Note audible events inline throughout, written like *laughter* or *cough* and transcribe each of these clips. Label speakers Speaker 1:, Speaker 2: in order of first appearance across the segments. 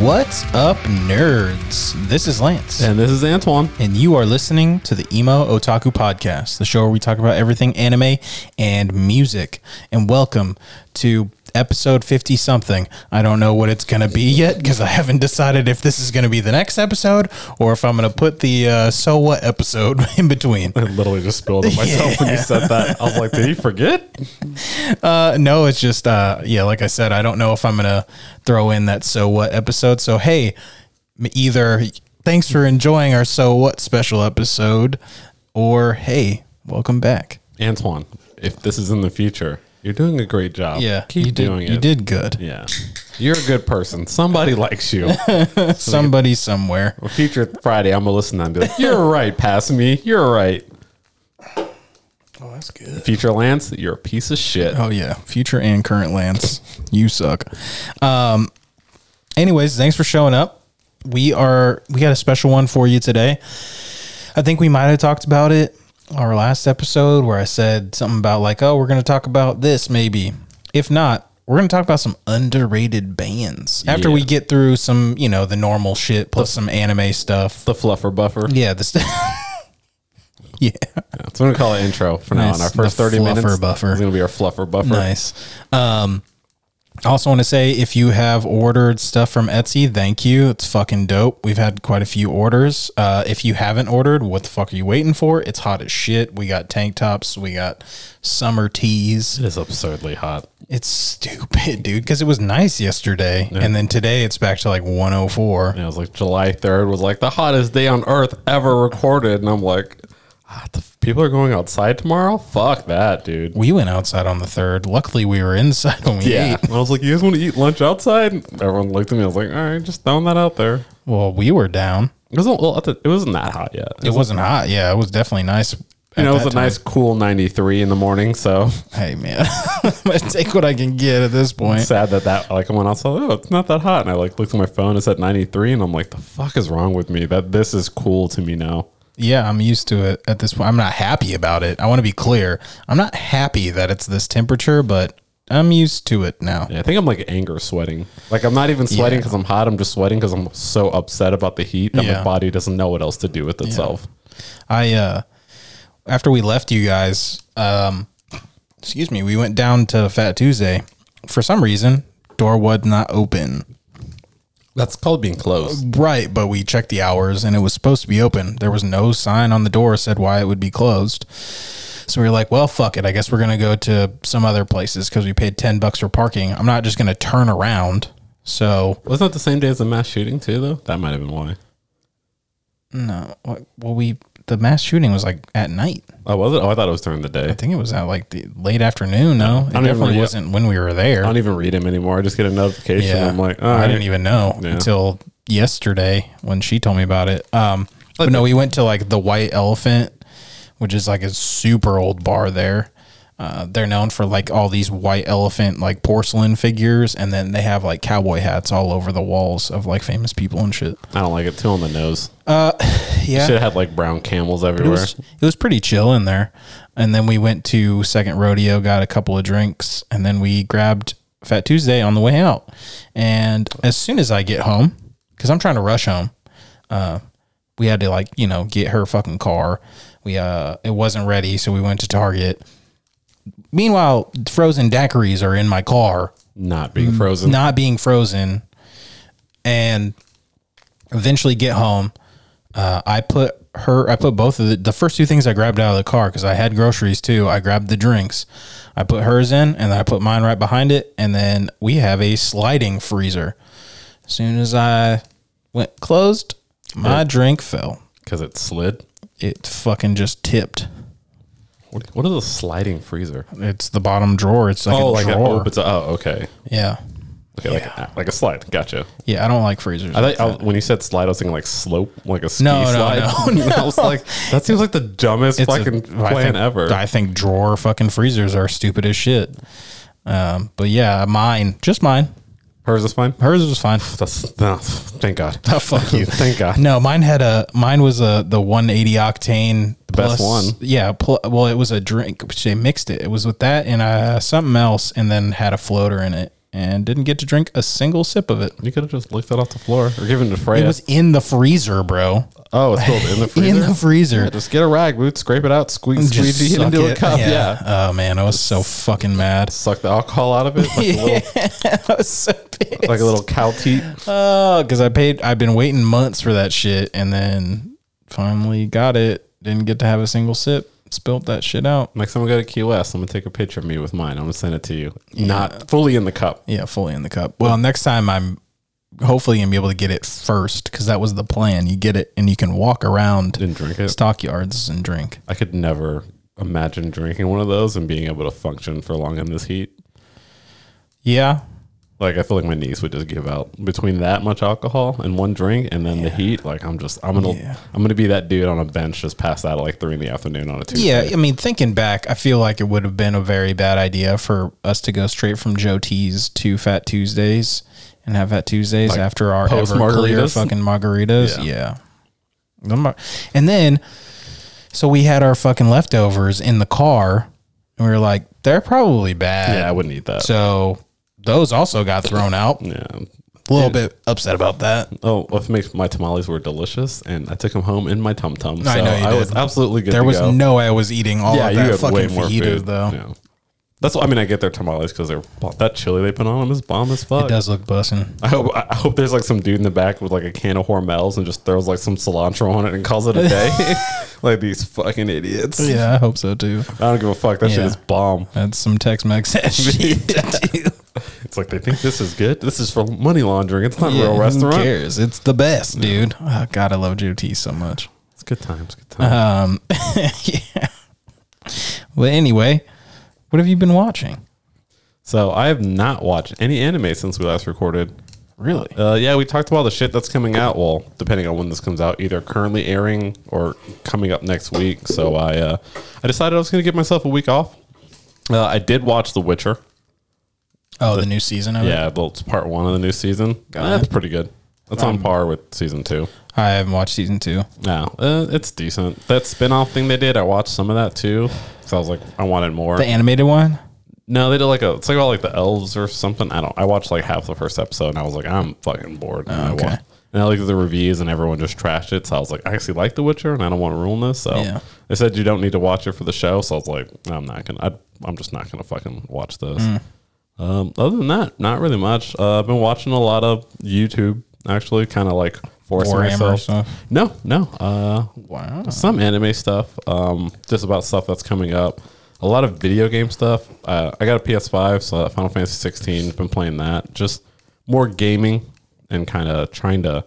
Speaker 1: What's up, nerds? This is Lance,
Speaker 2: And this is Antoine.
Speaker 1: and you are listening to the Emo Otaku Podcast, the show where we talk about everything anime and music. And welcome to episode 50 something. I don't know what it's going to be yet because I haven't decided if this is going to be the next episode or if I'm going to put the uh, So What episode *laughs* in between.
Speaker 2: I literally just spilled it myself when you said that. I was like, did he forget?
Speaker 1: Uh, no, it's just uh, yeah, like I said, I don't know if I'm gonna throw in that so what episode. So hey, m- either thanks for enjoying our so what special episode, or hey, welcome back.
Speaker 2: Antoine, if this is in the future, you're doing a great job. Keep
Speaker 1: you did,
Speaker 2: doing it.
Speaker 1: You did good.
Speaker 2: Yeah. You're a good person. Somebody
Speaker 1: *laughs*
Speaker 2: likes you. On
Speaker 1: Somebody somewhere.
Speaker 2: future Friday, I'm going to listen to that and be like, you're right, pass me. You're right.
Speaker 1: Oh, that's good.
Speaker 2: Future Lance, you're a piece of shit.
Speaker 1: Oh yeah, future and current Lance, you suck. Um, anyways, thanks for showing up. We are we got a special one for you today. I think we might have talked about it our last episode where I said something about like, oh, we're gonna talk about this maybe. If not, we're gonna talk about some underrated bands after we
Speaker 2: Yeah.
Speaker 1: get through some you know the normal shit plus some anime stuff.
Speaker 2: The fluffer buffer.
Speaker 1: Yeah, the st- *laughs* yeah,
Speaker 2: That's what we call it intro for now
Speaker 1: Nice.
Speaker 2: on. Our first
Speaker 1: The
Speaker 2: 30
Speaker 1: fluffer
Speaker 2: minutes.
Speaker 1: buffer.
Speaker 2: It's going to be our fluffer buffer.
Speaker 1: Nice. Um, I also want to say if you have ordered stuff from Etsy, thank you. It's fucking dope. We've had quite a few orders. Uh, if you haven't ordered, what the fuck are you waiting for? It's hot as shit. We got tank tops. We got summer tees.
Speaker 2: It is absurdly hot.
Speaker 1: It's stupid, dude, because it was nice yesterday. And then today it's back to like 104.
Speaker 2: And it was like July 3rd was like the hottest day on earth ever recorded. And I'm like, ah, the f- people are going outside tomorrow? Fuck that, dude.
Speaker 1: We went outside on the third. Luckily, we were inside when we
Speaker 2: Yeah.
Speaker 1: ate.
Speaker 2: And I was like, you guys want to eat lunch outside? Everyone looked at me. I was like, all right, just throwing that out there.
Speaker 1: Well, we were down.
Speaker 2: It wasn't, well, at the- it wasn't that hot yet.
Speaker 1: It wasn't hot. Yeah, it was definitely nice.
Speaker 2: you
Speaker 1: at
Speaker 2: know, it was
Speaker 1: that
Speaker 2: a
Speaker 1: time.
Speaker 2: nice cool 93 in the morning. So
Speaker 1: Hey man, *laughs* I'm gonna take what I can get at this point.
Speaker 2: sad that that, like, I went outside. Oh, it's not that hot. And I like looked at my phone. It's at 93. And I'm like, the fuck is wrong with me? That this is cool to me now.
Speaker 1: Yeah, I'm used to it at this point. I'm not happy about it. I want to be clear. I'm not happy that it's this temperature, but I'm used to it now.
Speaker 2: Yeah, I think I'm like anger sweating. Like I'm not even sweating
Speaker 1: Yeah.
Speaker 2: because I'm hot. I'm just sweating because I'm so upset about the heat that
Speaker 1: Yeah.
Speaker 2: my body doesn't know what else to do with itself.
Speaker 1: I uh after we left you guys, um excuse me, we went down to Fat Tuesday. For some reason, door was not open.
Speaker 2: That's called being closed.
Speaker 1: Right, but we checked the hours and it was supposed to be open. There was no sign on the door said why it would be closed. So we were like, well, fuck it. I guess we're going to go to some other places because we paid 10 bucks for parking. I'm not just going to turn around. So,
Speaker 2: Wasn't that the same day as the mass shooting too, though? That might have been why.
Speaker 1: no. what- Well, we, the mass shooting was like at night.
Speaker 2: Oh, was it? Oh, I thought it was during the day.
Speaker 1: I think it was at like the late afternoon. No, it
Speaker 2: don't even
Speaker 1: definitely
Speaker 2: know.
Speaker 1: wasn't when we were there.
Speaker 2: I don't even read them anymore. I just get a notification.
Speaker 1: Yeah.
Speaker 2: I'm like, all
Speaker 1: I
Speaker 2: right.
Speaker 1: didn't even know
Speaker 2: Yeah.
Speaker 1: until yesterday when she told me about it. Um, but no, we went to like the White Elephant, which is like a super old bar there. Uh, they're known for like all these white elephant like porcelain figures, and then they have like cowboy hats all over the walls of like famous people and shit.
Speaker 2: I don't like it. Too on the nose.
Speaker 1: Uh,
Speaker 2: *sighs*
Speaker 1: Yeah,
Speaker 2: Should have had like brown camels everywhere.
Speaker 1: it was, it was pretty chill in there. And then we went to Second Rodeo, got a couple of drinks, and then we grabbed Fat Tuesday on the way out. And as soon as I get home, because I'm trying to rush home, uh, we had to like you know get her fucking car. We uh, it wasn't ready, so we went to Target. Meanwhile, frozen daiquiris are in my car
Speaker 2: Not being
Speaker 1: Mm.
Speaker 2: frozen.
Speaker 1: not being frozen and eventually get home uh, i put her i put both of the, the first two things i grabbed out of the car because i had groceries too i grabbed the drinks i put hers in and then i put mine right behind it and then we have a sliding freezer as soon as i went closed my drink fell
Speaker 2: Because it slid.
Speaker 1: it fucking just tipped
Speaker 2: What, what is a sliding freezer?
Speaker 1: it's the bottom drawer it's like a
Speaker 2: Oh, like it
Speaker 1: drawer
Speaker 2: opens. Oh, okay.
Speaker 1: yeah
Speaker 2: Okay, like, a, like a slide. Gotcha.
Speaker 1: yeah i don't like freezers
Speaker 2: I thought I, was- when you said slide, I was thinking like slope, like a ski
Speaker 1: No, no,
Speaker 2: slide. *laughs*
Speaker 1: no,
Speaker 2: I was like, that seems like the dumbest
Speaker 1: It's
Speaker 2: fucking
Speaker 1: I
Speaker 2: plan
Speaker 1: think-
Speaker 2: ever.
Speaker 1: I think drawer fucking freezers are stupid as shit. Um, but yeah, mine, just mine.
Speaker 2: Hers is fine.
Speaker 1: Hers was fine.
Speaker 2: That's no, thank *laughs* God.
Speaker 1: Oh, fuck you.
Speaker 2: thank God.
Speaker 1: No, mine had a mine was a the 180 octane
Speaker 2: best one.
Speaker 1: Yeah, pl- well, it was a drink. They mixed it. It was with that and uh, something else, and then had a floater in it. and didn't get to drink a single sip of it.
Speaker 2: You could have just licked that off the floor or given it to Freya.
Speaker 1: It was in the freezer, bro.
Speaker 2: oh, it's still *laughs* in the freezer.
Speaker 1: In the freezer.
Speaker 2: Yeah, just get a rag, boot, scrape it out, squeeze,
Speaker 1: Just
Speaker 2: squeeze it
Speaker 1: suck
Speaker 2: into a
Speaker 1: it.
Speaker 2: cup. Yeah.
Speaker 1: Oh man, I was so fucking mad. *laughs*
Speaker 2: Suck the alcohol out of it, like, *laughs* a, little,
Speaker 1: I was so pissed.
Speaker 2: like a little cow teat.
Speaker 1: Oh, because I paid. I've been waiting months for that shit, and then finally got it. Didn't get to have a single sip. Spilt that shit out.
Speaker 2: Next time I go to Key West, I'm gonna take a picture of me with mine. I'm gonna send it to you, not fully in the cup.
Speaker 1: Yeah, fully in the cup. Well, next time I'm hopefully gonna be able to get it first because that was the plan. You get it, and you can walk around
Speaker 2: Didn't drink it.
Speaker 1: stockyards and drink.
Speaker 2: I could never imagine drinking one of those and being able to function for long in this heat.
Speaker 1: Yeah,
Speaker 2: Like I feel like my knees would just give out between that much alcohol and one drink, and then the heat. Like I'm just, I'm gonna,
Speaker 1: Yeah.
Speaker 2: I'm gonna be that dude on a bench just passed out at like three in the afternoon on a Tuesday.
Speaker 1: yeah. I mean, thinking back, I feel like it would have been a very bad idea for us to go straight from Joe T's to Fat Tuesdays and have Fat Tuesdays after our
Speaker 2: post
Speaker 1: ever clear
Speaker 2: margaritas?
Speaker 1: fucking margaritas.
Speaker 2: Yeah.
Speaker 1: Yeah. The mar- And then, so we had our fucking leftovers in the car, and we were like, they're probably bad.
Speaker 2: yeah, I wouldn't eat that.
Speaker 1: So those also got thrown
Speaker 2: *laughs*
Speaker 1: out. A
Speaker 2: yeah.
Speaker 1: little bit upset about that.
Speaker 2: Oh, what makes my tamales were delicious, and I took them home in my tum tum. So
Speaker 1: I
Speaker 2: I,
Speaker 1: know you did.
Speaker 2: was absolutely good.
Speaker 1: There
Speaker 2: to
Speaker 1: was
Speaker 2: go.
Speaker 1: no way I was eating all
Speaker 2: yeah,
Speaker 1: of
Speaker 2: you
Speaker 1: that
Speaker 2: had way
Speaker 1: fucking
Speaker 2: more
Speaker 1: fajita,
Speaker 2: food
Speaker 1: though.
Speaker 2: Yeah. That's what I mean. I get their tamales because they're that chili they put on them is bomb as fuck.
Speaker 1: It does look
Speaker 2: *laughs*
Speaker 1: bussin'.
Speaker 2: I hope I hope there's like some dude in the back with like a can of Hormels and just throws like some cilantro on it and calls it
Speaker 1: *laughs*
Speaker 2: a day. *laughs* like these fucking idiots.
Speaker 1: Yeah, I hope so too.
Speaker 2: I don't give a fuck. That shit
Speaker 1: Yeah.
Speaker 2: is bomb.
Speaker 1: That's some Tex Mex
Speaker 2: *laughs*
Speaker 1: shit. dude.
Speaker 2: It's like they think this is good. This is for money laundering. It's not a
Speaker 1: Yeah,
Speaker 2: real
Speaker 1: Who
Speaker 2: restaurant.
Speaker 1: cares? It's the best, dude. Oh, God, I love Joe T so much.
Speaker 2: It's good times. Good times.
Speaker 1: Um, yeah. Well, anyway, what have you been watching?
Speaker 2: so I have not watched any anime since we last recorded.
Speaker 1: Really?
Speaker 2: Uh, yeah, we talked about the shit that's coming out. Well, depending on when this comes out, either currently airing or coming up next week. So I, uh, I decided I was going to give myself a week off. Uh, I did watch The Witcher.
Speaker 1: Oh, the new season of it?
Speaker 2: Yeah, well, it's part one of the new season. That's pretty good. That's on par with season two.
Speaker 1: I haven't watched season two.
Speaker 2: No, uh, it's decent. That spin-off thing they did, I watched some of that too. So I was like, I wanted more.
Speaker 1: The animated one?
Speaker 2: No, they did like a. It's like about like the elves or something. I don't. I watched like half the first episode and I was like, I'm fucking bored. And
Speaker 1: okay.
Speaker 2: I watched, and I looked at the reviews and everyone just trashed it. So I was like, I actually like The Witcher and I don't want to ruin this. So
Speaker 1: Yeah.
Speaker 2: they said you don't need to watch it for the show. So I was like, I'm not gonna. I, I'm just not gonna fucking watch this.
Speaker 1: Mm.
Speaker 2: Um, other than that, not really much. Uh, I've been watching a lot of YouTube actually, kind of like forcing
Speaker 1: Warhammer
Speaker 2: myself.
Speaker 1: stuff.
Speaker 2: No, no. Uh,
Speaker 1: Wow.
Speaker 2: some anime stuff, um, just about stuff that's coming up. A lot of video game stuff. Uh, I got a PS5, so Final Fantasy 16. Been playing that. Just more gaming and kind of trying to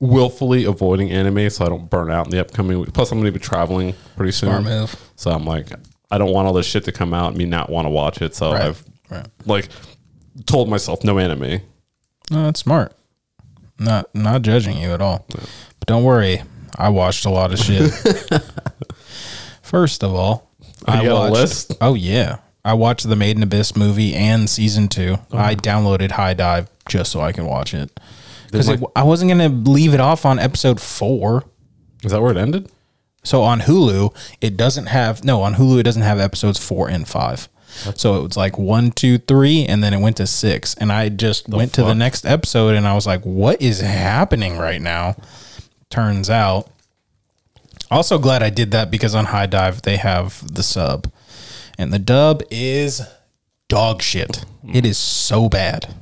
Speaker 2: willfully avoiding anime so I don't burn out in the upcoming week. Plus, I'm going to be traveling pretty soon.
Speaker 1: Smart move.
Speaker 2: So I'm like, I don't want all this shit to come out and me not want to watch it. So
Speaker 1: Right,
Speaker 2: I've
Speaker 1: right.
Speaker 2: like told myself no anime.
Speaker 1: No, that's smart. Not not judging you at all. But don't worry, I watched a lot of
Speaker 2: *laughs*
Speaker 1: shit. First of all,
Speaker 2: Oh, you
Speaker 1: I
Speaker 2: got a
Speaker 1: watched.
Speaker 2: list?
Speaker 1: Oh yeah, I watched the Maiden Abyss movie and season two. I downloaded High Dive just so I could watch it because
Speaker 2: Did
Speaker 1: I wasn't gonna leave it off on episode four.
Speaker 2: Is that where it ended?
Speaker 1: So on Hulu, it doesn't have no on Hulu. It doesn't have episodes four and five. So it was like one, two, three, and then it went to six. And I just went to the
Speaker 2: fuck?
Speaker 1: next episode, and I was like, "What is happening right now?" Turns out, also glad I did that because on High Dive they have the sub, and the dub is dog shit. It is so bad.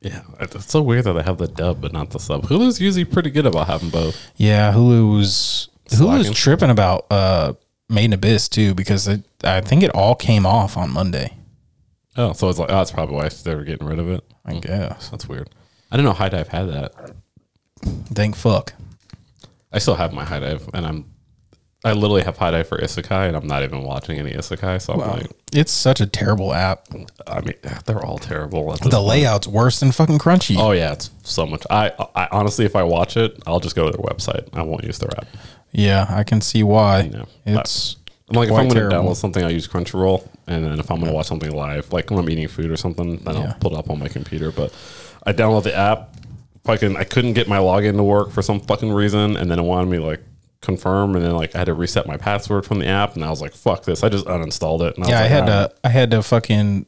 Speaker 2: Yeah, it's so weird that they have the dub but not the sub. Hulu's usually pretty good about having both.
Speaker 1: Yeah, Hulu's Hulu's
Speaker 2: Slacking.
Speaker 1: tripping about uh Maiden Abyss too because it, I think it all came off on Monday.
Speaker 2: Oh, so it's like, oh, that's probably why they were getting rid of it.
Speaker 1: I guess.
Speaker 2: That's weird. I didn't know High Dive had that.
Speaker 1: Thank fuck.
Speaker 2: I still have my High Dive, and I'm, I literally have High Dive for Isekai, and I'm not even watching any Isekai. So I'm like,
Speaker 1: It's such a terrible app.
Speaker 2: I mean, they're all terrible. At this
Speaker 1: The layout's worse than fucking Crunchy.
Speaker 2: oh yeah, it's so much. I, I honestly, if I watch it, I'll just go to their website. I won't use their app.
Speaker 1: Yeah, I can see why.
Speaker 2: Yeah.
Speaker 1: It's
Speaker 2: I'm like, if
Speaker 1: Quite
Speaker 2: I'm going to
Speaker 1: terrible.
Speaker 2: download something, I use Crunchyroll, and then if I'm going to watch something live, like when I'm eating food or something, then
Speaker 1: Yeah.
Speaker 2: I'll pull it up on my computer. But I download the app. Fucking, I couldn't get my login to work for some fucking reason, and then it wanted me like confirm, and then like I had to reset my password from the app, and I was like, fuck this, I just uninstalled it. And
Speaker 1: yeah. I
Speaker 2: was like,
Speaker 1: had
Speaker 2: "Ah."
Speaker 1: to I had to fucking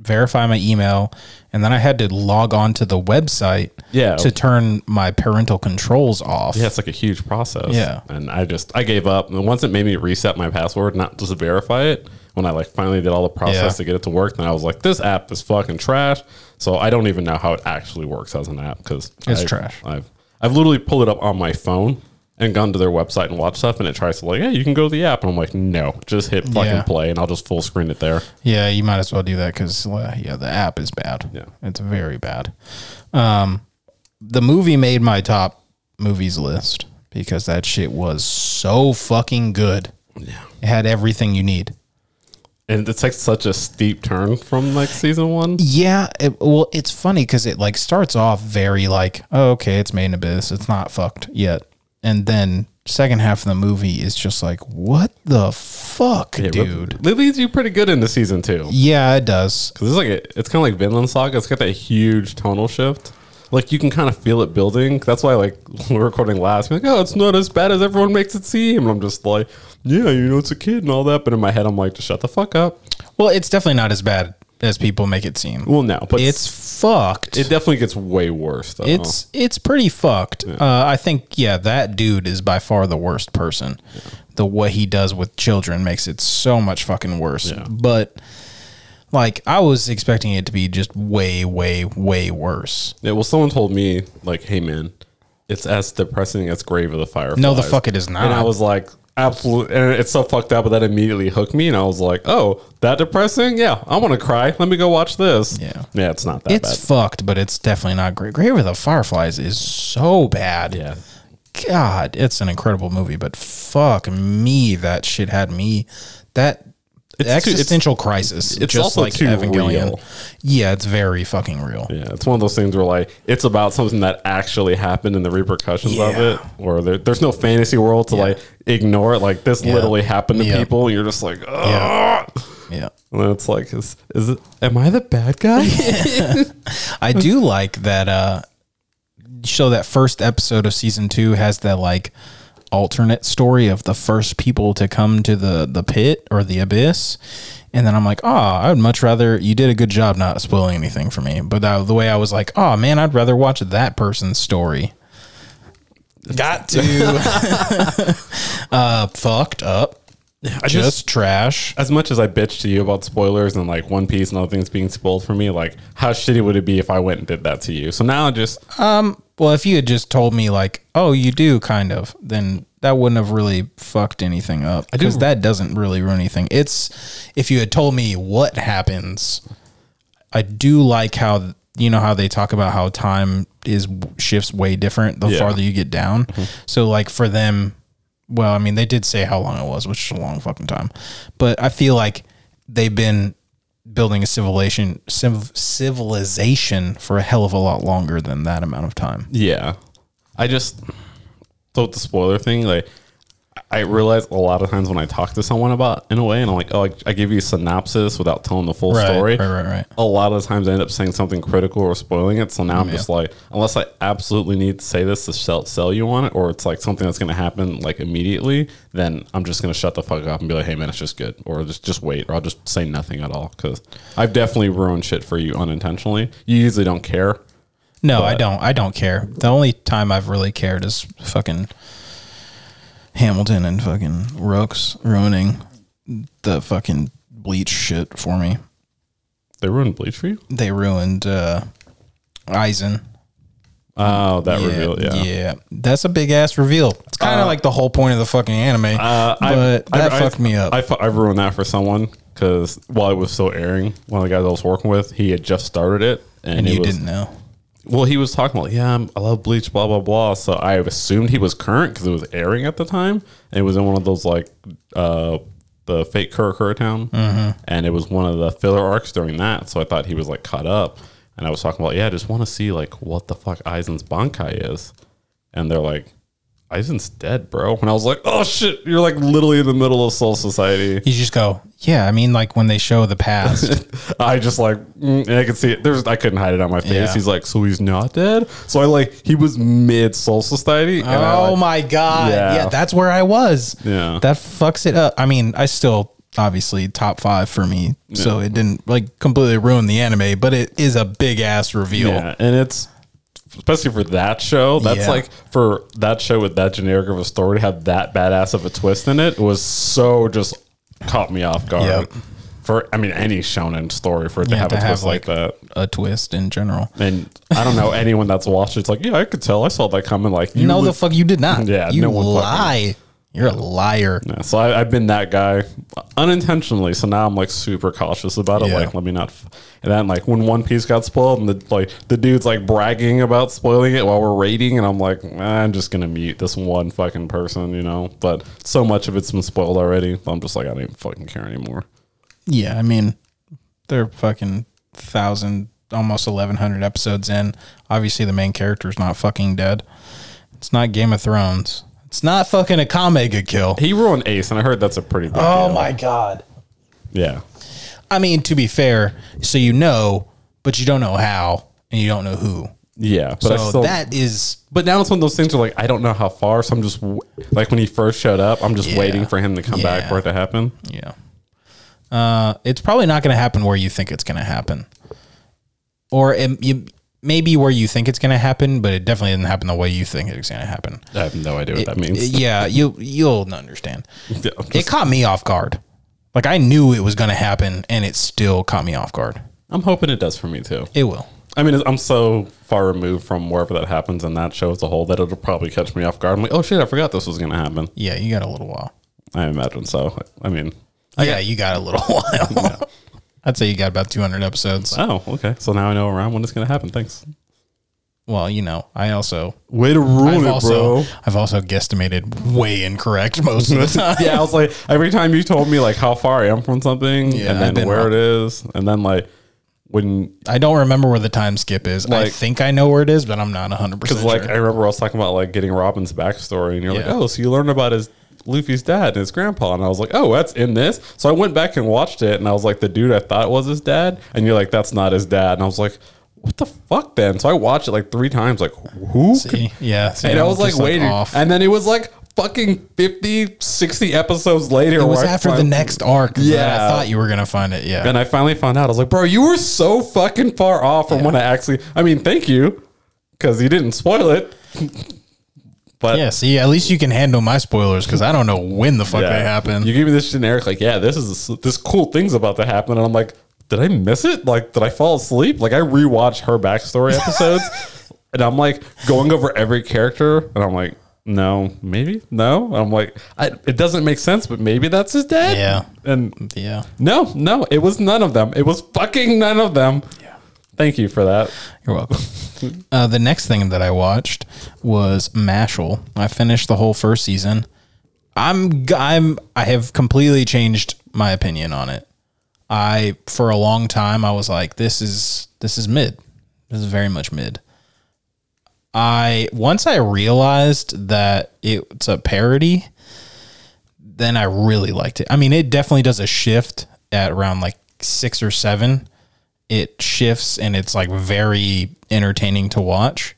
Speaker 1: verify my email, and then I had to log on to the website
Speaker 2: Yeah.
Speaker 1: to turn my parental controls off.
Speaker 2: Yeah, it's like a huge process.
Speaker 1: Yeah.
Speaker 2: And I just I gave up. And once it made me reset my password, not just to verify it, when I like finally did all the process
Speaker 1: Yeah.
Speaker 2: to get it to work, then I was like, this app is fucking trash. So I don't even know how it actually works as an app because
Speaker 1: It's trash.
Speaker 2: I've I've literally pulled it up on my phone and gone to their website and watched stuff and it tries to like, yeah, you can go to the app. And I'm like, no, just hit fucking
Speaker 1: Yeah.
Speaker 2: play and I'll just full screen it there.
Speaker 1: Yeah, you might as well do that because yeah, the app is bad.
Speaker 2: Yeah.
Speaker 1: it's very bad. Um, the movie made my top movies list because that shit was so fucking good.
Speaker 2: Yeah.
Speaker 1: It had everything you need.
Speaker 2: And it's like such a steep turn from like season one.
Speaker 1: Yeah, it, well, it's funny because it like starts off very like, oh, okay, it's made in abyss, it's not fucked yet, and then second half of the movie is just like, what the fuck, dude?
Speaker 2: It leads you pretty good into season two.
Speaker 1: yeah, it does.
Speaker 2: Cause it's like a, it's kind of like Vinland Saga. It's got that huge tonal shift. Like you can kind of feel it building. That's why like *laughs* we we're recording last. We're like, oh, it's not as bad as everyone makes it seem. And I'm just like, yeah, you know, it's a kid and all that. But in my head, I'm like, just shut the fuck up.
Speaker 1: Well, it's definitely not as bad as people make it seem.
Speaker 2: Well, no, but it's
Speaker 1: It's fucked.
Speaker 2: it definitely gets way worse. Though.
Speaker 1: It's it's pretty fucked. Uh, I think yeah, that dude is by far the worst person. The what he does with children makes it so much fucking worse. But like I was expecting it to be just way way way worse.
Speaker 2: yeah. Well, someone told me like, hey man, it's as depressing as Grave of the Fireflies.
Speaker 1: No, the fuck it is
Speaker 2: And I
Speaker 1: not.
Speaker 2: was like, absolutely. And it's so fucked up, but that immediately hooked me. And I was like, oh, that depressing? Yeah, I want to cry. Let me go watch this.
Speaker 1: Yeah.
Speaker 2: Yeah, it's not that
Speaker 1: it's
Speaker 2: bad.
Speaker 1: fucked, but it's definitely not great. Grave of the Fireflies is so bad.
Speaker 2: Yeah.
Speaker 1: God, it's an incredible movie, but fuck me, that shit had me that
Speaker 2: too- it's-
Speaker 1: existential crisis.
Speaker 2: it's also too real.
Speaker 1: Yeah, it's very fucking real.
Speaker 2: Yeah, it's one of those things where like it's about something that actually happened and the repercussions of
Speaker 1: Yeah.
Speaker 2: it, or there, there's no fantasy world to like ignore it. Like this literally happened to
Speaker 1: Yeah.
Speaker 2: people. You're just like, oh.
Speaker 1: yeah.
Speaker 2: And then it's like, is, is it? Am I the bad guy?
Speaker 1: I do like that. Uh, so that first episode of season two has that like alternate story of the first people to come to the the pit or the abyss, and then I'm like, oh, I would much rather you did a good job not spoiling anything for me. But that, the way I was like, oh man, I'd rather watch that person's story. *laughs* Got
Speaker 2: *laughs*
Speaker 1: to uh, fucked up, *laughs*
Speaker 2: I
Speaker 1: just, trash.
Speaker 2: as much as I bitch to you about spoilers and like One Piece and other things being spoiled for me, like how shitty would it be if I went and did that to you? So now I just
Speaker 1: Well, if you had just told me like, "Oh, you do," kind of, then that wouldn't have really fucked anything up because that doesn't really ruin anything. It's if you had told me what happens. I do like how you know how they talk about how time is shifts way different the
Speaker 2: Yeah.
Speaker 1: farther you get down. So like for them, well, I mean they did say how long it was, which is a long fucking time, but I feel like they've been building a civilization civ- civilization for a hell of a lot longer than that amount of time.
Speaker 2: yeah, I just so with the spoiler thing like. I realize a lot of times when I talk to someone about in a way, and I'm like, oh, I, I give you a synopsis without telling the full
Speaker 1: Right,
Speaker 2: story.
Speaker 1: right, right, right.
Speaker 2: A lot of times I end up saying something critical or spoiling it. So now I'm just like, unless I absolutely need to say this to sell, sell you on it, or it's like something that's going to happen like immediately, then I'm just going to shut the fuck up and be like, hey man, it's just good, or just just wait, or I'll just say nothing at all because I've definitely ruined shit for you unintentionally. You usually don't care.
Speaker 1: No, I don't. I don't care. The only time I've really cared is fucking Hamilton and fucking Rooks ruining the fucking bleach shit for me.
Speaker 2: They ruined Bleach for you.
Speaker 1: They ruined uh Eisen.
Speaker 2: Oh, that reveal, yeah.
Speaker 1: That's a big ass reveal. It's kind of like the whole point of the fucking anime.
Speaker 2: Uh, I-
Speaker 1: but
Speaker 2: I-
Speaker 1: that
Speaker 2: I-
Speaker 1: fucked me up.
Speaker 2: I, fu- I ruined that for someone because while it was still airing, one of the guys I was working with, he had just started it, and,
Speaker 1: and
Speaker 2: it
Speaker 1: you
Speaker 2: was,
Speaker 1: didn't know.
Speaker 2: Well, he was talking about, yeah, I'm, I love Bleach, blah blah blah. So I assumed he was current because it was airing at the time, and it was in one of those like uh, the fake Kurakura town, and it was one of the filler arcs during that. So I thought he was like caught up, and I was talking about, yeah, I just want to see like what the fuck Aizen's Bankai is, and they're like, Aizen's dead, bro. And I was like, oh shit, you're like literally in the middle of Soul Society.
Speaker 1: You just go, yeah. I mean, like when they show the past,
Speaker 2: I just like mm, and I could see it. There's I couldn't hide it on my face.
Speaker 1: Yeah.
Speaker 2: He's like, so he's not dead. So I like he was mid Soul Society. And I,
Speaker 1: oh
Speaker 2: like,
Speaker 1: my god,
Speaker 2: Yeah.
Speaker 1: yeah, that's where I was.
Speaker 2: Yeah.
Speaker 1: that fucks it up. I mean, I still obviously top five for me. So it didn't like completely ruin the anime, but it is a big ass reveal.
Speaker 2: Yeah, and it's especially for that show. That's
Speaker 1: Oh. Yeah.
Speaker 2: like for that show with that generic of a story to have that badass of a twist in it was so just caught me off guard.
Speaker 1: Yep.
Speaker 2: For I mean, any shonen story for it to
Speaker 1: Yeah,
Speaker 2: have
Speaker 1: to
Speaker 2: a
Speaker 1: have,
Speaker 2: twist like, that.
Speaker 1: A twist in general.
Speaker 2: And I don't know anyone that's watched. it, It's like, yeah, I could tell. I saw that coming. Like, you
Speaker 1: no,
Speaker 2: would-
Speaker 1: the fuck you did not.
Speaker 2: Yeah,
Speaker 1: you
Speaker 2: no one fucking-
Speaker 1: lie. You're a liar.
Speaker 2: Yeah, so I, I've been that guy unintentionally. So now I'm like super cautious about it.
Speaker 1: Yeah.
Speaker 2: Like, let me not. F- and then like when One Piece got spoiled, and the like the dude's like bragging about spoiling it while we're rating, and I'm like, "Nah, I'm just gonna mute this one fucking person, you know. But so much of it's been spoiled already. I'm just like, I don't even fucking care anymore.
Speaker 1: Yeah, I mean, they're fucking thousand, almost eleven hundred episodes in. Obviously, the main character's not fucking dead. It's not Game of Thrones. It's not fucking a Kamega kill.
Speaker 2: He ruined Ace, and I heard that's a pretty big
Speaker 1: Oh
Speaker 2: deal.
Speaker 1: my god.
Speaker 2: Yeah,
Speaker 1: I mean, to be fair, so you know, but you don't know how, and you don't know who.
Speaker 2: yeah. But I
Speaker 1: so
Speaker 2: still,
Speaker 1: that is
Speaker 2: But now it's one of those things where like I don't know how far, so I'm just w- like when he first showed up, I'm just
Speaker 1: Yeah.
Speaker 2: waiting for him to come back
Speaker 1: Yeah.
Speaker 2: for it to happen.
Speaker 1: yeah. Uh, it's probably not going to happen where you think it's going to happen, or it, you maybe where you think it's going to happen, but it definitely didn't happen the way you think it's going to happen.
Speaker 2: I have no idea what that means.
Speaker 1: yeah, you you'll understand.
Speaker 2: *laughs* Yeah, I'm
Speaker 1: It
Speaker 2: just-
Speaker 1: caught me off guard. Like I knew it was going to happen, and it still caught me off guard.
Speaker 2: I'm hoping it does for me too.
Speaker 1: It will.
Speaker 2: I mean, I'm so far removed from wherever that happens in that show as a whole that it'll probably catch me off guard. I'm like, oh shit, I forgot this was going to happen.
Speaker 1: Yeah, you got a little while. Oh,
Speaker 2: I imagine so. I mean,
Speaker 1: yeah, you got a little *laughs* while. I'd say you got about 200 episodes.
Speaker 2: oh, okay. So now I know around when it's going to happen. Thanks.
Speaker 1: Well, you know, I also
Speaker 2: Way to ruin
Speaker 1: I've
Speaker 2: it,
Speaker 1: also
Speaker 2: *laughs* bro.
Speaker 1: I've also guesstimated way incorrect most
Speaker 2: *laughs*
Speaker 1: of the time.
Speaker 2: yeah, I was like, every time you told me like how far I am from something
Speaker 1: Yeah, I've
Speaker 2: and then
Speaker 1: been
Speaker 2: where
Speaker 1: wrong.
Speaker 2: it is, and then like when
Speaker 1: I don't remember where the time skip is. I
Speaker 2: Like-
Speaker 1: think I know where it is, but I'm not 100 percent
Speaker 2: Because
Speaker 1: sure.
Speaker 2: like I remember I was talking about like getting Robin's backstory, and you're like,
Speaker 1: Yeah.
Speaker 2: oh, so you learned about his Luffy's dad and his grandpa, and I was like, oh, that's in this. So I went back and watched it, and I was like, the dude I thought was his dad, and you're like, that's not his dad, and I was like, what the fuck, then? So I watched it like three times, like who?
Speaker 1: See? yeah, see,
Speaker 2: and I
Speaker 1: I'm
Speaker 2: was like
Speaker 1: just,
Speaker 2: waiting,
Speaker 1: off.
Speaker 2: and then it was like fucking 50, 60 episodes later.
Speaker 1: it was after the next arc. that I
Speaker 2: Yeah.
Speaker 1: thought you were gonna find it. Yeah,
Speaker 2: And I finally found out. I was like, bro, you were so fucking far off from when I actually. I mean, thank you, because you didn't spoil it. *laughs* but
Speaker 1: yeah. See, at least you can handle my spoilers because I don't know when the fuck
Speaker 2: Yeah.
Speaker 1: they happen.
Speaker 2: You give me this generic, like, yeah, this is this cool thing's about to happen, and I'm like, did I miss it? Like, did I fall asleep? Like, I rewatched her backstory episodes,
Speaker 1: *laughs*
Speaker 2: and I'm like going over every character, and I'm like, no, maybe no. I'm like, I, it doesn't make sense, but maybe that's his dad.
Speaker 1: Yeah.
Speaker 2: and
Speaker 1: yeah,
Speaker 2: no, no, it was none of them. It was fucking none of them. Yeah. Thank you for that.
Speaker 1: you're welcome. uh, the next thing that I watched was Mashal. I finished the whole first season. I'm g- I'm I have completely changed my opinion on it. I for a long time I was like this is this is mid. This is very much mid. I once I realized that it's a parody, then I really liked it. I mean, it definitely does a shift at around like 6 or 7. It shifts and it's like very entertaining to watch.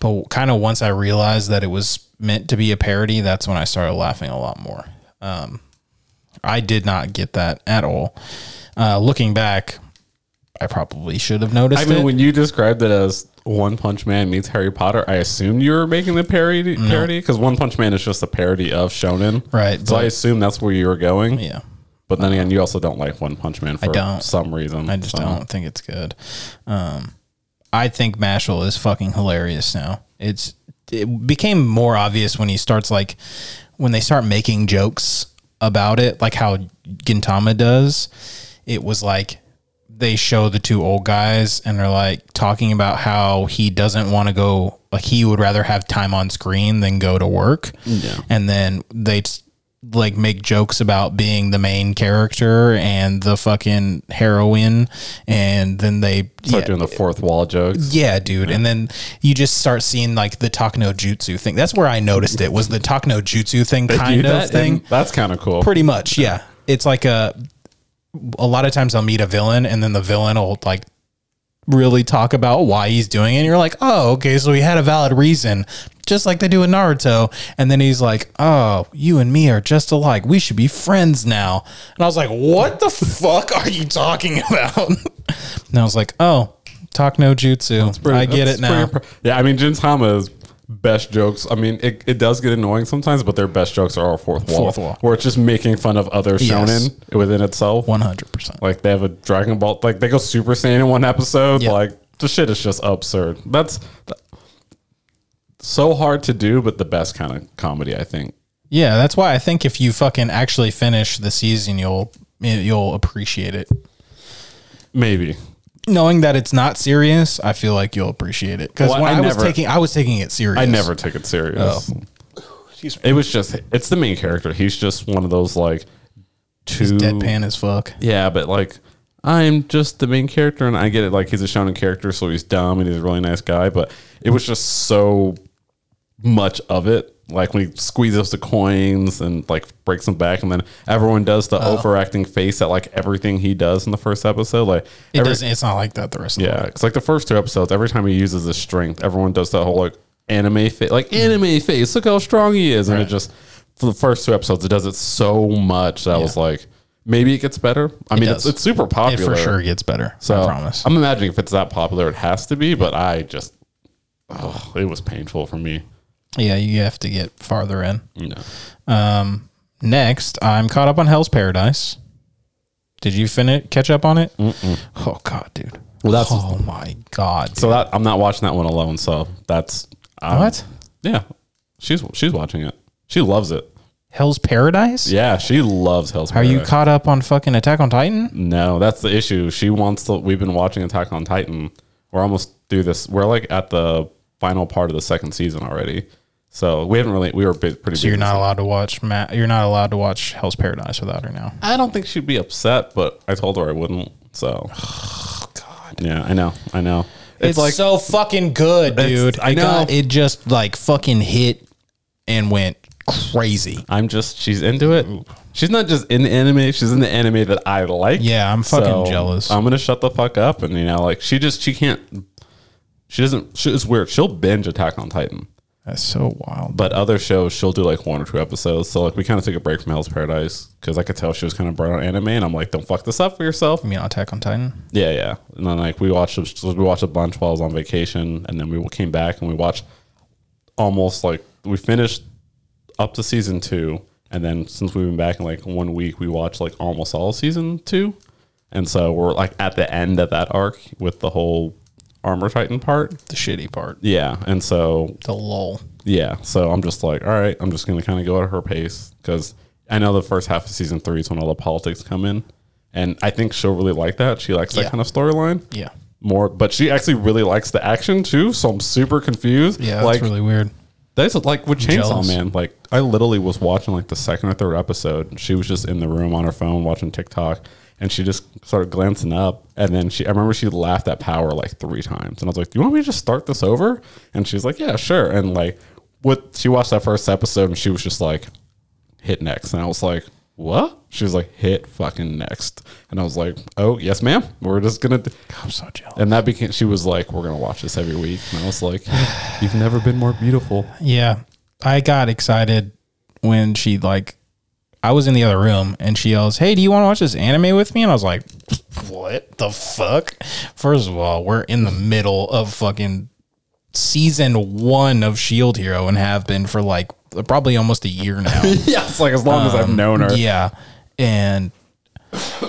Speaker 1: But kind of once I realized that it was meant to be a parody, that's when I started laughing a lot more. Um, I did not get that at all. Uh, looking back, I probably should have noticed
Speaker 2: I mean,
Speaker 1: it.
Speaker 2: when you described it as One Punch Man meets Harry Potter, I assumed you were making the parody parody because One Punch Man is just a parody of Shonen,
Speaker 1: Right,
Speaker 2: So I
Speaker 1: but-
Speaker 2: assume that's where you were going.
Speaker 1: yeah.
Speaker 2: But then again, you also don't like One Punch Man for
Speaker 1: don't.
Speaker 2: some reason.
Speaker 1: I just
Speaker 2: So,
Speaker 1: don't think it's good. Um, I think Mashal is fucking hilarious now. It's it became more obvious when he starts like when they start making jokes about it, like how Gintama does. It was like they show the two old guys and they're like talking about how he doesn't want to go like he would rather have time on screen than go to work
Speaker 2: Yeah.
Speaker 1: and then they t- like make jokes about being the main character and the fucking heroine and then they
Speaker 2: Start
Speaker 1: yeah,
Speaker 2: doing the fourth wall jokes.
Speaker 1: yeah dude and then you just start seeing like the takno jutsu thing that's where i noticed it was the takno jutsu thing kind
Speaker 2: *laughs* Dude,
Speaker 1: of
Speaker 2: that-
Speaker 1: thing
Speaker 2: and That's kind of cool.
Speaker 1: pretty much yeah it's like a a lot of times i'll meet a villain and then the villain will like really talk about why he's doing it. And you're like, oh, okay, so he had a valid reason, just like they do in Naruto. And then he's like, oh, you and me are just alike. We should be friends now. And I was like, what the fuck are you talking *laughs* about? and I was like, oh, talk no jutsu. I get
Speaker 2: That's
Speaker 1: it now.
Speaker 2: pretty impre- yeah, I mean, Gintama's best jokes. I mean, it, it does get annoying sometimes, but their best jokes are all fourth wall,
Speaker 1: Fourth wall.
Speaker 2: where it's just making fun of other
Speaker 1: Yes.
Speaker 2: shonen within itself.
Speaker 1: 100%.
Speaker 2: Like they have a Dragon Ball, like they go Super Saiyan in one episode.
Speaker 1: Yeah.
Speaker 2: Like the shit is just absurd. That's th- so hard to do, but the best kind of comedy, I think.
Speaker 1: Yeah, that's why I think if you fucking actually finish the season, you'll you'll appreciate it.
Speaker 2: Maybe
Speaker 1: Knowing that it's not serious, I feel like you'll appreciate it because
Speaker 2: Well,
Speaker 1: when I,
Speaker 2: Oh, I
Speaker 1: was
Speaker 2: never-
Speaker 1: taking, I was taking it serious.
Speaker 2: I never took it serious.
Speaker 1: Oh.
Speaker 2: It was just it's the main character. He's just one of those like two
Speaker 1: deadpan as fuck.
Speaker 2: Yeah, but like I'm just the main character, and I get it. Like he's a shonen character, so he's dumb and he's a really nice guy. But it was just so much of it. Like when he squeezes the coins and like breaks them back, and then everyone does the overacting face at like everything he does in the first episode. Like
Speaker 1: It
Speaker 2: every,
Speaker 1: doesn't. It's not like that the rest of
Speaker 2: yeah, it's like the first two episodes. Every time he uses his strength, everyone does that whole like anime face, like anime face. Look how strong he is, and it just for the first two episodes, it does it so much that I was like, maybe it gets better. I mean, it's,
Speaker 1: does.
Speaker 2: it's super
Speaker 1: it
Speaker 2: popular
Speaker 1: for sure gets better.
Speaker 2: So
Speaker 1: I promise.
Speaker 2: I'm imagining if it's that popular, it has to be. But I just, oh, it was painful for me.
Speaker 1: yeah, you have to get farther in.
Speaker 2: You know,
Speaker 1: Um, next, I'm caught up on Hell's Paradise. Did you finish catch up on it? Oh god, dude.
Speaker 2: Well, that's-
Speaker 1: oh my god.
Speaker 2: so that I'm not watching that one alone. So that's um,
Speaker 1: what?
Speaker 2: Yeah, she's she's watching it. She loves it.
Speaker 1: Hell's Paradise?
Speaker 2: Yeah, she loves Hell's.
Speaker 1: Are you
Speaker 2: Paradise.
Speaker 1: caught up on fucking Attack on Titan?
Speaker 2: No, that's the issue. She wants to. We've been watching Attack on Titan. We're almost through this. We're like at the final part of the second season already. So we haven't really. We were bu- pretty.
Speaker 1: So you're
Speaker 2: *laughs*
Speaker 1: not allowed to watch Matt. You're not allowed to watch Hell's Paradise without her now.
Speaker 2: I don't think she'd be upset, but I told her I wouldn't.
Speaker 1: *sighs*
Speaker 2: So. God. Yeah, I know. I know. It's, like
Speaker 1: Oh, so fucking good, dude.
Speaker 2: I
Speaker 1: It got-
Speaker 2: know.
Speaker 1: it just like fucking hit and went crazy.
Speaker 2: I'm just. She's into it. She's not just in the anime. She's in the anime that I like.
Speaker 1: Yeah, I'm fucking jealous.
Speaker 2: I'm gonna shut the fuck up, and you know, like she just she can't. She doesn't. She, it's weird. She'll binge Attack on Titan.
Speaker 1: That's so wild.
Speaker 2: but other shows she'll do like one or two episodes. So like we kind of took a break from Hell's Paradise because I could tell she was kind of burnt on anime, and I'm like, don't fuck this up for yourself.
Speaker 1: You mean Attack on Titan?
Speaker 2: Yeah, yeah. And then like we watched so we watched a bunch while I was on vacation, and then we came back and we watched almost like we finished up to season two, and then since we've been back in like one week, we watched like almost all of season two, and so we're like at the end of that arc with the whole armor titan part.
Speaker 1: The shitty part.
Speaker 2: Yeah, and so
Speaker 1: The lull.
Speaker 2: yeah so i'm just like all right i'm just gonna kind of go at her pace because i know the first half of season three is when all the politics come in and i think she'll really like that she likes
Speaker 1: Yeah.
Speaker 2: that kind of storyline
Speaker 1: Yeah.
Speaker 2: more but she actually really likes the action too so i'm super confused
Speaker 1: Yeah, that's
Speaker 2: like
Speaker 1: really weird.
Speaker 2: that's like with chainsaw
Speaker 1: jealous.
Speaker 2: man like i literally was watching like the second or third episode and she was just in the room on her phone watching tiktok and she just started glancing up and then she i remember she laughed at power like three times and i was like do you want me to just start this over and she's like yeah sure and like what she watched that first episode and she was just like hit next and i was like what she was like hit fucking next and i was like oh yes ma'am we're just gonna d-"
Speaker 1: I'm so jealous.
Speaker 2: and that became she was like we're gonna watch this every week and i was like *sighs* you've never been more beautiful
Speaker 1: Yeah. I got excited when she like I was in the other room and she yells, Hey, do you want to watch this anime with me? And I was like, What the fuck? First of all, we're in the middle of fucking season one of Shield Hero and have been for like probably almost a year now.
Speaker 2: *laughs* Yeah, it's like as long as I've known her.
Speaker 1: Yeah. And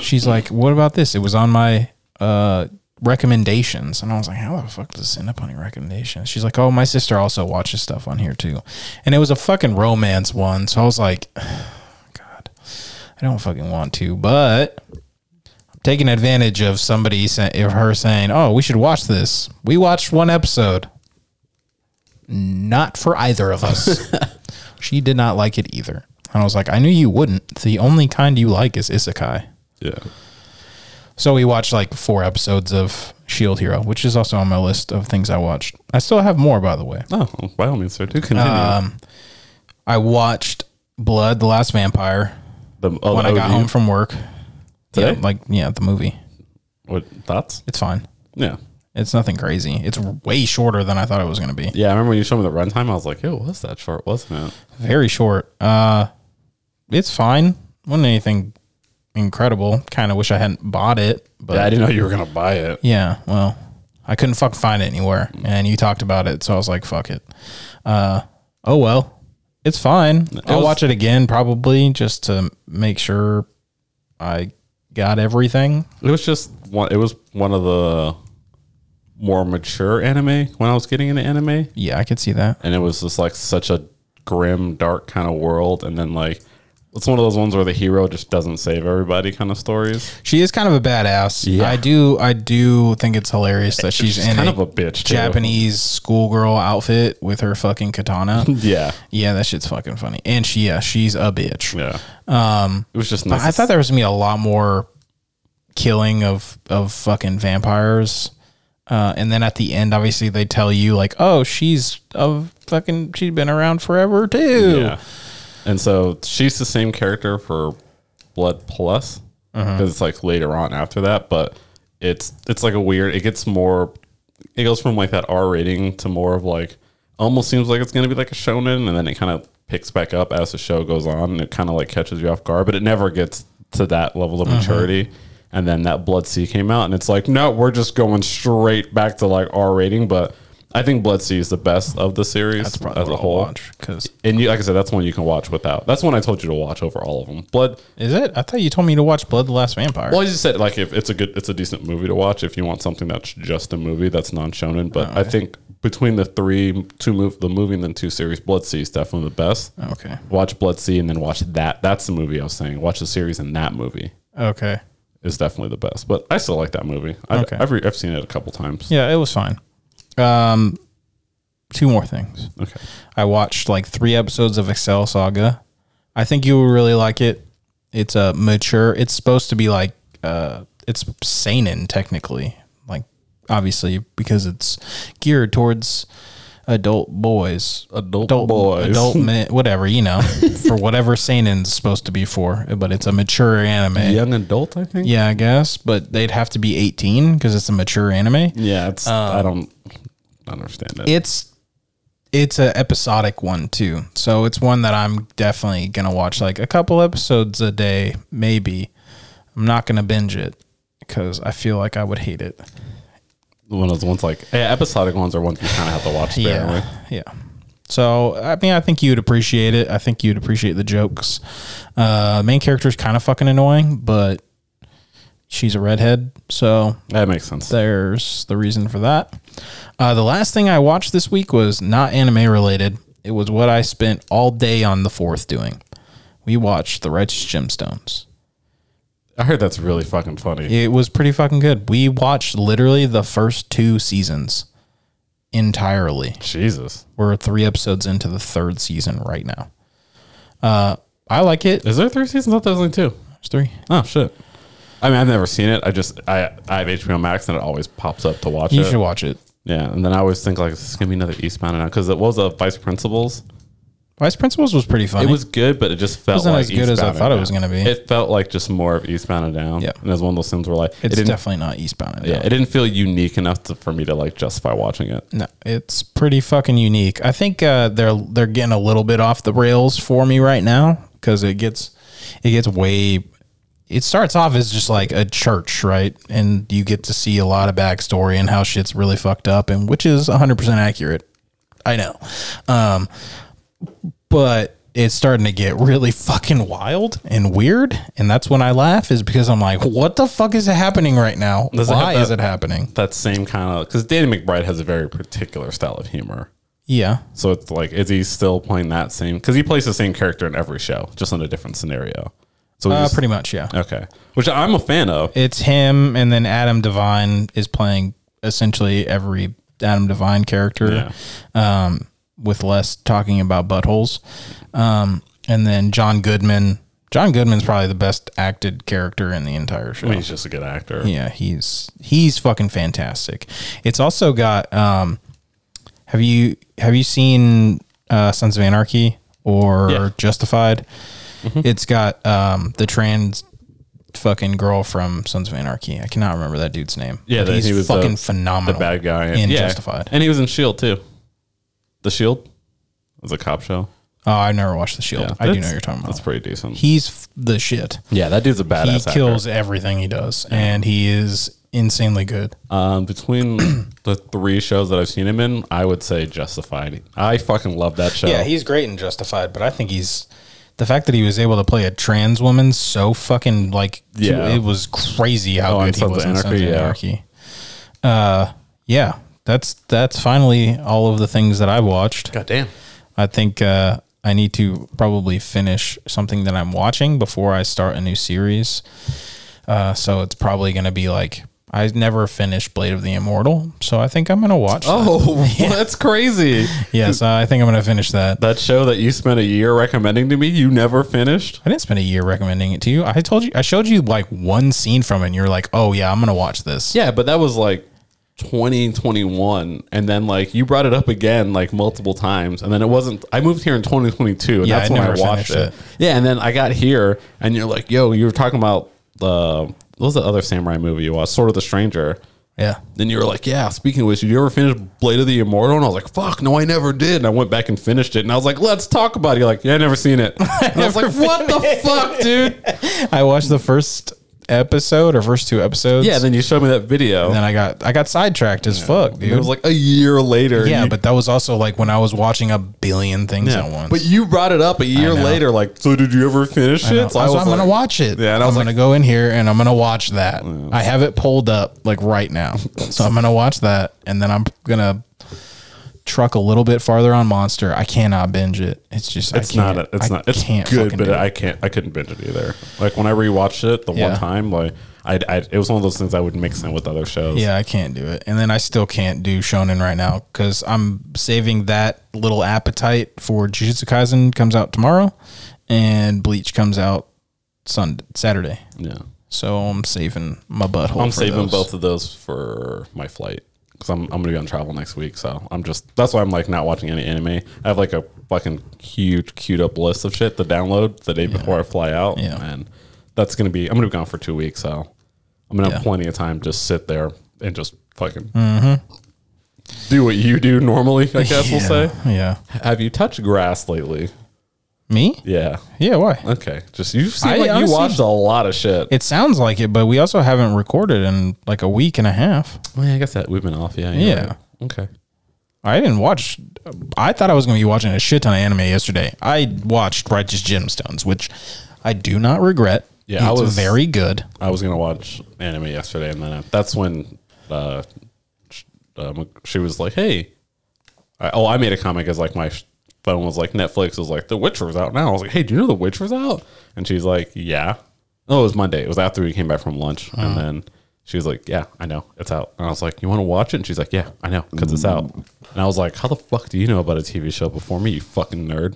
Speaker 1: she's like, What about this? It was on my uh recommendations. And I was like, How the fuck does this end up on your recommendations? She's like, Oh, my sister also watches stuff on here too. And it was a fucking romance one. So I was like, *sighs* God, I don't fucking want to, but I'm taking advantage of somebody sa- of her saying, Oh, we should watch this. We watched one episode. Not for either of us. she did not like it either. And I was like, I knew you wouldn't. The only kind you like is isekai.
Speaker 2: Yeah.
Speaker 1: So we watched like four episodes of Shield Hero, which is also on my list of things I watched. I still have more, by the way.
Speaker 2: Oh, by all means, sir. Do continue.
Speaker 1: I watched Blood, The Last Vampire
Speaker 2: the, oh,
Speaker 1: when
Speaker 2: the
Speaker 1: I got
Speaker 2: OU.
Speaker 1: home from work.
Speaker 2: Today?
Speaker 1: Yeah, like, yeah, the movie.
Speaker 2: What thoughts?
Speaker 1: It's fine.
Speaker 2: Yeah.
Speaker 1: It's nothing crazy. It's way shorter than I thought it was going to be.
Speaker 2: Yeah, I remember when you showed me the runtime. I was like, "Yo, was that short? Wasn't it?"
Speaker 1: Very short. Uh, it's fine. wasn't anything incredible. Kind of wish I hadn't bought it, but
Speaker 2: yeah, I didn't know you were gonna buy it.
Speaker 1: Yeah, well, I couldn't fuck find it anywhere, and you talked about it, so I was like, "Fuck it." Uh, oh well, it's fine. I'll
Speaker 2: was-
Speaker 1: watch it again probably just to make sure I got everything.
Speaker 2: It was just one. It was one of the more mature anime when I was getting into anime,
Speaker 1: Yeah, I could see that.
Speaker 2: and it was just like such a grim, dark kind of world. And then like, it's one of those ones where the hero just doesn't save everybody kind of stories.
Speaker 1: She is kind of a badass.
Speaker 2: Yeah.
Speaker 1: I do. I do think it's hilarious
Speaker 2: *laughs*
Speaker 1: that she's,
Speaker 2: She's
Speaker 1: in
Speaker 2: kind
Speaker 1: a
Speaker 2: of a bitch. too.
Speaker 1: Japanese schoolgirl outfit with her fucking katana.
Speaker 2: *laughs* Yeah,
Speaker 1: yeah, that shit's fucking funny. And she, yeah, she's a bitch.
Speaker 2: yeah. Um, it was just
Speaker 1: But
Speaker 2: nice.
Speaker 1: I thought there was gonna be a lot more killing of of fucking vampires. Uh, and then at the end, obviously they tell you like, oh, she's of fucking, she's been around forever too.
Speaker 2: Yeah. And so she's the same character for Blood Plus
Speaker 1: Uh-huh.
Speaker 2: because it's like later on after that, but it's it's like a weird. It gets more. It goes from like that R rating to more of like almost seems like it's gonna be like a shonen, and then it kind of picks back up as the show goes on, and it kind of like catches you off guard, but it never gets to that level of
Speaker 1: Uh-huh.
Speaker 2: maturity. And then that Blood Sea came out, and it's like, no, we're just going straight back to like R rating, but. I think Blood Sea is the best of the series
Speaker 1: That's probably
Speaker 2: as a
Speaker 1: what I'll
Speaker 2: whole.
Speaker 1: watch because
Speaker 2: And you, like I said, that's one you can watch without. That's one I told you to watch over all of them. Blood.
Speaker 1: is it? I thought you told me to watch Blood the Last Vampire.
Speaker 2: Well, you just said like if it's a good, it's a decent movie to watch if you want something that's just a movie that's non shonen.
Speaker 1: Oh,
Speaker 2: But I think between the three, two move the movie and then two series, Blood Sea is definitely the best.
Speaker 1: okay,
Speaker 2: Watch Blood Sea and then watch that. That's the movie I was saying. Watch the series and that movie
Speaker 1: okay,
Speaker 2: is definitely the best. But I still like that movie. I've
Speaker 1: Okay.
Speaker 2: I've, re- I've seen it a couple times.
Speaker 1: yeah, it was fine. Um, two more things.
Speaker 2: Okay.
Speaker 1: I watched like three episodes of Excel Saga. I think you will really like it. It's a mature. It's supposed to be like uh, it's seinen technically, like obviously because it's geared towards adult boys,
Speaker 2: Adult
Speaker 1: adult men, whatever you know, for whatever seinen's supposed to be for. But it's a mature anime.
Speaker 2: *laughs* young adult. I think.
Speaker 1: Yeah, I guess, but they'd have to be 18 because it's a mature anime.
Speaker 2: Yeah. It's I
Speaker 1: Um,
Speaker 2: don't I don't understand it.
Speaker 1: it's it's a episodic one too so it's one that i'm definitely gonna watch like a couple episodes a day maybe i'm not gonna binge it because i feel like i would hate it
Speaker 2: one of those ones like yeah, episodic ones are ones you kind of have to watch sparingly.
Speaker 1: *laughs* yeah yeah so i mean i think you'd appreciate it i think you'd appreciate the jokes uh main character is kind of fucking annoying but she's a redhead so
Speaker 2: That makes sense.
Speaker 1: there's the reason for that. Uh, the last thing I watched this week was not anime related. It was what I spent all day on the fourth doing. We watched The Righteous Gemstones.
Speaker 2: I heard that's really fucking funny.
Speaker 1: It was pretty fucking good. We watched literally the first two seasons entirely.
Speaker 2: Jesus,
Speaker 1: We're three episodes into the third season right now. Uh, I like it.
Speaker 2: is there three seasons? I thought there was only two.
Speaker 1: There's three.
Speaker 2: Oh shit. I mean, I've never seen it. I just I I have HBO Max and it always pops up to watch
Speaker 1: You
Speaker 2: it.
Speaker 1: should watch it.
Speaker 2: Yeah, and then I always think like this is gonna be another Eastbound and Out because it was a Vice Principals.
Speaker 1: Vice Principals was pretty funny.
Speaker 2: It was good, but it just felt
Speaker 1: Wasn't
Speaker 2: like
Speaker 1: as good as I
Speaker 2: Eastbound
Speaker 1: thought
Speaker 2: and
Speaker 1: it was
Speaker 2: Down.
Speaker 1: gonna be.
Speaker 2: It felt like just more of Eastbound and Down.
Speaker 1: Yeah.
Speaker 2: and it was one of those things where like it
Speaker 1: it's
Speaker 2: didn't.
Speaker 1: definitely not Eastbound. and
Speaker 2: yeah,
Speaker 1: Down.
Speaker 2: it didn't feel unique enough to, for me to like justify watching it.
Speaker 1: No, it's pretty fucking unique. I think uh, they're they're getting a little bit off the rails for me right now because it gets it gets way. It starts off as just like a church, right? And you get to see a lot of backstory and how shit's really fucked up, and which is 100% accurate. I know. Um, but it's starting to get really fucking wild and weird. And that's when I laugh, is because I'm like, what the fuck is happening right now?
Speaker 2: it have
Speaker 1: Why
Speaker 2: that-
Speaker 1: is it happening?
Speaker 2: That same kind of because Danny McBride has a very particular style of humor.
Speaker 1: Yeah.
Speaker 2: So it's like, is he still playing that same? Because he plays the same character in every show, just in a different scenario. So
Speaker 1: Uh,
Speaker 2: he's
Speaker 1: pretty much, yeah.
Speaker 2: okay, which I'm a fan of.
Speaker 1: it's him and then Adam Devine is playing essentially every Adam Devine character um, with less talking about buttholes. Um, and then John Goodman. John Goodman's probably the best acted character in the entire show.
Speaker 2: I mean, he's just a good actor.
Speaker 1: Yeah, he's he's fucking fantastic. It's also got um have you have you seen uh Sons of Anarchy or
Speaker 2: Yeah. Mm-hmm.
Speaker 1: Justified? It's got um the trans fucking girl from Sons of Anarchy. I cannot remember that dude's name.
Speaker 2: Yeah,
Speaker 1: But
Speaker 2: that
Speaker 1: he's
Speaker 2: he was the-
Speaker 1: fucking
Speaker 2: the the
Speaker 1: phenomenal.
Speaker 2: bad guy
Speaker 1: in Justified.
Speaker 2: and he was in Shield E too. The Shield was a cop show.
Speaker 1: Oh, I've never watched The Shield.
Speaker 2: Yeah,
Speaker 1: I do
Speaker 2: that's-
Speaker 1: know what you're talking
Speaker 2: That's
Speaker 1: about.
Speaker 2: pretty decent.
Speaker 1: He's f- the shit.
Speaker 2: yeah, that dude's a badass.
Speaker 1: He
Speaker 2: actor.
Speaker 1: kills everything he does, and he is insanely good. *clears throat*
Speaker 2: Um, between the three shows that I've seen him in, I would say Justified. I fucking love that show.
Speaker 1: Yeah, he's great in Justified, but I think he's the fact that he was able to play a trans woman so fucking like
Speaker 2: Yeah.
Speaker 1: it was crazy how
Speaker 2: Oh, and
Speaker 1: good he
Speaker 2: Sons of
Speaker 1: was in Sons of
Speaker 2: Anarchy, yeah.
Speaker 1: Anarchy. Uh, yeah, that's that's finally all of the things that I watched.
Speaker 2: God damn.
Speaker 1: I think uh, I need to probably finish something that I'm watching before I start a new series. Uh, so it's probably going to be like I never finished Blade of the Immortal, so I think I'm going to watch. that.
Speaker 2: *laughs* Oh, that's crazy.
Speaker 1: Yes, I think I'm going to finish that.
Speaker 2: That show that you spent a year recommending to me, you never finished.
Speaker 1: I didn't spend a year recommending it to you. I told you, I showed you like one scene from it, and you're like, "Oh yeah, I'm gonna watch this."
Speaker 2: Yeah, but that was like 2021, and then like you brought it up again like multiple times, and then it wasn't. I moved here in 2022, and
Speaker 1: Yeah,
Speaker 2: that's
Speaker 1: I
Speaker 2: when I
Speaker 1: never
Speaker 2: watched it.
Speaker 1: finished
Speaker 2: Yeah, and then I got here, and you're like, "Yo, you were talking about the what was the other samurai movie you watched? Sort of the Stranger."
Speaker 1: yeah.
Speaker 2: Then you were like, "Yeah." Speaking of which, did you ever finish Blade of the Immortal? And I was like, "Fuck, no, I never did." And I went back and finished it, and I was like, "Let's talk about it." You're like, "Yeah, I never
Speaker 1: *laughs*
Speaker 2: seen it." And I was like, "What the fuck, dude?"
Speaker 1: I watched the first episode or first two episodes.
Speaker 2: Yeah. Then you showed me that video,
Speaker 1: and then I got I got sidetracked as fuck, dude.
Speaker 2: it was like a year later.
Speaker 1: yeah,
Speaker 2: You-
Speaker 1: but that was also like when I was watching a billion things at once.
Speaker 2: But you brought it up a year
Speaker 1: know.
Speaker 2: later, like, so did you ever finish
Speaker 1: I know.
Speaker 2: it? So I
Speaker 1: Also,
Speaker 2: was
Speaker 1: I'm gonna
Speaker 2: like-
Speaker 1: watch it.
Speaker 2: Yeah, and I
Speaker 1: I'm
Speaker 2: was
Speaker 1: gonna go in here and I'm gonna watch that. I have it pulled up like right now, so I'm gonna watch that, and then I'm gonna truck a little bit farther on Monster. I cannot binge it. It's just
Speaker 2: It's not. A, it's not. It's good, but I can't. I couldn't binge it either. Like when I rewatched it the
Speaker 1: Yeah.
Speaker 2: one time, like I, I, it was one of those things I would mix in with other shows.
Speaker 1: Yeah, I can't do it. And then I still can't do Shonen right now because I'm saving that little appetite for Jujutsu Kaisen comes out tomorrow, and Bleach comes out Sunday Saturday.
Speaker 2: Yeah.
Speaker 1: So I'm saving my butthole.
Speaker 2: I'm
Speaker 1: for
Speaker 2: saving
Speaker 1: those.
Speaker 2: both of those for my flight because I'm, I'm gonna be on travel next week. So I'm just. That's why I'm like not watching any anime. I have like a fucking huge queued up list of shit to download the day before I fly out.
Speaker 1: Yeah.
Speaker 2: And that's gonna be. I'm gonna be gone for two weeks, so I'm gonna have
Speaker 1: Yeah.
Speaker 2: plenty of time to just sit there and just fucking. Do what you do normally, I guess we'll say.
Speaker 1: Mm-hmm. *laughs* Yeah.
Speaker 2: Have you touched grass lately?
Speaker 1: Me?
Speaker 2: Yeah.
Speaker 1: Yeah, why?
Speaker 2: Okay. Just you seem
Speaker 1: I
Speaker 2: like
Speaker 1: honestly-
Speaker 2: you watched a lot of shit.
Speaker 1: It sounds like it, but we also haven't recorded in like a week and a half.
Speaker 2: Well, yeah, I guess that we've been off. Yeah. you're
Speaker 1: Yeah.
Speaker 2: right. Okay.
Speaker 1: I didn't watch. I thought I was going to be watching a shit ton of anime yesterday. I watched Righteous Gemstones, which I do not regret.
Speaker 2: Yeah, I
Speaker 1: it's
Speaker 2: was-
Speaker 1: very good.
Speaker 2: I was gonna watch anime yesterday, and then I- that's when uh, sh- um, she was like, "Hey," I, oh, I made a comment because like my sh- phone was like Netflix was like The Witcher was out now. I was like, "Hey, do you know The Witcher was out?" And she's like, "Yeah." Oh, it was Monday. It was after we came back from lunch, and then she was like, "Yeah, I know it's out." And I was like, "You want to watch it?" And she's like, "Yeah, I know because it's out." And I was like, "How the fuck do you know about a TV show before me, you fucking nerd?"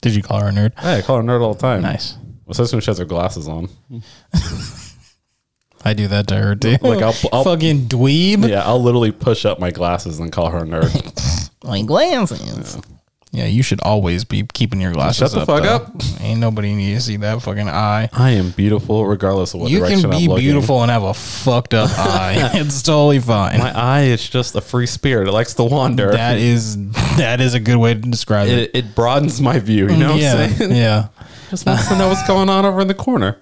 Speaker 1: Did you call her a nerd?
Speaker 2: Hey, I call her nerd all the time.
Speaker 1: Nice.
Speaker 2: Especially when she has her glasses on.
Speaker 1: I do that to her too.
Speaker 2: Like, I'll- I'll-
Speaker 1: fucking dweeb.
Speaker 2: Yeah, I'll literally push up my glasses and call her a nerd.
Speaker 1: Like glasses. Yeah, you should always be keeping your glasses.
Speaker 2: Shut the
Speaker 1: up,
Speaker 2: fuck
Speaker 1: though.
Speaker 2: up.
Speaker 1: Ain't nobody need to see that fucking eye.
Speaker 2: *laughs* I am beautiful regardless of what
Speaker 1: You
Speaker 2: direction
Speaker 1: can be
Speaker 2: I'm looking.
Speaker 1: beautiful and have a fucked
Speaker 2: *laughs*
Speaker 1: up eye. it's totally fine.
Speaker 2: My eye is just a free spirit. It likes to wander.
Speaker 1: That is *laughs* that is a good way to describe it.
Speaker 2: it, it broadens my view. You know what
Speaker 1: Mm, yeah,
Speaker 2: I'm
Speaker 1: *laughs*
Speaker 2: saying?
Speaker 1: yeah.
Speaker 2: Just wants to know what's going on over in the corner.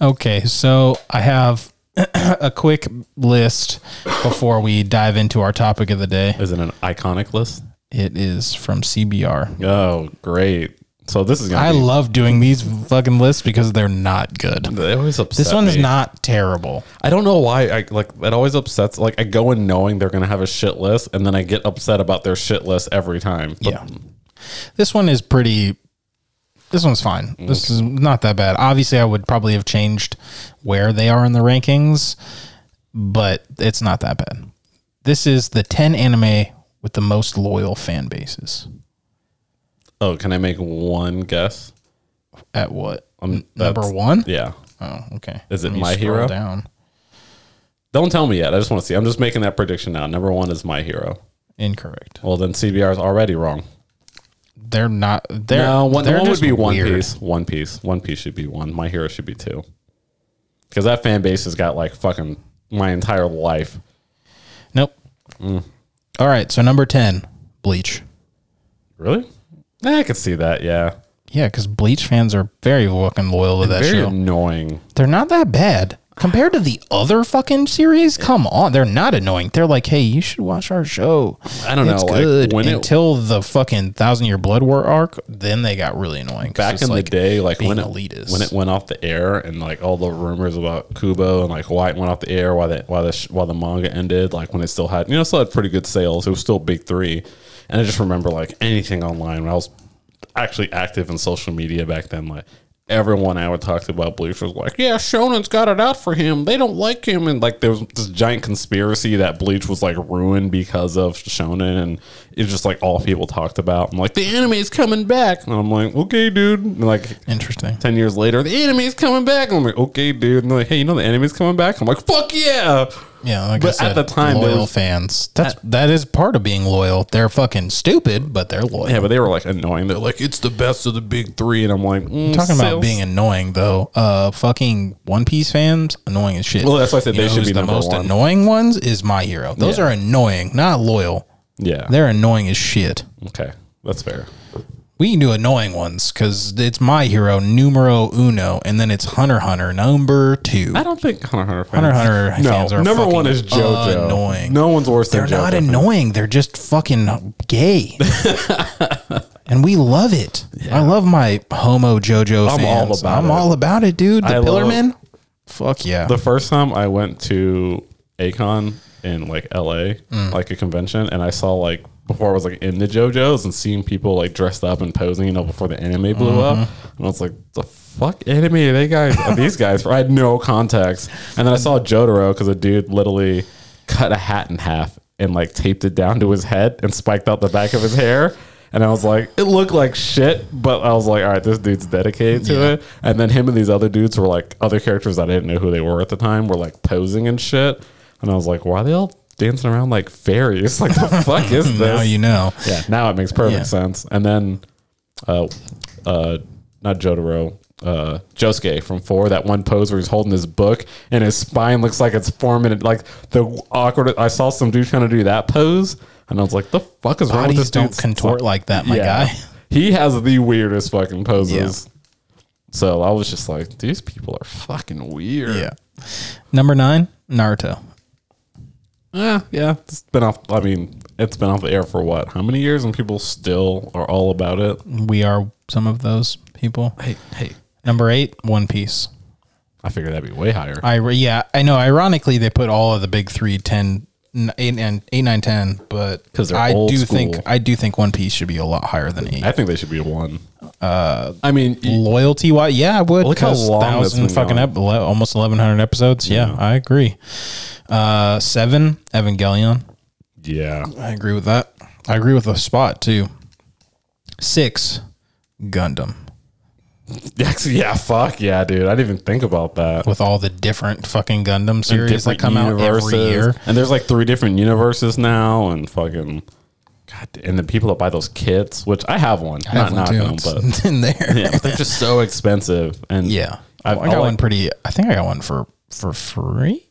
Speaker 1: Okay, so I have *clears throat* a quick list before we dive into our topic of the day.
Speaker 2: Is it an iconic list?
Speaker 1: It is from CBR.
Speaker 2: Oh, great. So this is gonna
Speaker 1: I
Speaker 2: be
Speaker 1: love doing these fucking lists because they're not good.
Speaker 2: it always upsets
Speaker 1: This one's
Speaker 2: me.
Speaker 1: not terrible.
Speaker 2: I don't know why I like it always upsets like I go in knowing they're gonna have a shit list and then I get upset about their shit list every time. But
Speaker 1: Yeah. This one is pretty. This one's fine. This is not that bad. Obviously, I would probably have changed where they are in the rankings, but it's not that bad. This is the 10 anime with the most loyal fan bases.
Speaker 2: oh, can I make one guess?
Speaker 1: At what?
Speaker 2: Um,
Speaker 1: Number
Speaker 2: that's-
Speaker 1: one?
Speaker 2: Yeah.
Speaker 1: Oh, okay.
Speaker 2: Is it
Speaker 1: Let me
Speaker 2: My
Speaker 1: scroll
Speaker 2: Hero?
Speaker 1: Down.
Speaker 2: Don't tell me yet. I just want to see. I'm just making that prediction now. Number one is my hero.
Speaker 1: Incorrect.
Speaker 2: Well, then CBR is already wrong.
Speaker 1: They're not. They're
Speaker 2: no, one,
Speaker 1: they're
Speaker 2: one would
Speaker 1: just
Speaker 2: be One
Speaker 1: weird.
Speaker 2: Piece. One Piece. One Piece should be one. My Hero should be two. Because that fan base has got like fucking my entire life.
Speaker 1: Nope.
Speaker 2: Mm.
Speaker 1: All right. So number ten, Bleach.
Speaker 2: Really? Eh, I could see that. Yeah.
Speaker 1: Yeah, because Bleach fans are very fucking loyal to that
Speaker 2: Very
Speaker 1: show.
Speaker 2: annoying.
Speaker 1: They're not that bad compared to the other fucking series. Come on, they're not annoying. They're like, hey, you should watch our show.
Speaker 2: I don't
Speaker 1: It's
Speaker 2: know.
Speaker 1: good
Speaker 2: Like when it
Speaker 1: until the fucking thousand year blood war arc. Then they got really annoying. 'cause
Speaker 2: back
Speaker 1: it's
Speaker 2: in
Speaker 1: like,
Speaker 2: the day, like when it,
Speaker 1: being elitist.
Speaker 2: when it went off the air and like all the rumors about Kubo and like why it went off the air, why that why the sh- why the manga ended, like when it still had you know it still had pretty good sales, it was still big three, and I just remember like anything online when I was actually active in social media back then, like. Everyone I would talk to about Bleach was like, "Yeah, Shonen's got it out for him. They don't like him." And like, there was this giant conspiracy that Bleach was like ruined because of Shonen, and it's just like all people talked about. I'm like, "The anime's coming back," and I'm like, "Okay, dude." And like,
Speaker 1: interesting.
Speaker 2: 10 years later, the anime's coming back. I'm like, okay, dude. And they're like, hey, you know the anime's coming back? I'm like, fuck yeah.
Speaker 1: Yeah, like I
Speaker 2: But
Speaker 1: said,
Speaker 2: at the time, there
Speaker 1: loyal
Speaker 2: was-
Speaker 1: fans. That's that is part of being loyal. They're fucking stupid, but they're loyal.
Speaker 2: Yeah, but they were like annoying. They're like, it's the best of the big three. And I'm like, mm,
Speaker 1: Talking
Speaker 2: sales-
Speaker 1: about being annoying though, uh, fucking One Piece fans annoying as shit.
Speaker 2: Well, that's why I said they
Speaker 1: know
Speaker 2: should
Speaker 1: who's
Speaker 2: be
Speaker 1: the
Speaker 2: number
Speaker 1: most
Speaker 2: one.
Speaker 1: annoying ones is My Hero. Those
Speaker 2: Yeah.
Speaker 1: are annoying, not loyal.
Speaker 2: Yeah.
Speaker 1: They're annoying as shit.
Speaker 2: okay. That's fair.
Speaker 1: We can do annoying ones because it's My Hero numero uno, and then it's Hunter x Hunter number two.
Speaker 2: I don't think Hunter x Hunter fans.
Speaker 1: Hunter x Hunter
Speaker 2: no,
Speaker 1: fans are
Speaker 2: number
Speaker 1: fucking
Speaker 2: one is JoJo.
Speaker 1: Annoying.
Speaker 2: No one's worse
Speaker 1: They're
Speaker 2: than JoJo.
Speaker 1: not annoying. They're just fucking *laughs* gay. and we love it. I love my homo JoJo
Speaker 2: I'm all
Speaker 1: fans.
Speaker 2: about
Speaker 1: I'm
Speaker 2: it.
Speaker 1: all about it, dude. The
Speaker 2: I love-
Speaker 1: Pillarman? Fuck yeah.
Speaker 2: The first time I went to Akon in like LA, like a convention, and I saw like before I was like in the JoJo's and seeing people like dressed up and posing, you know, before the anime blew up, and I was like, the fuck anime are they guys? *laughs* Are these guys? I had no context, and then I saw Jotaro because a dude literally cut a hat in half and like taped it down to his head and spiked out the back of his hair. And I was like, it looked like shit, but I was like, all right, this dude's dedicated to it. And then him and these other dudes were like, other characters I didn't know who they were at the time were like posing and shit. And I was like, why are they all dancing around like fairies? *laughs* Like, the fuck
Speaker 1: *laughs*
Speaker 2: is this?
Speaker 1: now you know.
Speaker 2: yeah, now it makes perfect
Speaker 1: Yeah.
Speaker 2: sense. And then, uh, uh, not Jotaro, uh, Josuke from Four, that one pose where he's holding his book and his spine looks like it's forming, it- like the awkward. I saw some dude trying to do that pose, and I was like, the fuck is wrong with
Speaker 1: Bodies
Speaker 2: this
Speaker 1: don't
Speaker 2: dude's
Speaker 1: contort
Speaker 2: spine?"
Speaker 1: like that, my guy.
Speaker 2: *laughs* He has the weirdest fucking poses. So I was just like, these people are fucking weird.
Speaker 1: Yeah. Number nine, Naruto.
Speaker 2: Yeah, Eh, yeah. It's been off. I mean, it's been off the air for what? How many years? And people still are all about it.
Speaker 1: We are some of those people.
Speaker 2: Hey, hey.
Speaker 1: Number eight, One Piece.
Speaker 2: I figured that'd be way higher.
Speaker 1: I re- yeah, I know. Ironically, they put all of the big three, 10, n- 8, and 8, 9, 10, but
Speaker 2: 'Cause they're
Speaker 1: I
Speaker 2: old
Speaker 1: do
Speaker 2: school.
Speaker 1: think I do think One Piece should be a lot higher than 8.
Speaker 2: I think they should be a one. Uh, I mean, y-
Speaker 1: Loyalty wise, yeah, I would.
Speaker 2: Look how
Speaker 1: 'cause
Speaker 2: long that's
Speaker 1: thousand
Speaker 2: been
Speaker 1: fucking
Speaker 2: going.
Speaker 1: ep- le- almost eleven hundred episodes. Yeah, I agree. Uh, seven, Evangelion.
Speaker 2: yeah,
Speaker 1: I agree with that. I agree with the spot too. Six, Gundam.
Speaker 2: actually, *laughs* yeah, fuck yeah, dude. I didn't even think about that.
Speaker 1: With all the different fucking Gundam series that
Speaker 2: Different
Speaker 1: come out every
Speaker 2: universes.
Speaker 1: year.
Speaker 2: and there's like three different universes now, and fucking god. da- And the people that buy those kits, which I have one,
Speaker 1: I have
Speaker 2: not
Speaker 1: one,
Speaker 2: knocking
Speaker 1: too. *laughs*
Speaker 2: them,
Speaker 1: It's in there.
Speaker 2: but *laughs* yeah, but they're just so expensive. And
Speaker 1: Yeah.
Speaker 2: I-
Speaker 1: Well, I,
Speaker 2: I
Speaker 1: got
Speaker 2: like-
Speaker 1: one pretty I think I got one for for free.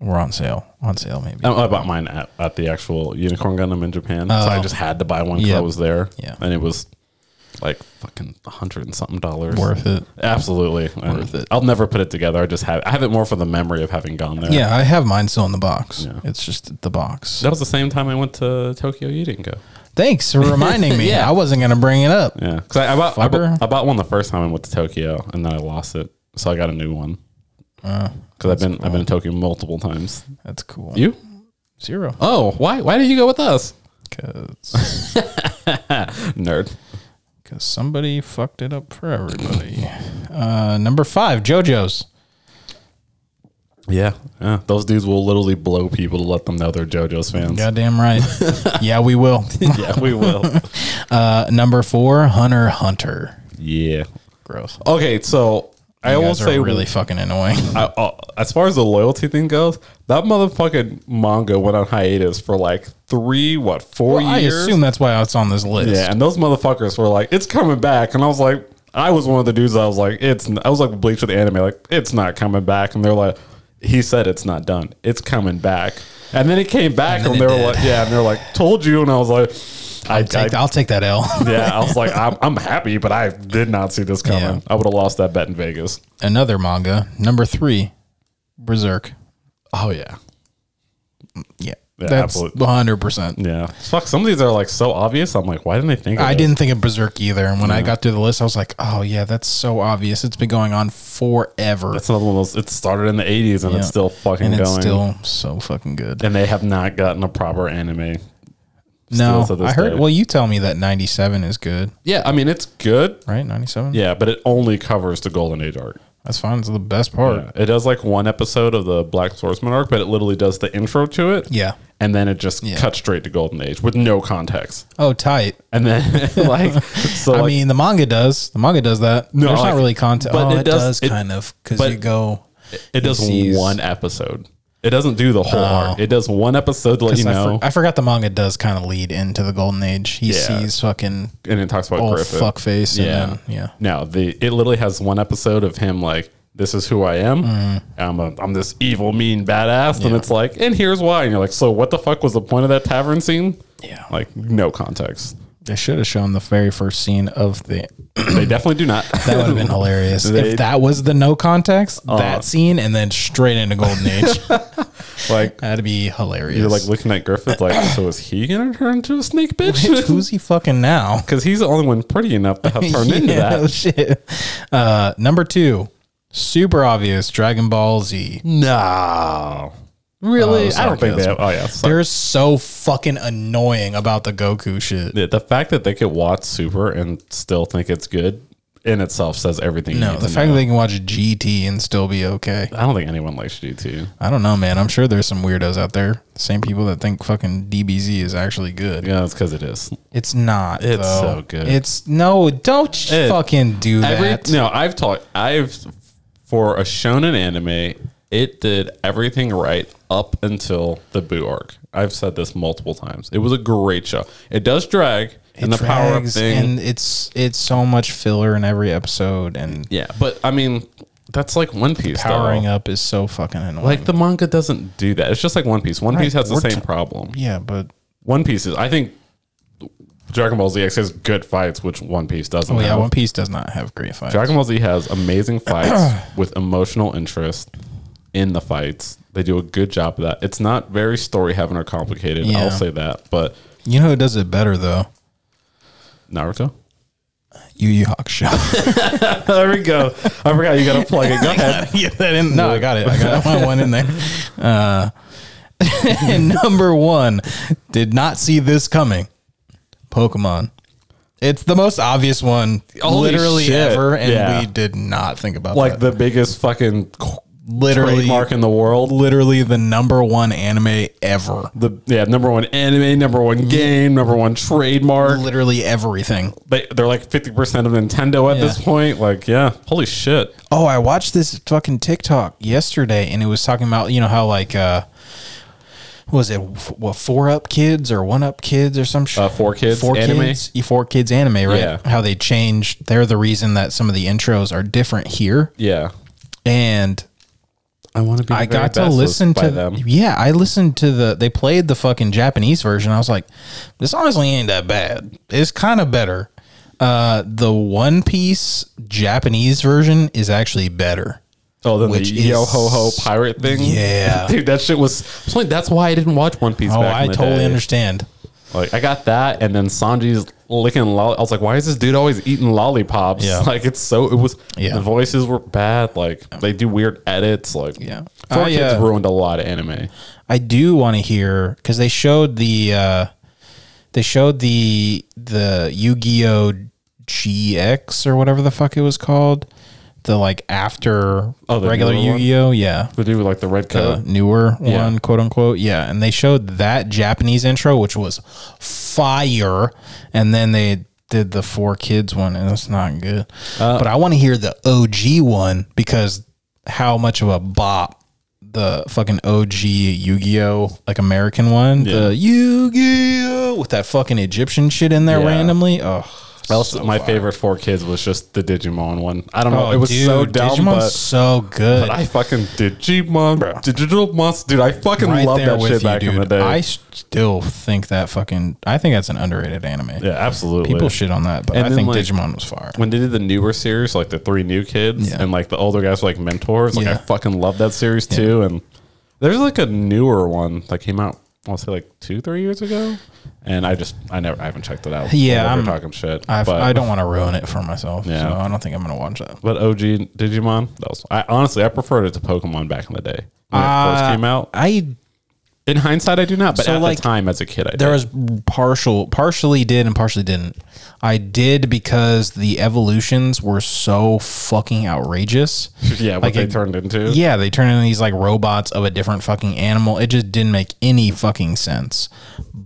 Speaker 1: We're on sale. On sale maybe.
Speaker 2: I I bought mine at, at the actual Unicorn Gundam in Japan, so I
Speaker 1: Oh.
Speaker 2: just had to buy one because I
Speaker 1: Yep.
Speaker 2: was there.
Speaker 1: Yeah.
Speaker 2: and it was like fucking a hundred and something dollars
Speaker 1: Worth it.
Speaker 2: Absolutely worth
Speaker 1: it.
Speaker 2: I'll never put it together. I just have I have it more for the memory of having gone there.
Speaker 1: Yeah, I have mine still in the box. It's just the box.
Speaker 2: that was the same time I went to Tokyo. You didn't go.
Speaker 1: Thanks for reminding
Speaker 2: *laughs*
Speaker 1: me. I wasn't gonna bring it up.
Speaker 2: Yeah, because I, I bought I
Speaker 1: Fucker.
Speaker 2: bought I bought one the first time I went to Tokyo, and then I lost it, so I got a new one. Because I've been I've been to Tokyo multiple times.
Speaker 1: That's cool.
Speaker 2: You?
Speaker 1: Zero.
Speaker 2: Oh, why why did you go with us?
Speaker 1: Cause,
Speaker 2: Nerd.
Speaker 1: 'cause somebody fucked it up for everybody. Uh, number five, JoJo's.
Speaker 2: Yeah, yeah. Those dudes will literally blow people to let them know they're JoJo's fans.
Speaker 1: Goddamn right. yeah, we will.
Speaker 2: *laughs* yeah, we *laughs* will.
Speaker 1: Uh, number four, Hunter Hunter.
Speaker 2: yeah.
Speaker 1: Gross.
Speaker 2: Okay, so I
Speaker 1: You
Speaker 2: will
Speaker 1: guys are
Speaker 2: say,
Speaker 1: really fucking annoying.
Speaker 2: I, uh, as far as the loyalty thing goes, that motherfucking manga went on hiatus for like three, what, four
Speaker 1: I
Speaker 2: years?
Speaker 1: assume that's why it's on this list.
Speaker 2: Yeah, and those motherfuckers were like, "It's coming back," and I was like, I was one of the dudes. that I was like, "It's," n- I was like Bleach with the anime, like, "It's not coming back," and they're like, "He said it's not done. It's coming back," and then it came back, and,
Speaker 1: then
Speaker 2: they
Speaker 1: it
Speaker 2: were
Speaker 1: did.
Speaker 2: like, "Yeah," and they're like, "Told you," and I was like, "I."
Speaker 1: Take,
Speaker 2: I
Speaker 1: I'll take that L. *laughs*
Speaker 2: yeah, I was like, I'm, I'm happy, but I did not see this coming.
Speaker 1: Yeah.
Speaker 2: I would have lost that bet in Vegas.
Speaker 1: Another manga, number three, Berserk.
Speaker 2: Oh yeah,
Speaker 1: Yeah,
Speaker 2: Yeah,
Speaker 1: that's
Speaker 2: absolute-
Speaker 1: one hundred percent.
Speaker 2: yeah. Fuck, some of these are like so obvious. I'm like, why didn't they think? Of
Speaker 1: I
Speaker 2: this?
Speaker 1: didn't think of Berserk either, and when I got through the list, I was like, "Oh yeah, that's so obvious. It's been going on forever,
Speaker 2: That's another one of those. It started in the '80s and
Speaker 1: Yeah.
Speaker 2: it's still fucking
Speaker 1: and
Speaker 2: going.
Speaker 1: it's still so fucking good."
Speaker 2: and they have not gotten a proper anime.
Speaker 1: No,
Speaker 2: to this
Speaker 1: I heard.
Speaker 2: day.
Speaker 1: Well, you tell me that ninety seven is good,
Speaker 2: Yeah, I mean it's good.
Speaker 1: right? Ninety seven.
Speaker 2: Yeah, but it only covers the Golden Age arc.
Speaker 1: that's fine. It's the best part.
Speaker 2: It does like one episode of the Black Swordsman arc, but it literally does the intro to it.
Speaker 1: Yeah.
Speaker 2: And then it just cuts straight to Golden Age with no context.
Speaker 1: Oh, tight.
Speaker 2: And
Speaker 1: *laughs*
Speaker 2: then *laughs* like so
Speaker 1: I
Speaker 2: like,
Speaker 1: mean, the manga does. The manga does that.
Speaker 2: No,
Speaker 1: No, There's
Speaker 2: like-
Speaker 1: not really content.
Speaker 2: but
Speaker 1: oh,
Speaker 2: it
Speaker 1: it, does,
Speaker 2: does- it-
Speaker 1: kind of because
Speaker 2: but-
Speaker 1: you go.
Speaker 2: it does
Speaker 1: sees-
Speaker 2: one episode. It doesn't do the whole arc. It does one episode to let you
Speaker 1: I, for-
Speaker 2: know,
Speaker 1: I forgot the manga does kind of lead into the golden age. He
Speaker 2: Yeah.
Speaker 1: sees fucking
Speaker 2: and it talks about
Speaker 1: old
Speaker 2: Griffith.
Speaker 1: fuckface.
Speaker 2: Yeah.
Speaker 1: And then, yeah.
Speaker 2: No, the it literally has one episode of him like, "This is who I am.
Speaker 1: Mm-hmm.
Speaker 2: I'm a, I'm this evil, mean badass," and it's like, "And here's why." And you're like, "So what the fuck was the point of that tavern scene?"
Speaker 1: Yeah.
Speaker 2: like no context. *clears throat*
Speaker 1: They should have shown the very first scene of the.
Speaker 2: they definitely do not.
Speaker 1: That would have been hilarious
Speaker 2: They- Uh.
Speaker 1: if that was the no context that scene and then straight into golden
Speaker 2: *laughs*
Speaker 1: age.
Speaker 2: *laughs* like
Speaker 1: That'd be hilarious. *laughs*
Speaker 2: you're like looking at
Speaker 1: *coughs*
Speaker 2: Griffith, like, "So is he gonna turn into a snake, bitch?" *laughs*
Speaker 1: who's he fucking now?
Speaker 2: Because he's the only one pretty enough to have *laughs* turned
Speaker 1: *laughs*
Speaker 2: into
Speaker 1: Yeah,
Speaker 2: that.
Speaker 1: shit. Uh, number two, super obvious. Dragon Ball Z.
Speaker 2: No, really, I don't think they. Have, oh yeah, sorry.
Speaker 1: They're so fucking annoying about the Goku shit.
Speaker 2: the, the fact that they could watch Super and still think it's good in itself says everything.
Speaker 1: No, the fact that they can watch GT and still be okay.
Speaker 2: I don't think anyone likes GT.
Speaker 1: I don't know, man. I'm sure there's some weirdos out there. Same people that think fucking DBZ is actually good.
Speaker 2: Yeah, that's because it is.
Speaker 1: It's not.
Speaker 2: It's
Speaker 1: though.
Speaker 2: so good.
Speaker 1: It's no. Don't sh-
Speaker 2: It-
Speaker 1: fucking do
Speaker 2: Every
Speaker 1: that.
Speaker 2: no, I've talked. I've for a shonen anime, it did everything right up until the Boo arc. I've said this multiple times. It was a great show. It does drag and the power up
Speaker 1: drags,
Speaker 2: thing.
Speaker 1: and it's it's so much filler in every episode, and
Speaker 2: yeah, but I mean, that's like One Piece.
Speaker 1: powering
Speaker 2: though.
Speaker 1: up is so fucking annoying.
Speaker 2: Like the manga doesn't do that. It's just like One Piece. One Piece has the
Speaker 1: we're t-
Speaker 2: same problem.
Speaker 1: yeah, but
Speaker 2: One Piece is. I think Dragon Ball Z X has good fights, which One Piece doesn't.
Speaker 1: oh yeah,
Speaker 2: have.
Speaker 1: One Piece does not have great fights.
Speaker 2: Dragon Ball Z has amazing *clears throat* fights with emotional interest in the fights. They do a good job of that. It's not very story heavy or complicated.
Speaker 1: Yeah.
Speaker 2: I'll say that, but
Speaker 1: you know who does it better though?
Speaker 2: Naruto.
Speaker 1: Yu Yu Hakusho. *laughs*
Speaker 2: *laughs* there we go. I forgot you got to plug it.
Speaker 1: *laughs*
Speaker 2: Go ahead.
Speaker 1: Get that in. No, I got it. I got my one in there. Uh, *laughs* and number one, did not see this coming. Pokemon. It's the most obvious one,
Speaker 2: Holy
Speaker 1: literally
Speaker 2: shit.
Speaker 1: ever, and
Speaker 2: Yeah.
Speaker 1: we did not think about
Speaker 2: *laughs* Like
Speaker 1: that.
Speaker 2: the biggest fucking
Speaker 1: literally,
Speaker 2: trademark in the world.
Speaker 1: literally the number one anime ever.
Speaker 2: The yeah number one anime, number one game, number one trademark.
Speaker 1: Literally everything.
Speaker 2: They they're like fifty percent of Nintendo at
Speaker 1: Yeah.
Speaker 2: this point. Like Mm-hmm. yeah, holy shit.
Speaker 1: Oh, I watched this fucking TikTok yesterday, and it was talking about you know how like uh, what was it f- what four up kids or one up kids or some shit?
Speaker 2: Uh, Four Kids
Speaker 1: four
Speaker 2: anime?
Speaker 1: kids, E four kids anime, right?
Speaker 2: Yeah.
Speaker 1: How they changed? They're the reason that some of the intros are different here,
Speaker 2: Yeah,
Speaker 1: and
Speaker 2: I want to be.
Speaker 1: I got to listen to Yeah, I listened to the. They played the fucking Japanese version. I was like, this honestly ain't that bad. It's kind of better. Uh, the One Piece Japanese version is actually better.
Speaker 2: Oh, then
Speaker 1: Which
Speaker 2: the yo
Speaker 1: is-
Speaker 2: ho ho pirate thing. *laughs*
Speaker 1: Yeah.
Speaker 2: dude, that shit was. That's why I didn't watch One Piece.
Speaker 1: Oh,
Speaker 2: back in
Speaker 1: I
Speaker 2: the
Speaker 1: totally
Speaker 2: day.
Speaker 1: understand.
Speaker 2: Like, I got that, and then Sanji's licking. Lolli- I was like, why is this dude always eating lollipops?
Speaker 1: Yeah.
Speaker 2: *laughs* Like, it's so. It was.
Speaker 1: Yeah.
Speaker 2: The voices were bad. Like, they do weird edits. Like,
Speaker 1: Yeah.
Speaker 2: Four
Speaker 1: I,
Speaker 2: Kids
Speaker 1: uh,
Speaker 2: ruined a lot of anime.
Speaker 1: I do want to hear because they showed the uh, they showed the the Yu Gi Oh GX or whatever the fuck it was called. The like after
Speaker 2: Oh, the
Speaker 1: regular
Speaker 2: newer
Speaker 1: Yu
Speaker 2: one?
Speaker 1: Gi Oh, yeah.
Speaker 2: The dude with like the red
Speaker 1: the
Speaker 2: coat.
Speaker 1: newer
Speaker 2: Yeah.
Speaker 1: one, quote unquote. Yeah, and they showed that Japanese intro, which was fire, and then they did the four kids one, and it's not good.
Speaker 2: Uh,
Speaker 1: but I want to hear the OG one because how much of a bop the fucking OG Yu-Gi-Oh like American one, the Yu-Gi-Oh with that fucking Egyptian shit in there
Speaker 2: Yeah.
Speaker 1: randomly. Oh,
Speaker 2: Else, my favorite four kids was just the Digimon one. I don't know. it was
Speaker 1: oh, dude,
Speaker 2: so dumb,
Speaker 1: Digimon's
Speaker 2: but
Speaker 1: so good.
Speaker 2: I fucking Digimon, digital monster, dude. I fucking
Speaker 1: right
Speaker 2: love
Speaker 1: there
Speaker 2: that
Speaker 1: with
Speaker 2: shit
Speaker 1: you,
Speaker 2: back
Speaker 1: dude.
Speaker 2: in the day.
Speaker 1: I s- still think that fucking. I think that's an underrated anime.
Speaker 2: yeah, absolutely.
Speaker 1: People shit on that, but
Speaker 2: And
Speaker 1: I
Speaker 2: then,
Speaker 1: think
Speaker 2: like-
Speaker 1: Digimon was fire.
Speaker 2: when they did the newer series, like the three new kids,
Speaker 1: Yeah.
Speaker 2: and like the older guys were like mentors, like
Speaker 1: Yeah.
Speaker 2: I fucking love that series too. And there's like a newer one that came out, I want to say like two, three years ago, and I just I never I haven't checked it out.
Speaker 1: Yeah,
Speaker 2: Whatever,
Speaker 1: I'm-
Speaker 2: talking shit.
Speaker 1: I've,
Speaker 2: but,
Speaker 1: I don't want to ruin it for myself,
Speaker 2: Yeah.
Speaker 1: so I don't think I'm gonna watch that.
Speaker 2: But OG Digimon, that was I honestly I preferred it to Pokemon back in the day when it first
Speaker 1: Uh,
Speaker 2: came out.
Speaker 1: I
Speaker 2: In hindsight, I do not, but
Speaker 1: So,
Speaker 2: at
Speaker 1: like,
Speaker 2: the time as a kid, I
Speaker 1: there
Speaker 2: did.
Speaker 1: was partial, partially did and partially didn't. I did because the evolutions were so fucking *laughs* outrageous.
Speaker 2: yeah, what
Speaker 1: like
Speaker 2: they
Speaker 1: it-
Speaker 2: turned into.
Speaker 1: Yeah, they turn into these like robots of a different fucking animal. It just didn't make any fucking sense.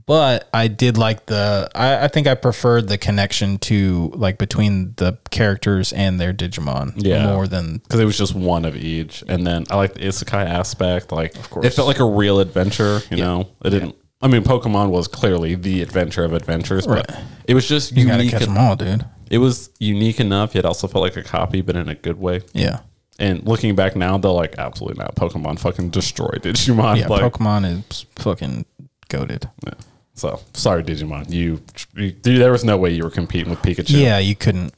Speaker 1: But I did like the. I, I think I preferred the connection to like between the characters and their Digimon
Speaker 2: Yeah.
Speaker 1: more than
Speaker 2: because it was just one of each. And then I like the isekai aspect. Like, of course, it felt like a real adventure. You know, it didn't. I mean, Pokemon was clearly the adventure of adventures, but it was just
Speaker 1: you gotta
Speaker 2: unique.
Speaker 1: catch them all, dude.
Speaker 2: It was unique enough, yet also felt like a copy, but in a good way.
Speaker 1: Yeah,
Speaker 2: And looking back now, they're like, absolutely not. Pokemon fucking destroyed Digimon.
Speaker 1: yeah.
Speaker 2: like,
Speaker 1: Pokemon is fucking goaded.
Speaker 2: yeah. so sorry, Digimon. You, you, dude, there was no way you were competing with Pikachu.
Speaker 1: Yeah, you couldn't,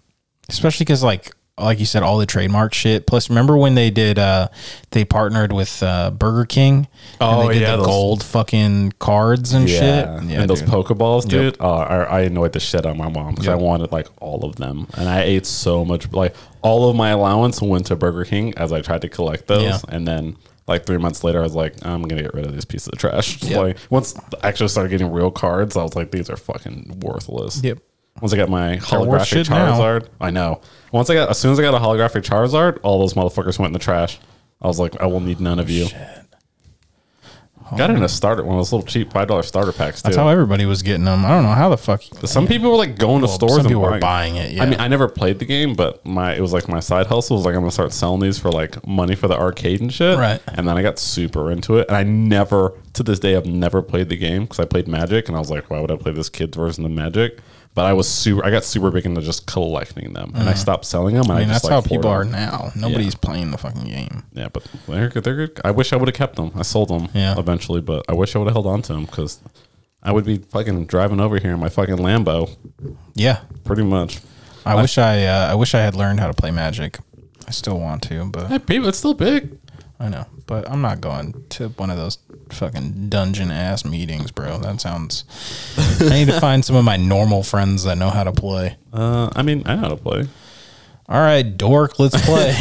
Speaker 1: especially because like like you said, all the trademark shit. Plus, remember when they did? uh They partnered with uh Burger King.
Speaker 2: Oh,
Speaker 1: and they did
Speaker 2: yeah,
Speaker 1: the
Speaker 2: those-
Speaker 1: gold fucking cards and shit.
Speaker 2: and those
Speaker 1: dude.
Speaker 2: Pokeballs, dude. Uh, I, I annoyed the shit out of my mom because I wanted like all of them, and I ate so much. Like all of my allowance went to Burger King as I tried to collect those,
Speaker 1: Yeah.
Speaker 2: and then like three months later, I was like, I'm gonna get rid of this piece of trash. *laughs*
Speaker 1: Yeah.
Speaker 2: Like once I actually started getting real cards, I was like, these are fucking worthless.
Speaker 1: Yep.
Speaker 2: Once I got my
Speaker 1: worth
Speaker 2: holographic
Speaker 1: shit now.
Speaker 2: Charizard, I know. Once I got, as soon as I got a holographic Charizard, all those motherfuckers went in the trash. I was like, I will need none of you. Got in a starter, one of those little cheap five dollar starter packs. Too.
Speaker 1: That's how everybody was getting them. I don't know how the fuck.
Speaker 2: Some people were like going to stores
Speaker 1: Some
Speaker 2: and
Speaker 1: people
Speaker 2: buying.
Speaker 1: were buying it. Yeah.
Speaker 2: I mean, I never played the game, but my it was like my side hustle was like I'm gonna start selling these for like money for the arcade and shit.
Speaker 1: Right.
Speaker 2: And then I got super into it, and I never to this day I've never played the game because I played Magic, and I was like, why would I play this kid's version of Magic? But I was super. I got super big into just collecting them, and I stopped selling them. And
Speaker 1: Mm.
Speaker 2: I,
Speaker 1: I mean,
Speaker 2: just
Speaker 1: that's
Speaker 2: like,
Speaker 1: how
Speaker 2: hoarded
Speaker 1: people are
Speaker 2: them.
Speaker 1: now. Nobody's playing the fucking game.
Speaker 2: Yeah, but they're good. They're good. I wish I would have kept them. I sold them
Speaker 1: Yeah.
Speaker 2: eventually, but I wish I would have held on to them because I would be fucking driving over here in my fucking Lambo,
Speaker 1: Yeah.
Speaker 2: pretty much.
Speaker 1: I, wish I uh, I wish I had learned how to play Magic. I still want to, but
Speaker 2: Hey, people, it's still big.
Speaker 1: I know. But I'm not going to one of those fucking dungeon ass meetings, bro. That sounds. I need
Speaker 2: *laughs*
Speaker 1: to find some of my normal friends that know how to play.
Speaker 2: Uh, I mean, I know how to play.
Speaker 1: All right, dork, let's play.
Speaker 2: *laughs*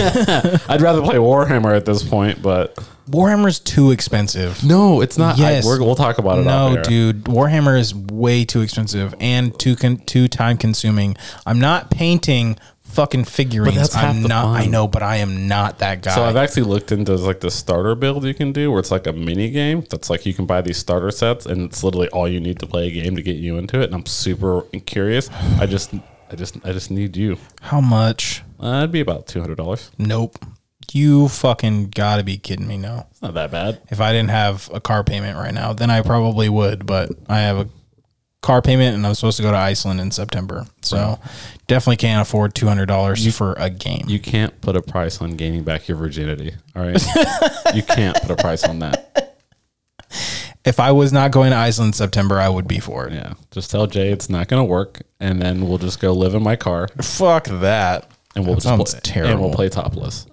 Speaker 2: I'd rather play Warhammer at this point, but
Speaker 1: Warhammer's too expensive.
Speaker 2: no, it's not.
Speaker 1: Yes.
Speaker 2: I, we're, we'll talk about it. off
Speaker 1: No,
Speaker 2: air.
Speaker 1: dude, Warhammer is way too expensive and too con- too time consuming. I'm not painting fucking figurines.
Speaker 2: that's half
Speaker 1: I'm
Speaker 2: the
Speaker 1: not. I
Speaker 2: fun.
Speaker 1: know, but I am not that guy.
Speaker 2: So I've actually looked into like the starter build you can do, where it's like a mini game that's like you can buy these starter sets, and it's literally all you need to play a game to get you into it. And I'm super curious. I just, I just, I just need you.
Speaker 1: How much?
Speaker 2: Uh, it'd be about two hundred dollars.
Speaker 1: Nope. You fucking gotta be kidding me. No.
Speaker 2: It's not that bad.
Speaker 1: If I didn't have a car payment right now, then I probably would. But I have a car payment, and I'm supposed to go to Iceland in September, so definitely can't afford two hundred dollars for a game.
Speaker 2: You can't put a price on gaining back your virginity. All *laughs* right, you can't put a price on that.
Speaker 1: if I was not going to Iceland in September, I would be for it.
Speaker 2: Yeah, just tell Jay it's not going to work, and then we'll just go live in my car.
Speaker 1: Fuck that.
Speaker 2: and we'll
Speaker 1: That
Speaker 2: just
Speaker 1: sounds
Speaker 2: play,
Speaker 1: terrible.
Speaker 2: And we'll play topless.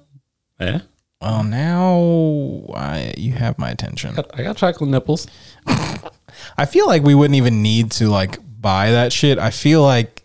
Speaker 2: Eh?
Speaker 1: Well, now I, you have my attention.
Speaker 2: I got chocolate nipples.
Speaker 1: I feel like we wouldn't even need to like buy that shit. I feel like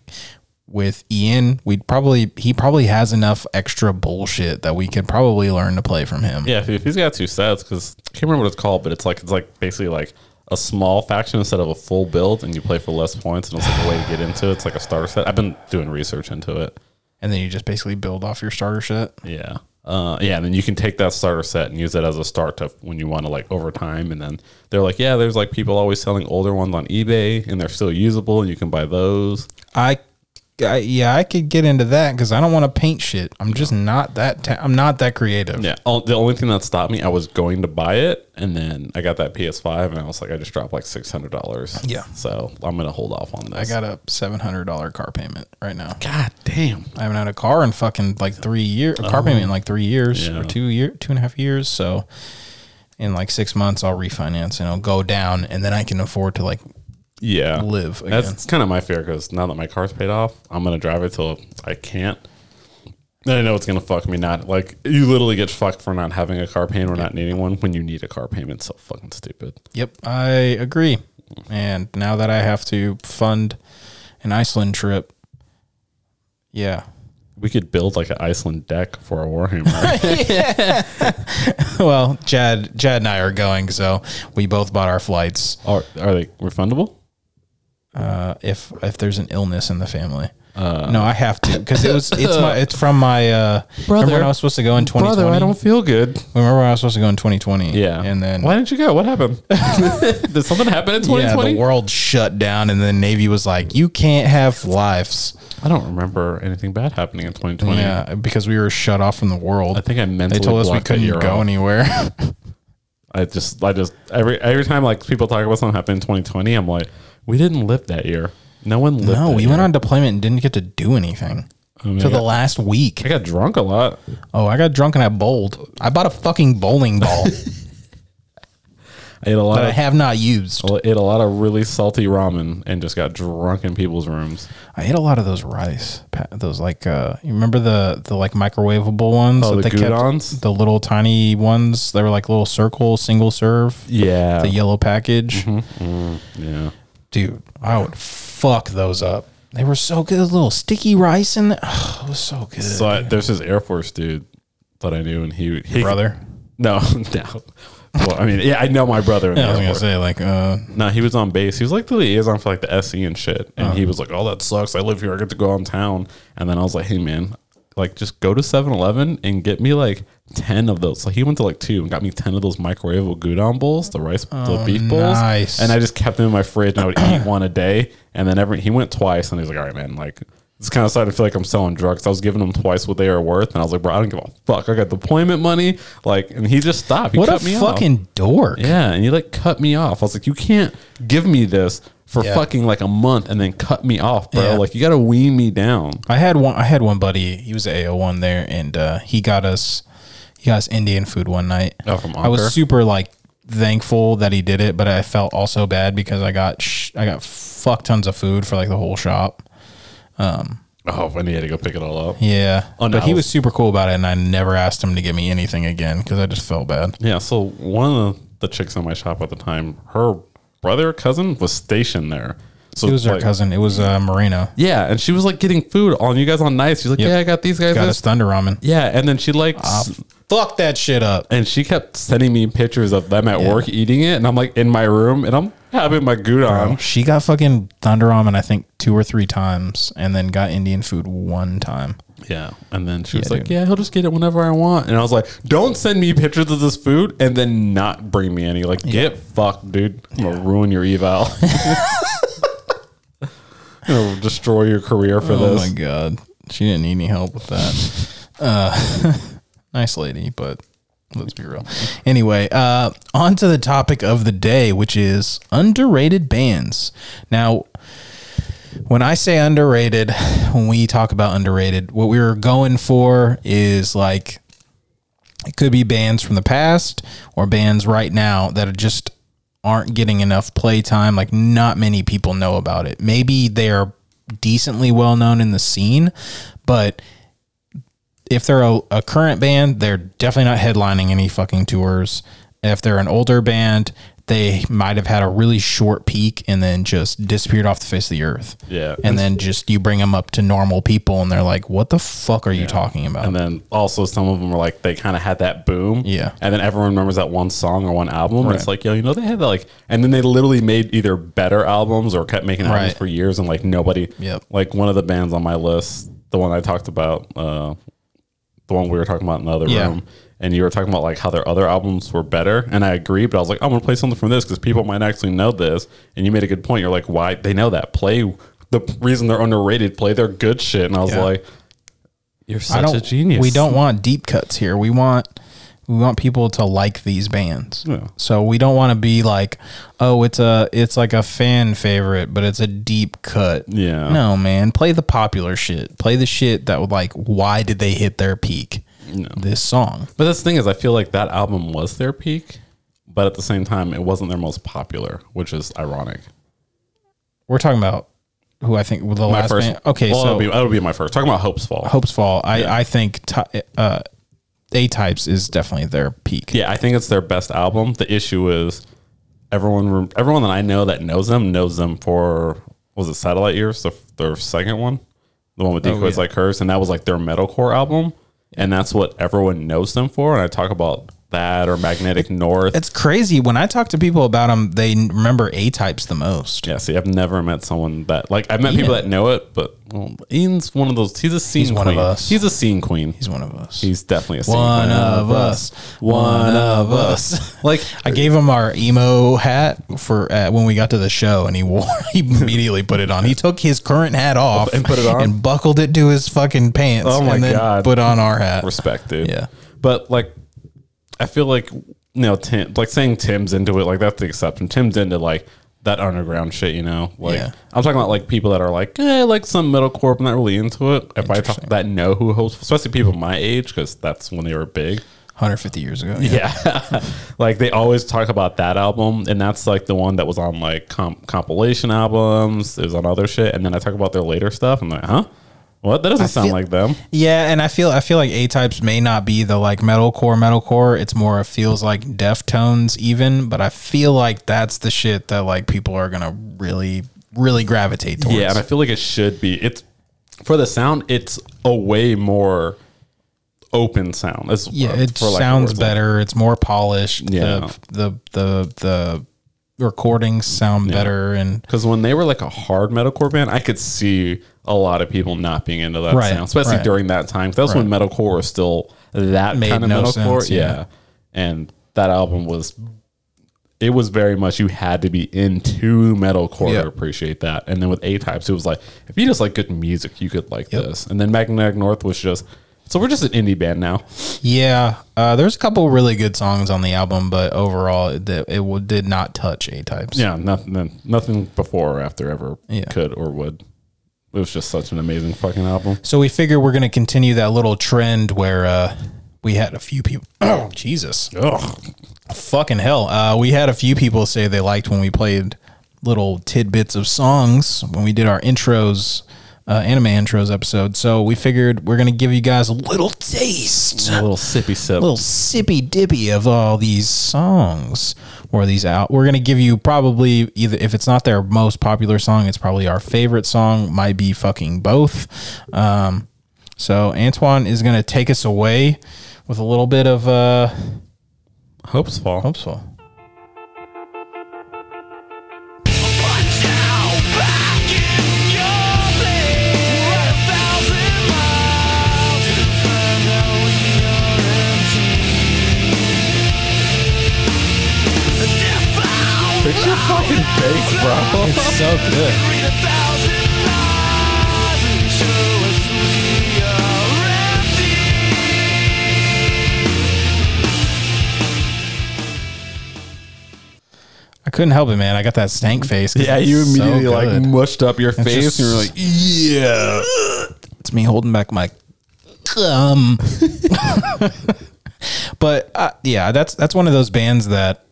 Speaker 1: with Ian, we'd probably he probably has enough extra bullshit that we could probably learn to play from him.
Speaker 2: Yeah, if, if he's got two sets, because I can't remember what it's called, but it's like it's like basically like a small faction instead of a full build, and you play for less points, and it's like a way to get into it. It's like a starter set. I've been doing research into it.
Speaker 1: And then you just basically build off your starter set.
Speaker 2: Yeah. Uh, yeah, and then you can take that starter set and use it as a start to when you want to like over time. And then they're like, yeah, there's like people always selling older ones on eBay, and they're still usable, and you can buy those.
Speaker 1: I I, yeah, I could get into that because I don't want to paint shit. I'm just not that. Ta- I'm not that creative.
Speaker 2: Yeah. all- Oh, The only thing that stopped me, I was going to buy it, and then I got that PS5, and I was like, I just dropped like six hundred dollars.
Speaker 1: Yeah.
Speaker 2: So I'm gonna hold off on this.
Speaker 1: I got a seven hundred dollar car payment right now.
Speaker 2: God damn.
Speaker 1: I haven't had a car in fucking like three years. A car payment in like three years
Speaker 2: Yeah.
Speaker 1: or two year, two and a half years. So in like six months, I'll refinance and it'll go down, and then I can afford to like
Speaker 2: Yeah.
Speaker 1: live again.
Speaker 2: That's kind of my fear because now that my car's paid off, I'm gonna drive it till I can't. And I know it's gonna fuck me. Not like you literally get fucked for not having a car payment or not needing one when you need a car payment. So fucking stupid.
Speaker 1: Yep, I agree. And now that I have to fund an Iceland trip, yeah.
Speaker 2: We could build like an Iceland deck for a *laughs* Warhammer.
Speaker 1: *laughs* Well, Chad, Chad and I are going, so we both bought our flights.
Speaker 2: are, are they refundable?
Speaker 1: Uh, if if there's an illness in the family,
Speaker 2: Uh.
Speaker 1: no, I have to because it was it's my it's from my uh, Remember when
Speaker 2: Brother.
Speaker 1: I was supposed to go in 2020.
Speaker 2: Brother, I don't feel good.
Speaker 1: remember when I was supposed to go in 2020.
Speaker 2: Yeah.
Speaker 1: and then
Speaker 2: why didn't you go?
Speaker 1: *laughs*
Speaker 2: What happened? Did something happen in
Speaker 1: yeah,
Speaker 2: 2020?
Speaker 1: the world shut down, and the Navy was like, "You can't have lives."
Speaker 2: I don't remember anything bad happening in 2020.
Speaker 1: Yeah, because we were shut off from the world.
Speaker 2: I think I mentally
Speaker 1: they told us we
Speaker 2: blocked that year
Speaker 1: couldn't go
Speaker 2: out. *laughs*
Speaker 1: anywhere.
Speaker 2: I just, I just every every time like people talk about something happened in 2020, I'm like, we didn't live that year. No one lived.
Speaker 1: No,
Speaker 2: that
Speaker 1: we
Speaker 2: year.
Speaker 1: went on deployment and didn't get to do anything
Speaker 2: Oh,
Speaker 1: till the last
Speaker 2: I
Speaker 1: week.
Speaker 2: got drunk a lot.
Speaker 1: Oh, I got drunk and I bowled. I bought a fucking bowling ball
Speaker 2: *laughs*
Speaker 1: that
Speaker 2: I ate a lot.
Speaker 1: I
Speaker 2: Of,
Speaker 1: have not used.
Speaker 2: I ate a lot of really salty ramen and just got drunk in people's rooms.
Speaker 1: I ate a lot of those rice, pa- those like uh, you remember the the like microwavable ones
Speaker 2: Oh, the
Speaker 1: kept,
Speaker 2: Gudons?
Speaker 1: the little tiny ones. They were like little circle, single serve,
Speaker 2: Yeah, Mm-hmm.
Speaker 1: the yellow package.
Speaker 2: yeah.
Speaker 1: Dude, I would fuck those up. They were so good. Little sticky rice in there. Oh, *sighs* it was so good,
Speaker 2: So I, there's this Air Force dude that I knew, and he, he
Speaker 1: brother.
Speaker 2: *laughs* No, no. Well, I mean, yeah, I know my brother. In the
Speaker 1: I was
Speaker 2: Air
Speaker 1: gonna
Speaker 2: Force.
Speaker 1: say like uh,
Speaker 2: No, he was on base. He was like the liaison for like the SE and shit. And
Speaker 1: Uh-huh.
Speaker 2: he was like, "Oh, that sucks. I live here. I get to go on town." And then I was like, "Hey, man, like just go to 7-Eleven and get me like ten of those." So he went to like two and got me ten of those microwavable gudon bowls, the rice, the beef bowls.
Speaker 1: Oh, nice.
Speaker 2: And I just kept them in my fridge, and I would eat one a day. And then every he went twice, and he's like, "All right, man, like." It's kind of starting to feel like I'm selling drugs. I was giving him twice what they were worth, and I was like, "Bro, I don't give a fuck. I got deployment money." Like, and he just stopped. He
Speaker 1: what a
Speaker 2: cut me off.
Speaker 1: fucking dork.
Speaker 2: Yeah, and you like cut me off. I was like, you can't give me this for
Speaker 1: Yeah.
Speaker 2: fucking like a month and then cut me off, bro.
Speaker 1: Yeah.
Speaker 2: Like you gotta wean me down.
Speaker 1: I had one. I had one buddy. He was AO one there, and uh, he got us. He got us Indian food one night.
Speaker 2: Oh, from
Speaker 1: I
Speaker 2: Anker?
Speaker 1: was super like thankful that he did it, but I felt also bad because I got sh- I got fuck tons of food for like the whole shop.
Speaker 2: Oh, and he had to go pick it all up.
Speaker 1: Yeah,
Speaker 2: Oh, no.
Speaker 1: but he was super cool about it, and I never asked him to give me anything again because I just felt bad.
Speaker 2: Yeah, so one of the, the chicks in my shop at the time, her brother or cousin was stationed there. So
Speaker 1: It was our
Speaker 2: like-
Speaker 1: cousin. It was uh, Marino.
Speaker 2: Yeah, and she was like getting food on you guys on nights. She's like, Yeah, I got these guys.
Speaker 1: Got
Speaker 2: this."
Speaker 1: us Thunder Ramen.
Speaker 2: Yeah, and then she like s-
Speaker 1: Fuck that shit up.
Speaker 2: and she kept sending me pictures of them at work eating it, and I'm like in my room and I'm having my gudon.
Speaker 1: She got fucking Thunder Ramen, I think two or three times, and then got Indian food one time.
Speaker 2: Yeah. And then she was
Speaker 1: Yeah,
Speaker 2: like,
Speaker 1: dude.
Speaker 2: Yeah, he'll just get it whenever I want. And I was like, Don't send me pictures of this food and then not bring me any. Like, get fucked, dude. I'm gonna ruin your eval.
Speaker 1: *laughs*
Speaker 2: *laughs* I'm gonna destroy your career for
Speaker 1: Oh
Speaker 2: this.
Speaker 1: my god, she didn't need any help with that. Uh, *laughs* nice lady, but let's be real. Anyway, uh, on to the topic of the day, which is underrated bands. Now, when I say underrated, when we talk about underrated, what we were going for is like it could be bands from the past or bands right now that are just aren't getting enough playtime. Like not many people know about it. Maybe they are decently well known in the scene, but if they're a, a current band, they're definitely not headlining any fucking tours. If they're an older band, they might have had a really short peak and then just disappeared off the face of the earth.
Speaker 2: Yeah.
Speaker 1: And then just you bring them up to normal people and they're like, what the fuck are you talking about?
Speaker 2: And then also some of them were like they kind of had that boom.
Speaker 1: Yeah.
Speaker 2: And then everyone remembers that one song or one album. And it's like, yo, you know, they had that like and then they literally made either better albums or kept making albums
Speaker 1: Right.
Speaker 2: for years and like nobody
Speaker 1: Yep.
Speaker 2: like one of the bands on my list, the one I talked about, uh the one we were talking about in the other
Speaker 1: Yeah.
Speaker 2: room. And you were talking about like how their other albums were better, and I agree. But I was like, I'm gonna play something from this because people might actually know this. And you made a good point. You're like, why they know that? Play the reason they're underrated. Play their good shit, and I was
Speaker 1: Yeah.
Speaker 2: like, "You're
Speaker 1: I
Speaker 2: such
Speaker 1: don't,
Speaker 2: a genius."
Speaker 1: We don't want deep cuts here. We want we want people to like these bands.
Speaker 2: Yeah.
Speaker 1: So we don't want to be like, oh, it's a it's like a fan favorite, but it's a deep cut.
Speaker 2: Yeah.
Speaker 1: No, man. Play the popular shit. Play the shit that would like why did they hit their peak? This song.
Speaker 2: But that's the thing is, I feel like that album was their peak, but at the same time, it wasn't their most popular, which is ironic.
Speaker 1: We're talking about who I think the
Speaker 2: My
Speaker 1: last
Speaker 2: first,
Speaker 1: band. Okay,
Speaker 2: well,
Speaker 1: so
Speaker 2: that'll be, that'll be my first. Talking about Hope's Fall.
Speaker 1: Hope's Fall. I I think ti uh, A Types is definitely their peak.
Speaker 2: Yeah, I think it's their best album. The issue is everyone rem- everyone that I know that knows them knows them for was it Satellite Years, the, their second one, the one with decoys
Speaker 1: Oh, yeah.
Speaker 2: like hers, and that was like their metalcore album, and that's what everyone knows them for. And I talk about that or Magnetic North.
Speaker 1: It's crazy when I talk to people about them, they n- remember A Types the most.
Speaker 2: yeah, see, I've never met someone that like I've met people
Speaker 1: Ian.
Speaker 2: that know it, but well, Ian's one of those. He's a scene.
Speaker 1: He's
Speaker 2: queen.
Speaker 1: one of us.
Speaker 2: He's a scene queen.
Speaker 1: He's one of us.
Speaker 2: He's definitely a scene
Speaker 1: one
Speaker 2: queen.
Speaker 1: of us. One of
Speaker 2: *laughs*
Speaker 1: us.
Speaker 2: Like
Speaker 1: I gave him our emo hat for uh, when we got to the show, and he wore. *laughs* He immediately put it on. He took his current hat off
Speaker 2: And put it on?
Speaker 1: and buckled it to his fucking pants.
Speaker 2: Oh my
Speaker 1: and then
Speaker 2: God.
Speaker 1: Put on our hat.
Speaker 2: respect, dude.
Speaker 1: Yeah.
Speaker 2: But like, I feel like you know, Tim, like saying Tim's into it, like that's the exception. Tim's into like that underground shit, you know. Like
Speaker 1: Yeah.
Speaker 2: I'm talking about like people that are like, eh, I like some metalcore. I'm not really into it. If I talk that know who hosts, especially people my age, because that's when they were big.
Speaker 1: 150 years ago. yeah.
Speaker 2: Yeah. *laughs* like they always talk about that album and that's like the one that was on like comp- compilation albums, it was on other shit and then I talk about their later stuff and I'm like, "Huh? What? That doesn't sound
Speaker 1: feel-
Speaker 2: like them."
Speaker 1: Yeah, and I feel I feel like A types may not be the like metalcore metalcore. It's more it feels like Deftones even, but I feel like that's the shit that like people are gonna really really gravitate towards.
Speaker 2: Yeah, and I feel like it should be. It's for the sound. It's a way more open sound. It's,
Speaker 1: yeah,
Speaker 2: uh,
Speaker 1: it
Speaker 2: for lack of
Speaker 1: sounds
Speaker 2: words.
Speaker 1: better. It's more polished.
Speaker 2: Yeah.
Speaker 1: the the the, the recordings sound better and
Speaker 2: Because when they were like a hard metalcore band, I could see a lot of people not being into that
Speaker 1: Right,
Speaker 2: sound, especially
Speaker 1: right.
Speaker 2: during that time. That was when metalcore was still that
Speaker 1: Made
Speaker 2: kind of
Speaker 1: no
Speaker 2: metalcore.
Speaker 1: sense,
Speaker 2: yeah.
Speaker 1: yeah.
Speaker 2: and that album was. It was very much you had to be into metalcore
Speaker 1: Yep.
Speaker 2: to appreciate that. And then with A types, it was like if you just like good music, you could like this. And then Magnetic North was just so we're just an indie band now.
Speaker 1: yeah. Uh, there's a couple really good songs on the album, but overall it, it, w- did not touch A types.
Speaker 2: Yeah, nothing, nothing before or after ever
Speaker 1: Yeah.
Speaker 2: could or would. It was just such an amazing fucking album.
Speaker 1: So we figure we're going to continue that little trend where uh, we had a few people. Oh, *coughs* Jesus.
Speaker 2: Ugh.
Speaker 1: Fucking hell. Uh, we had a few people say they liked when we played little tidbits of songs when we did our intros, uh, anime intros episode. So we figured we're going to give you guys a little taste,
Speaker 2: *laughs* A little sippy sip.
Speaker 1: a little sippy dippy of all these songs or these out. We're going to give you probably either, if it's not their most popular song, it's probably our favorite song, might be fucking both. Um, so Antoine is going to take us away with a little bit of. Uh,
Speaker 2: Hopes fall.
Speaker 1: Hope so.
Speaker 2: Fix your fucking face, bro.
Speaker 1: It's so good. I couldn't help it, man. I got that stank face. 'cause
Speaker 2: *laughs* Yeah,
Speaker 1: it's
Speaker 2: you
Speaker 1: so
Speaker 2: immediately like "Mm."
Speaker 1: good.
Speaker 2: mushed up your face
Speaker 1: just-
Speaker 2: and you're like, yeah.
Speaker 1: it's me holding back my um. *laughs* but uh, yeah, that's that's one of those bands that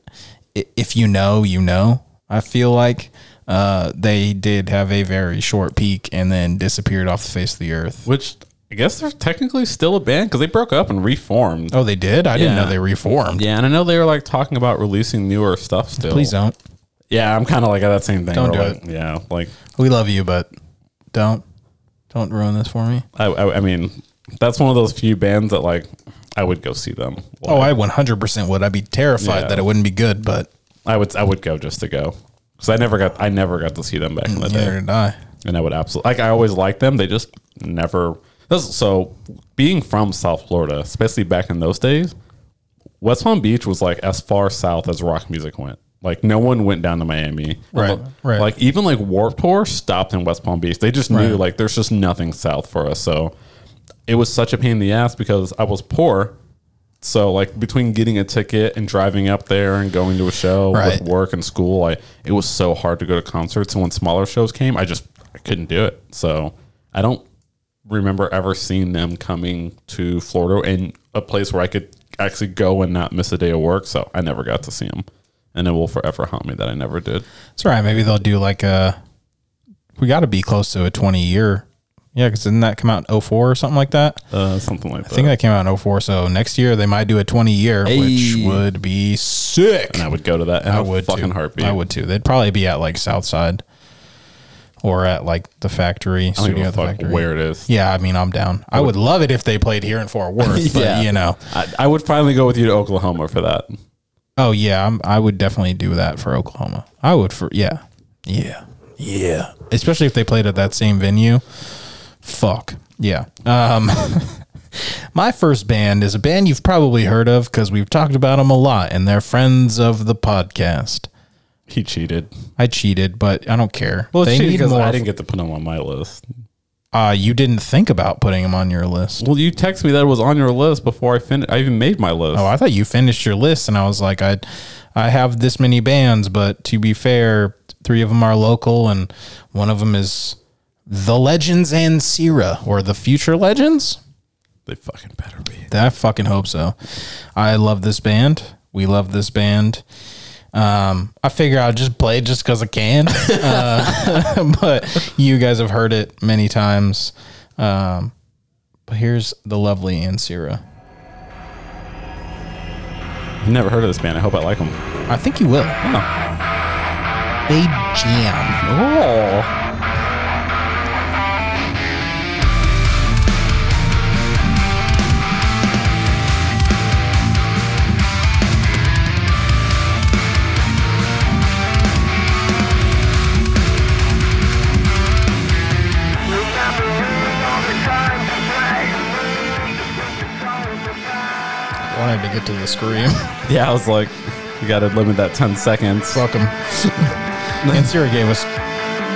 Speaker 1: i- if you know, you know. I feel like uh, they did have a very short peak and then disappeared off the face of the earth.
Speaker 2: Which I guess they're technically still a band because they broke up and reformed.
Speaker 1: Oh, they did. I didn't
Speaker 2: Yeah.
Speaker 1: know they reformed.
Speaker 2: Yeah, and I know they were like talking about releasing newer stuff still.
Speaker 1: Please don't.
Speaker 2: Yeah, I'm kind of like at that same thing.
Speaker 1: Don't
Speaker 2: where,
Speaker 1: do
Speaker 2: like, Yeah, like
Speaker 1: We love you, but don't don't ruin this for me.
Speaker 2: I, I, I mean, that's one of those few bands that like I would go see them.
Speaker 1: Oh, I 100% would. I'd be terrified
Speaker 2: Yeah.
Speaker 1: that it wouldn't be good, but
Speaker 2: I would I would go just to go because I never got I never got to see them back in the
Speaker 1: neither
Speaker 2: day,
Speaker 1: did I.
Speaker 2: and I would absolutely like I always liked them. They just never. This, so being from South Florida, especially back in those days, West Palm Beach was like as far south as rock music went. Like no one went down to Miami,
Speaker 1: Right, right.
Speaker 2: Like even like Warped Tour stopped in West Palm Beach. They just knew like there's just nothing south for us. So it was such a pain in the ass because I was poor. So like between getting a ticket and driving up there and going to a show
Speaker 1: Right.
Speaker 2: with work and school, I it was so hard to go to concerts. And when smaller shows came, I just I couldn't do it. So I don't remember ever seeing them coming to Florida in a place where I could actually go and not miss a day of work. So I never got to see them, and it will forever haunt me that I never did.
Speaker 1: It's all right. Maybe they'll do like a. We got to be close to a 20 year. Yeah, because didn't that come out in 04 or something like that?
Speaker 2: Uh, something like
Speaker 1: I think
Speaker 2: that.
Speaker 1: that came out in 04. So next year they might do a 20 year, which
Speaker 2: Hey.
Speaker 1: would be sick.
Speaker 2: and I would go to that. In
Speaker 1: I would
Speaker 2: fucking
Speaker 1: too.
Speaker 2: heartbeat.
Speaker 1: I would too. They'd probably be at like Southside or at like the factory,
Speaker 2: I don't
Speaker 1: studio
Speaker 2: give a
Speaker 1: at the
Speaker 2: fuck
Speaker 1: factory.
Speaker 2: where it is.
Speaker 1: Yeah, I mean, I'm down. I would love it if they played here in
Speaker 2: *laughs*
Speaker 1: Fort Worth,
Speaker 2: Yeah.
Speaker 1: but you know.
Speaker 2: I, I would finally go with you to Oklahoma for that.
Speaker 1: Oh yeah, I'm, I would definitely do that for Oklahoma. I would for yeah, yeah, yeah. Especially if they played at that same venue. Fuck yeah. Um, *laughs* my first band is a band you've probably heard of because we've talked about them a lot, and they're friends of the podcast.
Speaker 2: He cheated.
Speaker 1: I cheated, but I don't care.
Speaker 2: Well,
Speaker 1: they
Speaker 2: it's cheating
Speaker 1: need
Speaker 2: because
Speaker 1: more.
Speaker 2: I didn't get to put him on my list.
Speaker 1: uh, you didn't think about putting them on your list.
Speaker 2: Well, you text me that it was on your list before I finished. I even made my list.
Speaker 1: Oh, I thought you finished your list, and I was like, I, I have this many bands, but to be fair, three of them are local, and one of them is the Legends and Sierra, or the Future Legends.
Speaker 2: they fucking better be.
Speaker 1: I fucking hope so. I love this band. We love this band. Um, I figure I'll just play it just because I can. uh, *laughs* but you guys have heard it many times. Um, but here's the lovely Ansira.
Speaker 2: I've never heard of this band. I hope I like them.
Speaker 1: I think you will. They jam.
Speaker 2: Oh.
Speaker 1: I wanted to get to the *laughs* scream.
Speaker 2: Yeah, I was like, you got to limit that 10 seconds. *laughs*
Speaker 1: Welcome. Ansira gave us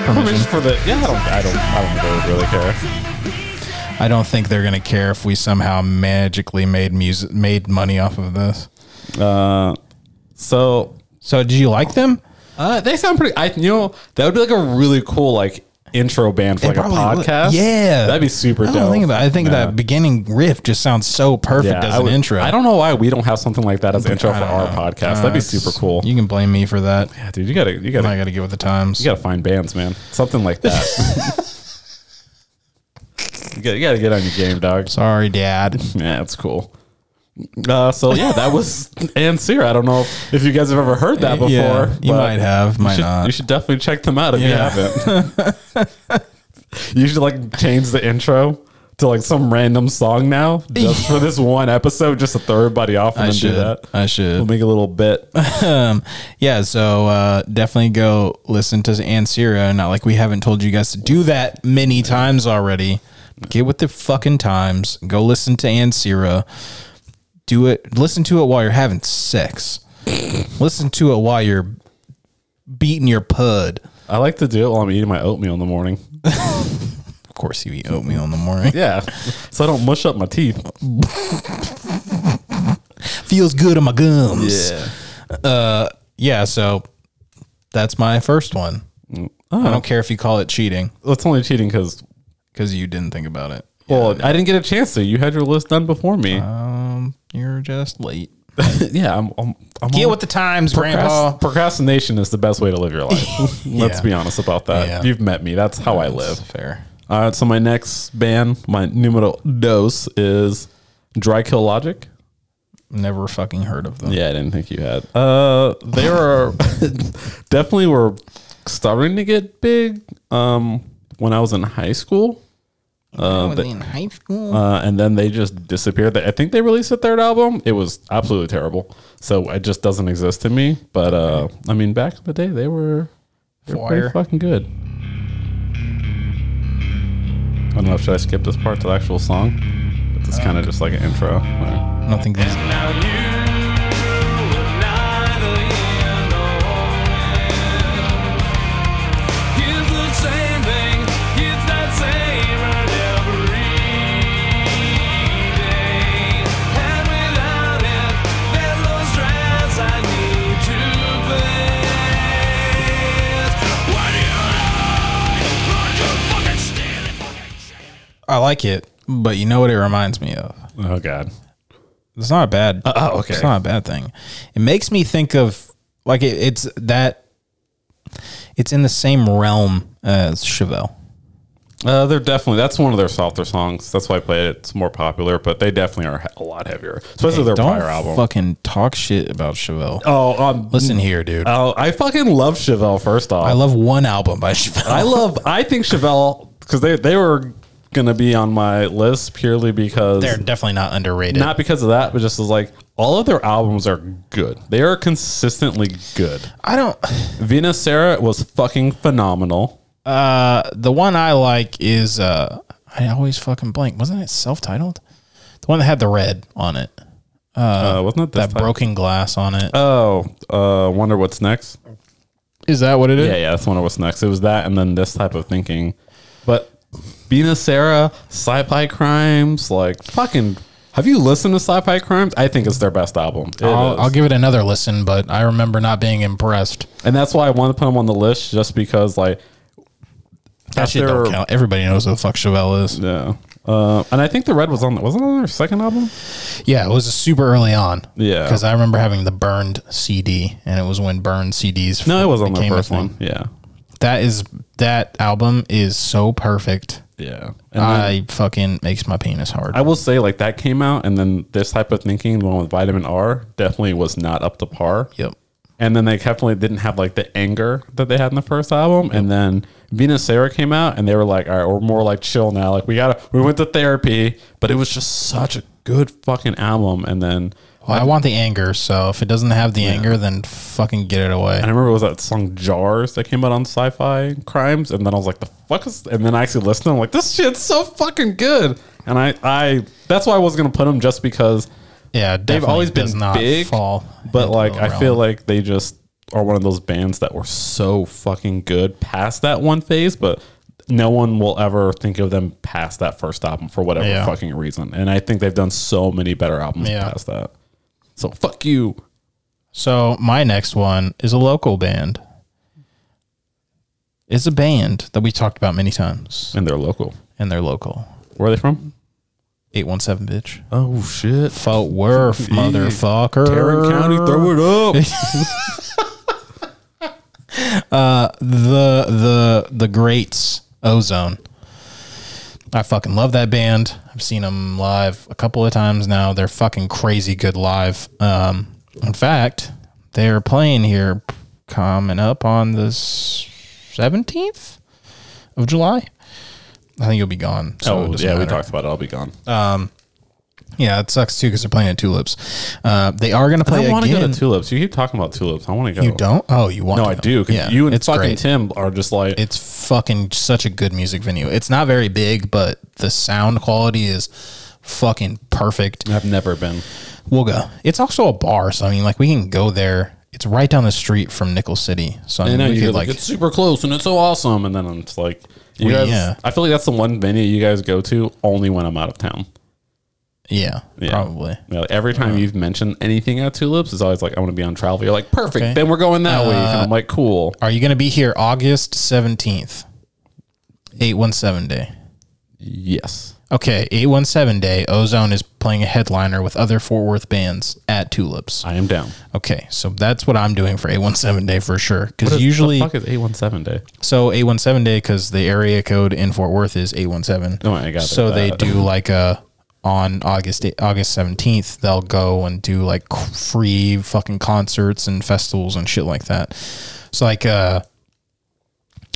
Speaker 2: Permission *laughs*
Speaker 1: permission.
Speaker 2: for the. Yeah, I don't. I don't. I don't really, really care.
Speaker 1: I don't think they're gonna care if we somehow magically made music, made money off of this.
Speaker 2: Uh, so
Speaker 1: So, did you like them?
Speaker 2: uh, they sound pretty. I you know that would be like a really cool like intro band for like a
Speaker 1: probably would.
Speaker 2: podcast.
Speaker 1: Yeah.
Speaker 2: that'd be super.
Speaker 1: I don't
Speaker 2: dope.
Speaker 1: think about. It. I think that beginning riff just sounds so perfect as
Speaker 2: I
Speaker 1: an
Speaker 2: would-
Speaker 1: intro. Uh,
Speaker 2: I don't know why we don't have something like that as an intro for our podcast. That'd be super cool.
Speaker 1: You can blame me for that.
Speaker 2: yeah, dude, you gotta
Speaker 1: I
Speaker 2: you gotta
Speaker 1: got to get with the times.
Speaker 2: you gotta find bands, man. Something
Speaker 1: *laughs*
Speaker 2: like that. you, gotta, you gotta get on your game, dog.
Speaker 1: Sorry, Dad.
Speaker 2: Yeah, that's cool. Uh, so yeah, that was and Sierra. I don't know if, if you guys have ever heard that *laughs* before.
Speaker 1: Yeah, you
Speaker 2: but
Speaker 1: might have,
Speaker 2: you
Speaker 1: might
Speaker 2: should,
Speaker 1: not.
Speaker 2: You should definitely check them out if
Speaker 1: Yeah.
Speaker 2: you haven't.
Speaker 1: *laughs*
Speaker 2: you should like change the intro to like some random song now, just for
Speaker 1: *laughs*
Speaker 2: this one episode, just to throw everybody off and
Speaker 1: I
Speaker 2: then
Speaker 1: should.
Speaker 2: do that.
Speaker 1: I should.
Speaker 2: We'll make a
Speaker 1: *laughs*
Speaker 2: little bit.
Speaker 1: um, yeah, so uh, definitely go listen to Ansira. Not like we haven't told you guys to do that many times already. Get with the fucking times. Go listen to Ansira. Do it. Listen to it while you're having sex. listen to it while you're beating your pud.
Speaker 2: I like to do it while I'm eating my oatmeal in the morning.
Speaker 1: Of course, you eat oatmeal in the morning.
Speaker 2: Yeah, so I don't mush up my teeth.
Speaker 1: Feels good on my gums. Uh, yeah. So that's my first one. I don't care if you call it cheating
Speaker 2: That's only cheating because
Speaker 1: because you didn't think about it.
Speaker 2: well, I Uh-huh. didn't get a chance to. You had your list done before me.
Speaker 1: Um, you're just late.
Speaker 2: *laughs* yeah, I'm. I'm, I'm
Speaker 1: Get
Speaker 2: on-
Speaker 1: with the times,
Speaker 2: Procrast-
Speaker 1: Grandpa.
Speaker 2: procrastination is the best way to live your *laughs* life. Let's
Speaker 1: Yeah.
Speaker 2: be honest about that.
Speaker 1: Yeah.
Speaker 2: You've met me. That's how I
Speaker 1: That's
Speaker 2: live.
Speaker 1: fair.
Speaker 2: All right. So my next band, my numero dos, is Dry Kill Logic.
Speaker 1: Never fucking heard of them.
Speaker 2: Yeah, I didn't think you had. Uh, they were *laughs* definitely were starting to get big. Um, when I was in high school,
Speaker 1: in high school.
Speaker 2: uh, and then they just disappeared. They- I think they released a third album. It was absolutely terrible. So it just doesn't exist to me. But uh, I mean, back in the day, they were they were pretty
Speaker 1: Fire.
Speaker 2: fucking good. I don't know. Should I skip this part to the actual song? But it's kind of just like an intro.
Speaker 1: I don't think these.
Speaker 3: Now you were neither in nor
Speaker 1: I like it, but you know what it reminds me of?
Speaker 2: Oh God.
Speaker 1: It's not a bad.
Speaker 2: oh, okay.
Speaker 1: It's not a bad thing. It makes me think of like it, it's that. It's in the same realm as Chevelle.
Speaker 2: Uh, they're definitely that's one of their softer songs. That's why I played it. It's more popular, but they definitely are he- a lot heavier, especially their
Speaker 1: Don't
Speaker 2: prior album.
Speaker 1: fucking talk shit about Chevelle.
Speaker 2: oh, um,
Speaker 1: Listen here, dude.
Speaker 2: oh, I fucking love Chevelle. First off,
Speaker 1: I love one album by *laughs* Chevelle.
Speaker 2: I love. I think Chevelle because they they were gonna be on my list purely because
Speaker 1: They're definitely not underrated.
Speaker 2: not because of that, but just as like all of their albums are good. They are consistently good.
Speaker 1: I don't.
Speaker 2: Venus Sarah was fucking phenomenal.
Speaker 1: Uh, the one I like is uh, I always fucking blank. Wasn't it self-titled? The one that had the red on it,
Speaker 2: Uh, wasn't it this
Speaker 1: Oh, that
Speaker 2: time?
Speaker 1: broken glass on it. Is
Speaker 2: Oh, uh, wonder what's next.
Speaker 1: that what it is?
Speaker 2: Yeah, yeah, that's one of what's next. It was that, and then this type of thinking. But Venus Sarah, Sci-Fi Crimes, like fucking. Have you listened to Sci-Fi Crimes? I think it's their best album. It
Speaker 1: I'll,
Speaker 2: is.
Speaker 1: I'll give it another listen, but I remember not being impressed.
Speaker 2: and that's why I wanted to put them on the list, just because like
Speaker 1: That shit
Speaker 2: After-
Speaker 1: don't count. Everybody knows who the fuck Chevelle is.
Speaker 2: yeah. Uh, and I think the red was on. Wasn't it on their second album?
Speaker 1: Yeah, it was super early on.
Speaker 2: Yeah.
Speaker 1: because I remember having the burned CD, and it was when burned CDs.
Speaker 2: No, it was on the
Speaker 1: became a
Speaker 2: first
Speaker 1: thing.
Speaker 2: one. Yeah,
Speaker 1: That is that album is so perfect.
Speaker 2: yeah. And then-
Speaker 1: I fucking makes my penis hard.
Speaker 2: I will say like that came out, and then this type of thinking, the one with vitamin R, definitely was not up to par.
Speaker 1: yep.
Speaker 2: And then they definitely didn't have like the anger that they had in the first album. And then Venus Sarah came out and they were like, all right, we're more like chill now. Like we gotta we went to therapy, but it was just such a good fucking album. And then
Speaker 1: Well, I want the anger, so if it doesn't have the anger, then fucking get it away.
Speaker 2: and I remember it was that song Jars that came out on sci-fi crimes, and then I was like, the fuck is and then I actually listened and I'm like, this shit's so fucking good. And I I that's why I was gonna put them just because
Speaker 1: Yeah,
Speaker 2: they've always been
Speaker 1: not
Speaker 2: big,
Speaker 1: fall.
Speaker 2: but
Speaker 1: into
Speaker 2: like
Speaker 1: the
Speaker 2: I
Speaker 1: realm.
Speaker 2: feel like they just are one of those bands that were so fucking good past that one phase, but no one will ever think of them past that first album for whatever
Speaker 1: Yeah.
Speaker 2: fucking reason. And I think they've done so many better albums
Speaker 1: Yeah.
Speaker 2: past that. So fuck you.
Speaker 1: so. My next one is a local band. It's a band that we talked about many times,
Speaker 2: And they're local.
Speaker 1: and they're local.
Speaker 2: Where are they from?
Speaker 1: Eight one seven, bitch.
Speaker 2: Oh shit.
Speaker 1: Fort Worth, motherfucker.
Speaker 2: Tarrant
Speaker 1: Uh,
Speaker 2: County, throw it up.
Speaker 1: Uh, the the the greats ozone i fucking love that band i've seen them live a couple of times now they're fucking crazy good live um in fact they're playing here coming up on the s- 17th of july i think you'll be gone so it
Speaker 2: oh
Speaker 1: doesn't
Speaker 2: yeah, we
Speaker 1: matter.
Speaker 2: talked about it. I'll be gone.
Speaker 1: Oh, yeah it sucks too because they're playing at tulips uh they are gonna play
Speaker 2: I want to go
Speaker 1: again
Speaker 2: to tulips. You keep talking about tulips. I want to go.
Speaker 1: you don't oh you want
Speaker 2: No,
Speaker 1: to
Speaker 2: I
Speaker 1: go.
Speaker 2: do. 'cause you and
Speaker 1: it's
Speaker 2: fucking
Speaker 1: great.
Speaker 2: Tim are just like
Speaker 1: it's fucking such a good music venue. It's not very big, but the sound quality is fucking perfect.
Speaker 2: I've never been.
Speaker 1: We'll go. It's also a bar, so I mean, like, we can go there. It's right down the street from Nickel City, so I
Speaker 2: I
Speaker 1: mean,
Speaker 2: know
Speaker 1: we
Speaker 2: you're
Speaker 1: could
Speaker 2: like,
Speaker 1: like,
Speaker 2: it's super close and it's so awesome, and then I'm just like, you
Speaker 1: Well,
Speaker 2: guys.
Speaker 1: yeah.
Speaker 2: I feel like that's the one venue you guys go to only when I'm out of town.
Speaker 1: yeah,
Speaker 2: Yeah.
Speaker 1: probably.
Speaker 2: You know, like, every time you've mentioned anything at Tulips, it's always like, I want to be on travel. You're like, perfect.
Speaker 1: Okay. Uh,
Speaker 2: Then we're going that way. And I'm like, cool.
Speaker 1: Are you gonna be here August seventeenth, eight one seven day?
Speaker 2: Yes.
Speaker 1: Okay, eight one seven day. Ozone is playing a headliner with other Fort Worth bands at Tulips.
Speaker 2: I am down.
Speaker 1: Okay, so that's what I'm doing for eight one seven day for sure. Because
Speaker 2: Usually,
Speaker 1: usually,
Speaker 2: fuck is 817 day?
Speaker 1: So eight one seven day because the area code in Fort Worth is eight one seven.
Speaker 2: Oh, I got
Speaker 1: So
Speaker 2: that.
Speaker 1: they do like a on August August seventeenth they'll go and do like c- free fucking concerts and festivals and shit like that. So like uh,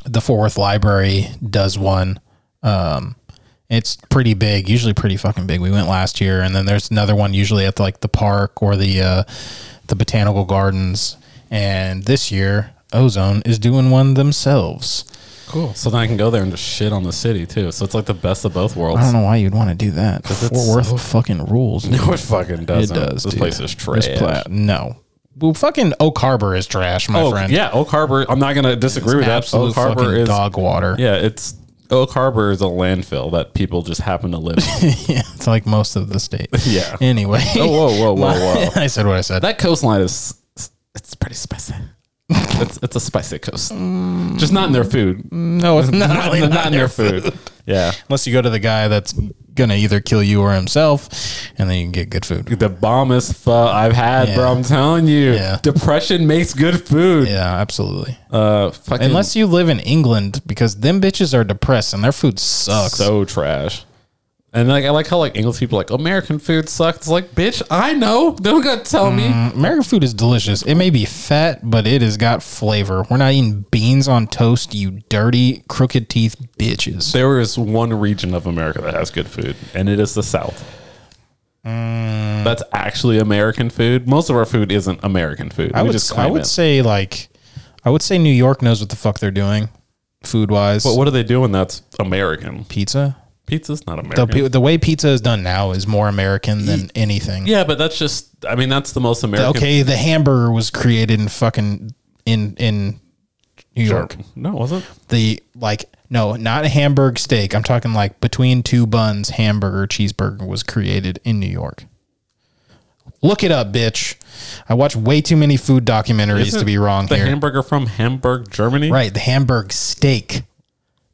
Speaker 1: the Fort Worth Library does one. Um, it's pretty big, usually pretty fucking big. We went last year, and then there's another one usually at like the park or the uh, the botanical gardens. And this year, Ozone is doing one themselves.
Speaker 2: Cool. So then I can go there and just shit on the city too. So it's like the best of both
Speaker 1: I don't
Speaker 2: worlds.
Speaker 1: know why you'd want to do that.
Speaker 2: it's
Speaker 1: Fort Worth fucking rules. *laughs*
Speaker 2: No, *laughs* it fucking doesn't.
Speaker 1: does,
Speaker 2: This
Speaker 1: dude.
Speaker 2: place is trash.
Speaker 1: This pla- no. Well, fucking Oak Harbor is trash, my
Speaker 2: oh,
Speaker 1: friend.
Speaker 2: yeah. Oak Harbor. I'm not going to disagree with that.
Speaker 1: Absolute
Speaker 2: Oak Harbor
Speaker 1: fucking
Speaker 2: is
Speaker 1: dog water.
Speaker 2: Yeah, it's Oak Harbor is a landfill that people just happen to live. in.
Speaker 1: Yeah, *laughs* it's like most of the state.
Speaker 2: *laughs* Yeah.
Speaker 1: Anyway.
Speaker 2: oh, whoa,
Speaker 1: *laughs*
Speaker 2: whoa, whoa, whoa!
Speaker 1: I said what I said.
Speaker 2: that coastline is it's pretty *laughs* spicy. It's it's a spicy coast, just not in their food. *laughs*
Speaker 1: *laughs* no, it's not.
Speaker 2: Not, Mm. in- not in their food. Yeah.
Speaker 1: Unless you go to the guy that's gonna either kill you or himself, and then you can get good food.
Speaker 2: The bombest pho I've had,
Speaker 1: Yeah.
Speaker 2: bro. I'm telling you.
Speaker 1: Yeah.
Speaker 2: Depression makes good food.
Speaker 1: Yeah, absolutely.
Speaker 2: Uh, fucking
Speaker 1: Unless you live in England, because them bitches are depressed and their food sucks.
Speaker 2: so trash. And like I like how like English people are like American food sucks. It's like bitch, I know. Don't gotta tell me.
Speaker 1: American food is delicious. It may be fat, but it has got flavor. We're not eating beans on toast, you dirty, crooked teeth bitches.
Speaker 2: There is one region of America that has good food, and it is the South.
Speaker 1: Mm.
Speaker 2: That's actually American food. Most of our food isn't American food.
Speaker 1: I
Speaker 2: we
Speaker 1: would,
Speaker 2: just
Speaker 1: I
Speaker 2: claim
Speaker 1: would
Speaker 2: it.
Speaker 1: say like, I would say New York knows what the fuck they're doing, food wise.
Speaker 2: But what are they doing that's American?
Speaker 1: pizza?
Speaker 2: Pizza's not
Speaker 1: The,
Speaker 2: American.
Speaker 1: pe- the way pizza is done now is more American than anything.
Speaker 2: yeah, but that's just. I mean, that's the most American.
Speaker 1: Okay, the hamburger was created in fucking in in New York.
Speaker 2: No, it wasn't.
Speaker 1: the like no not a hamburg steak i'm talking like between two buns hamburger cheeseburger was created in new york look it up bitch i watch way too many food documentaries to be wrong
Speaker 2: The
Speaker 1: here
Speaker 2: hamburger from Hamburg, Germany.
Speaker 1: right the hamburg steak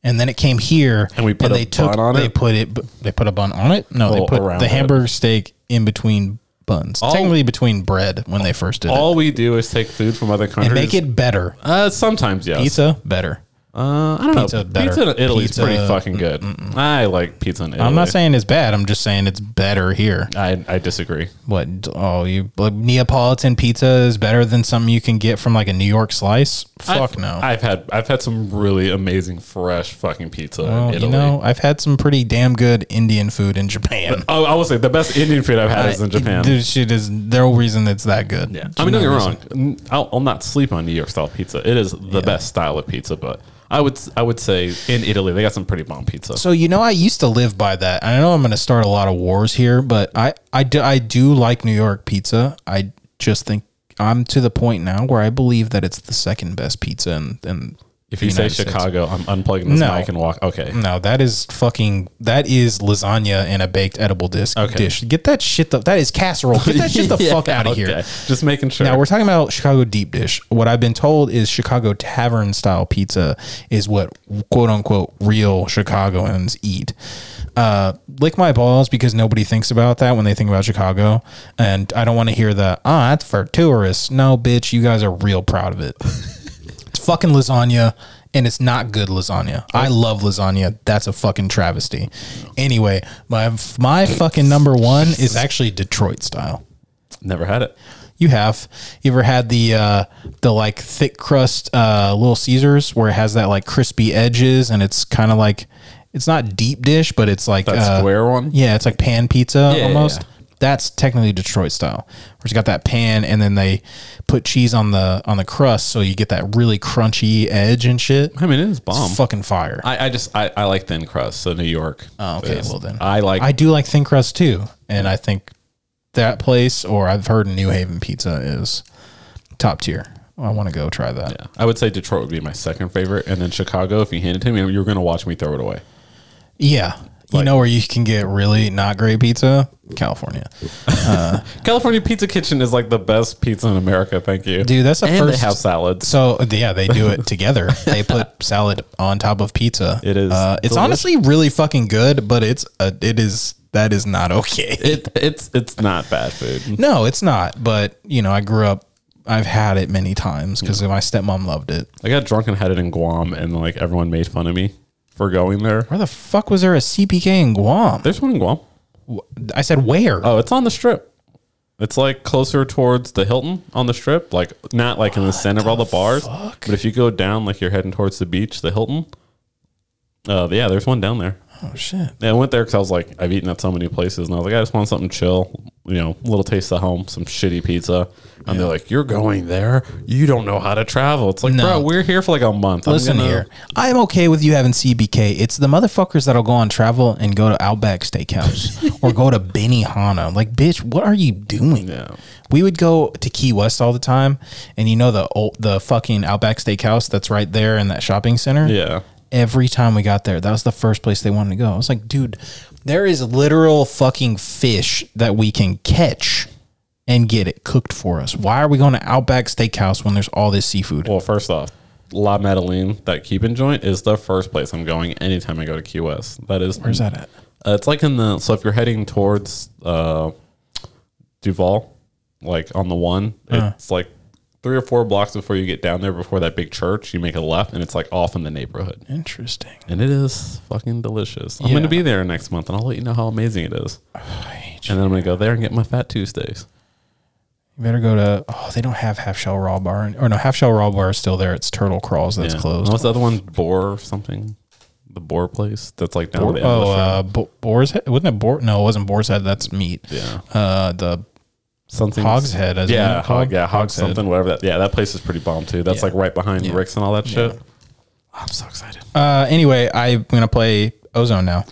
Speaker 1: and then it came here
Speaker 2: And we put a
Speaker 1: they took,
Speaker 2: bun on
Speaker 1: they
Speaker 2: it?
Speaker 1: put it they put a bun on it no
Speaker 2: Oh,
Speaker 1: they put
Speaker 2: around
Speaker 1: the
Speaker 2: it.
Speaker 1: hamburger steak in between buns technically between bread when they first did
Speaker 2: All we do is take food from other countries
Speaker 1: it make it better
Speaker 2: Uh, sometimes yes.
Speaker 1: pizza better
Speaker 2: Uh, I don't
Speaker 1: Pizza
Speaker 2: know.
Speaker 1: better.
Speaker 2: Pizza in Italy
Speaker 1: Pizza-
Speaker 2: is pretty fucking good. I like pizza in Italy.
Speaker 1: i'm not saying it's bad i'm just saying it's better here
Speaker 2: I, I disagree.
Speaker 1: What? Oh, you like, Neapolitan pizza is better than something you can get from like a New York slice? Fuck
Speaker 2: I've,
Speaker 1: no.
Speaker 2: I've had I've had some really amazing fresh fucking pizza
Speaker 1: Well,
Speaker 2: in Italy.
Speaker 1: you know, I've had some pretty damn good Indian food in Japan.
Speaker 2: oh, I will say the best Indian food I've had is in Japan.
Speaker 1: This shit is no reason it's that good. Yeah.
Speaker 2: I mean, don't get me wrong. N- I'll, I'll not sleep on New York style pizza. It is the best style of pizza, but I would s- I would say in Italy they got some pretty bomb pizza.
Speaker 1: So you know, I used to live by that. I know I'm going to start a lot of wars here, but I I do, I do like New York pizza. I just think I'm to the point now where I believe that it's the second best pizza in. in
Speaker 2: If
Speaker 1: the
Speaker 2: you say
Speaker 1: United States.
Speaker 2: Chicago, I'm unplugging this
Speaker 1: No. Mm,
Speaker 2: mic and walk. Okay,
Speaker 1: No, that is fucking. That is lasagna in a baked edible disc
Speaker 2: Okay.
Speaker 1: dish. Get that shit. The, that is casserole. Get
Speaker 2: *laughs*
Speaker 1: that shit the
Speaker 2: Yeah,
Speaker 1: fuck out of
Speaker 2: okay.
Speaker 1: here.
Speaker 2: Just making sure.
Speaker 1: Now we're talking about Chicago deep dish. What I've been told is Chicago tavern style pizza is what quote unquote real Chicagoans eat. Uh, lick my balls because nobody thinks about that when they think about Chicago, and I don't want to hear the ah that's for tourists. No, bitch, you guys are real proud of it. *laughs* it's fucking lasagna. And it's not good lasagna. I love lasagna. That's a fucking travesty. Anyway, my my fucking number one is actually Detroit style.
Speaker 2: Never had it.
Speaker 1: You have. You ever had the uh, the like thick crust uh, Little Caesars where it has that like crispy edges and it's kind of like it's not deep dish, but it's like
Speaker 2: That
Speaker 1: uh,
Speaker 2: square one.
Speaker 1: Yeah, it's like pan pizza
Speaker 2: yeah,
Speaker 1: almost.
Speaker 2: yeah.
Speaker 1: That's technically Detroit style, where it's got that pan and then they put cheese on the on the crust, so you get that really crunchy edge and shit.
Speaker 2: I mean, it is bomb.
Speaker 1: Fucking fire! I,
Speaker 2: I, I just I, I like thin crust, so New York.
Speaker 1: Oh, okay,
Speaker 2: is-
Speaker 1: well then.
Speaker 2: I like
Speaker 1: do like thin crust too, and I think that place, or I've heard New Haven pizza is top tier. I want to go try that.
Speaker 2: yeah. I would say Detroit would be my second favorite, and then Chicago. If you handed it to me, you were going to watch me throw it away.
Speaker 1: Yeah. you know where you can get really not great pizza? California.
Speaker 2: California Pizza Kitchen is like the best pizza in America. Thank you,
Speaker 1: Dude, that's the
Speaker 2: and
Speaker 1: first.
Speaker 2: they *laughs* have salads.
Speaker 1: so yeah, they do it *laughs* together. they
Speaker 2: *laughs*
Speaker 1: put salad on top of pizza.
Speaker 2: It is
Speaker 1: Uh, it's
Speaker 2: delicious.
Speaker 1: honestly really fucking good, but it's uh, it is that is not okay.
Speaker 2: It it's it's not bad
Speaker 1: *laughs*
Speaker 2: food.
Speaker 1: no, it's not. But you know, I grew up. I've had it many times because my stepmom loved it.
Speaker 2: I got drunk and had it in Guam, and like everyone made fun of me for going there.
Speaker 1: Where the fuck was there a CPK in Guam?
Speaker 2: There's one in Guam.
Speaker 1: I said where?
Speaker 2: Oh, it's on the strip. It's like closer towards the Hilton on the strip, like not like in the center of all the bars. But if you go down, like you're heading towards the beach, the Hilton. Uh, yeah, there's one down there.
Speaker 1: oh shit!
Speaker 2: Yeah, I went there because I was like, I've eaten at so many places, and I was like, I just want something chill, you know, little taste of home, some shitty pizza. And they're like, You're going there? You don't know how to travel. It's like, bro, we're here for like a month. I'm
Speaker 1: Listen
Speaker 2: gonna-
Speaker 1: here. I'm okay with you having CBK. It's the motherfuckers that'll go on travel and go to Outback
Speaker 2: *laughs*
Speaker 1: Steakhouse or go to Benihana. Like, bitch, what are you doing?
Speaker 2: Yeah.
Speaker 1: We would go to Key West all the time, and you know the old, the fucking Outback Steakhouse that's right there in that shopping center.
Speaker 2: Yeah.
Speaker 1: Every time we got there, that was the first place they wanted to go. I was like, dude, there is literal fucking fish that we can catch and get it cooked for us. Why are we going to Outback Steakhouse when there's all this seafood?
Speaker 2: Well, first off, La Madeline, that Cuban joint, is the first place I'm going anytime I go to Key West. That is
Speaker 1: Where's that at?
Speaker 2: Uh, it's like in the so if you're heading towards uh, Duval, like on the one,
Speaker 1: Uh-huh.
Speaker 2: it's like three or four blocks before you get down there. Before that big church, you make a left, and it's like off in the neighborhood,
Speaker 1: Interesting.
Speaker 2: and it is fucking delicious. I'm
Speaker 1: Yeah.
Speaker 2: gonna be there next month, and I'll let you know how amazing it is. And then I'm gonna go there and get my Fat Tuesdays.
Speaker 1: You better go to. Oh, they don't have half shell raw bar, in, or no, half shell raw bar is still there. It's Turtle Crawls that's
Speaker 2: Yeah. And
Speaker 1: closed.
Speaker 2: What's the other one? Boar something? The Boar place that's like down
Speaker 1: Boar-
Speaker 2: the
Speaker 1: oh,
Speaker 2: oh,
Speaker 1: uh, Bo- Boar's Head wasn't it Boar? No, it wasn't Boar's Head. That's meat.
Speaker 2: Yeah.
Speaker 1: Uh, the
Speaker 2: something
Speaker 1: Hog's Head, isn't
Speaker 2: yeah,
Speaker 1: it called?
Speaker 2: hog, yeah, hog
Speaker 1: Hog's Head.
Speaker 2: something, whatever that. Yeah, that place is pretty bomb too. That's
Speaker 1: Yeah.
Speaker 2: like right behind
Speaker 1: Yeah.
Speaker 2: Rick's and all that shit. I'm so excited.
Speaker 1: Uh, anyway, I'm gonna play Ozone now.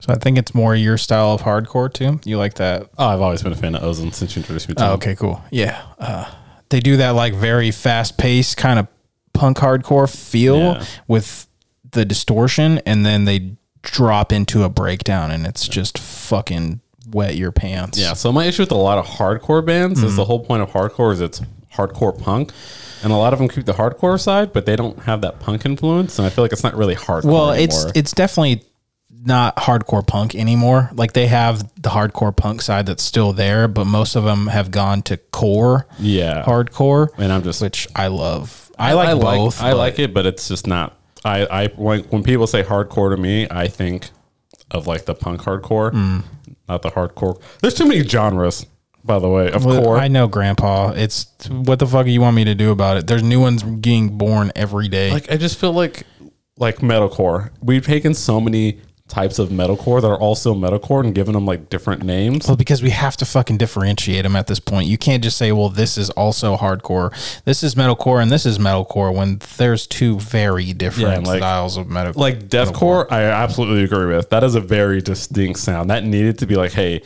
Speaker 1: So I think it's more your style of hardcore too. You like that?
Speaker 2: Oh, I've always been a fan of Ozone since you introduced me to
Speaker 1: Oh,
Speaker 2: him.
Speaker 1: okay, cool. Yeah. Uh, they do that like very fast paced kind of punk hardcore feel
Speaker 2: Yeah.
Speaker 1: with the distortion, and then they drop into a breakdown, and it's just fucking wet your pants.
Speaker 2: Yeah, so my issue with a lot of hardcore bands
Speaker 1: Mm-hmm.
Speaker 2: is the whole point of hardcore is it's hardcore punk, and a lot of them keep the hardcore side, but they don't have that punk influence, and I feel like it's not really hardcore.
Speaker 1: Well,
Speaker 2: anymore.
Speaker 1: it's it's definitely not hardcore punk anymore. Like they have the hardcore punk side that's still there, but most of them have gone to core
Speaker 2: yeah,
Speaker 1: hardcore,
Speaker 2: and I'm just
Speaker 1: which I love. I, like both.
Speaker 2: I like it, but it's just not. I I when, when people say hardcore to me, I think of like the punk hardcore,
Speaker 1: Mm.
Speaker 2: not the hardcore. There's too many genres, by the way. Of
Speaker 1: Well,
Speaker 2: core,
Speaker 1: I know, Grandpa. It's what the fuck do you want me to do about it? There's new ones getting born every day.
Speaker 2: like I just feel like like metalcore. We've taken so many types of metalcore that are also metalcore and given them like different names.
Speaker 1: well, because we have to fucking differentiate them at this point. You can't just say, "Well, this is also hardcore, this is metalcore, and this is metalcore." When there's two very different
Speaker 2: like-
Speaker 1: styles of metal.
Speaker 2: Like deathcore, I absolutely agree with. That is a very distinct sound. That needed to be like, hey,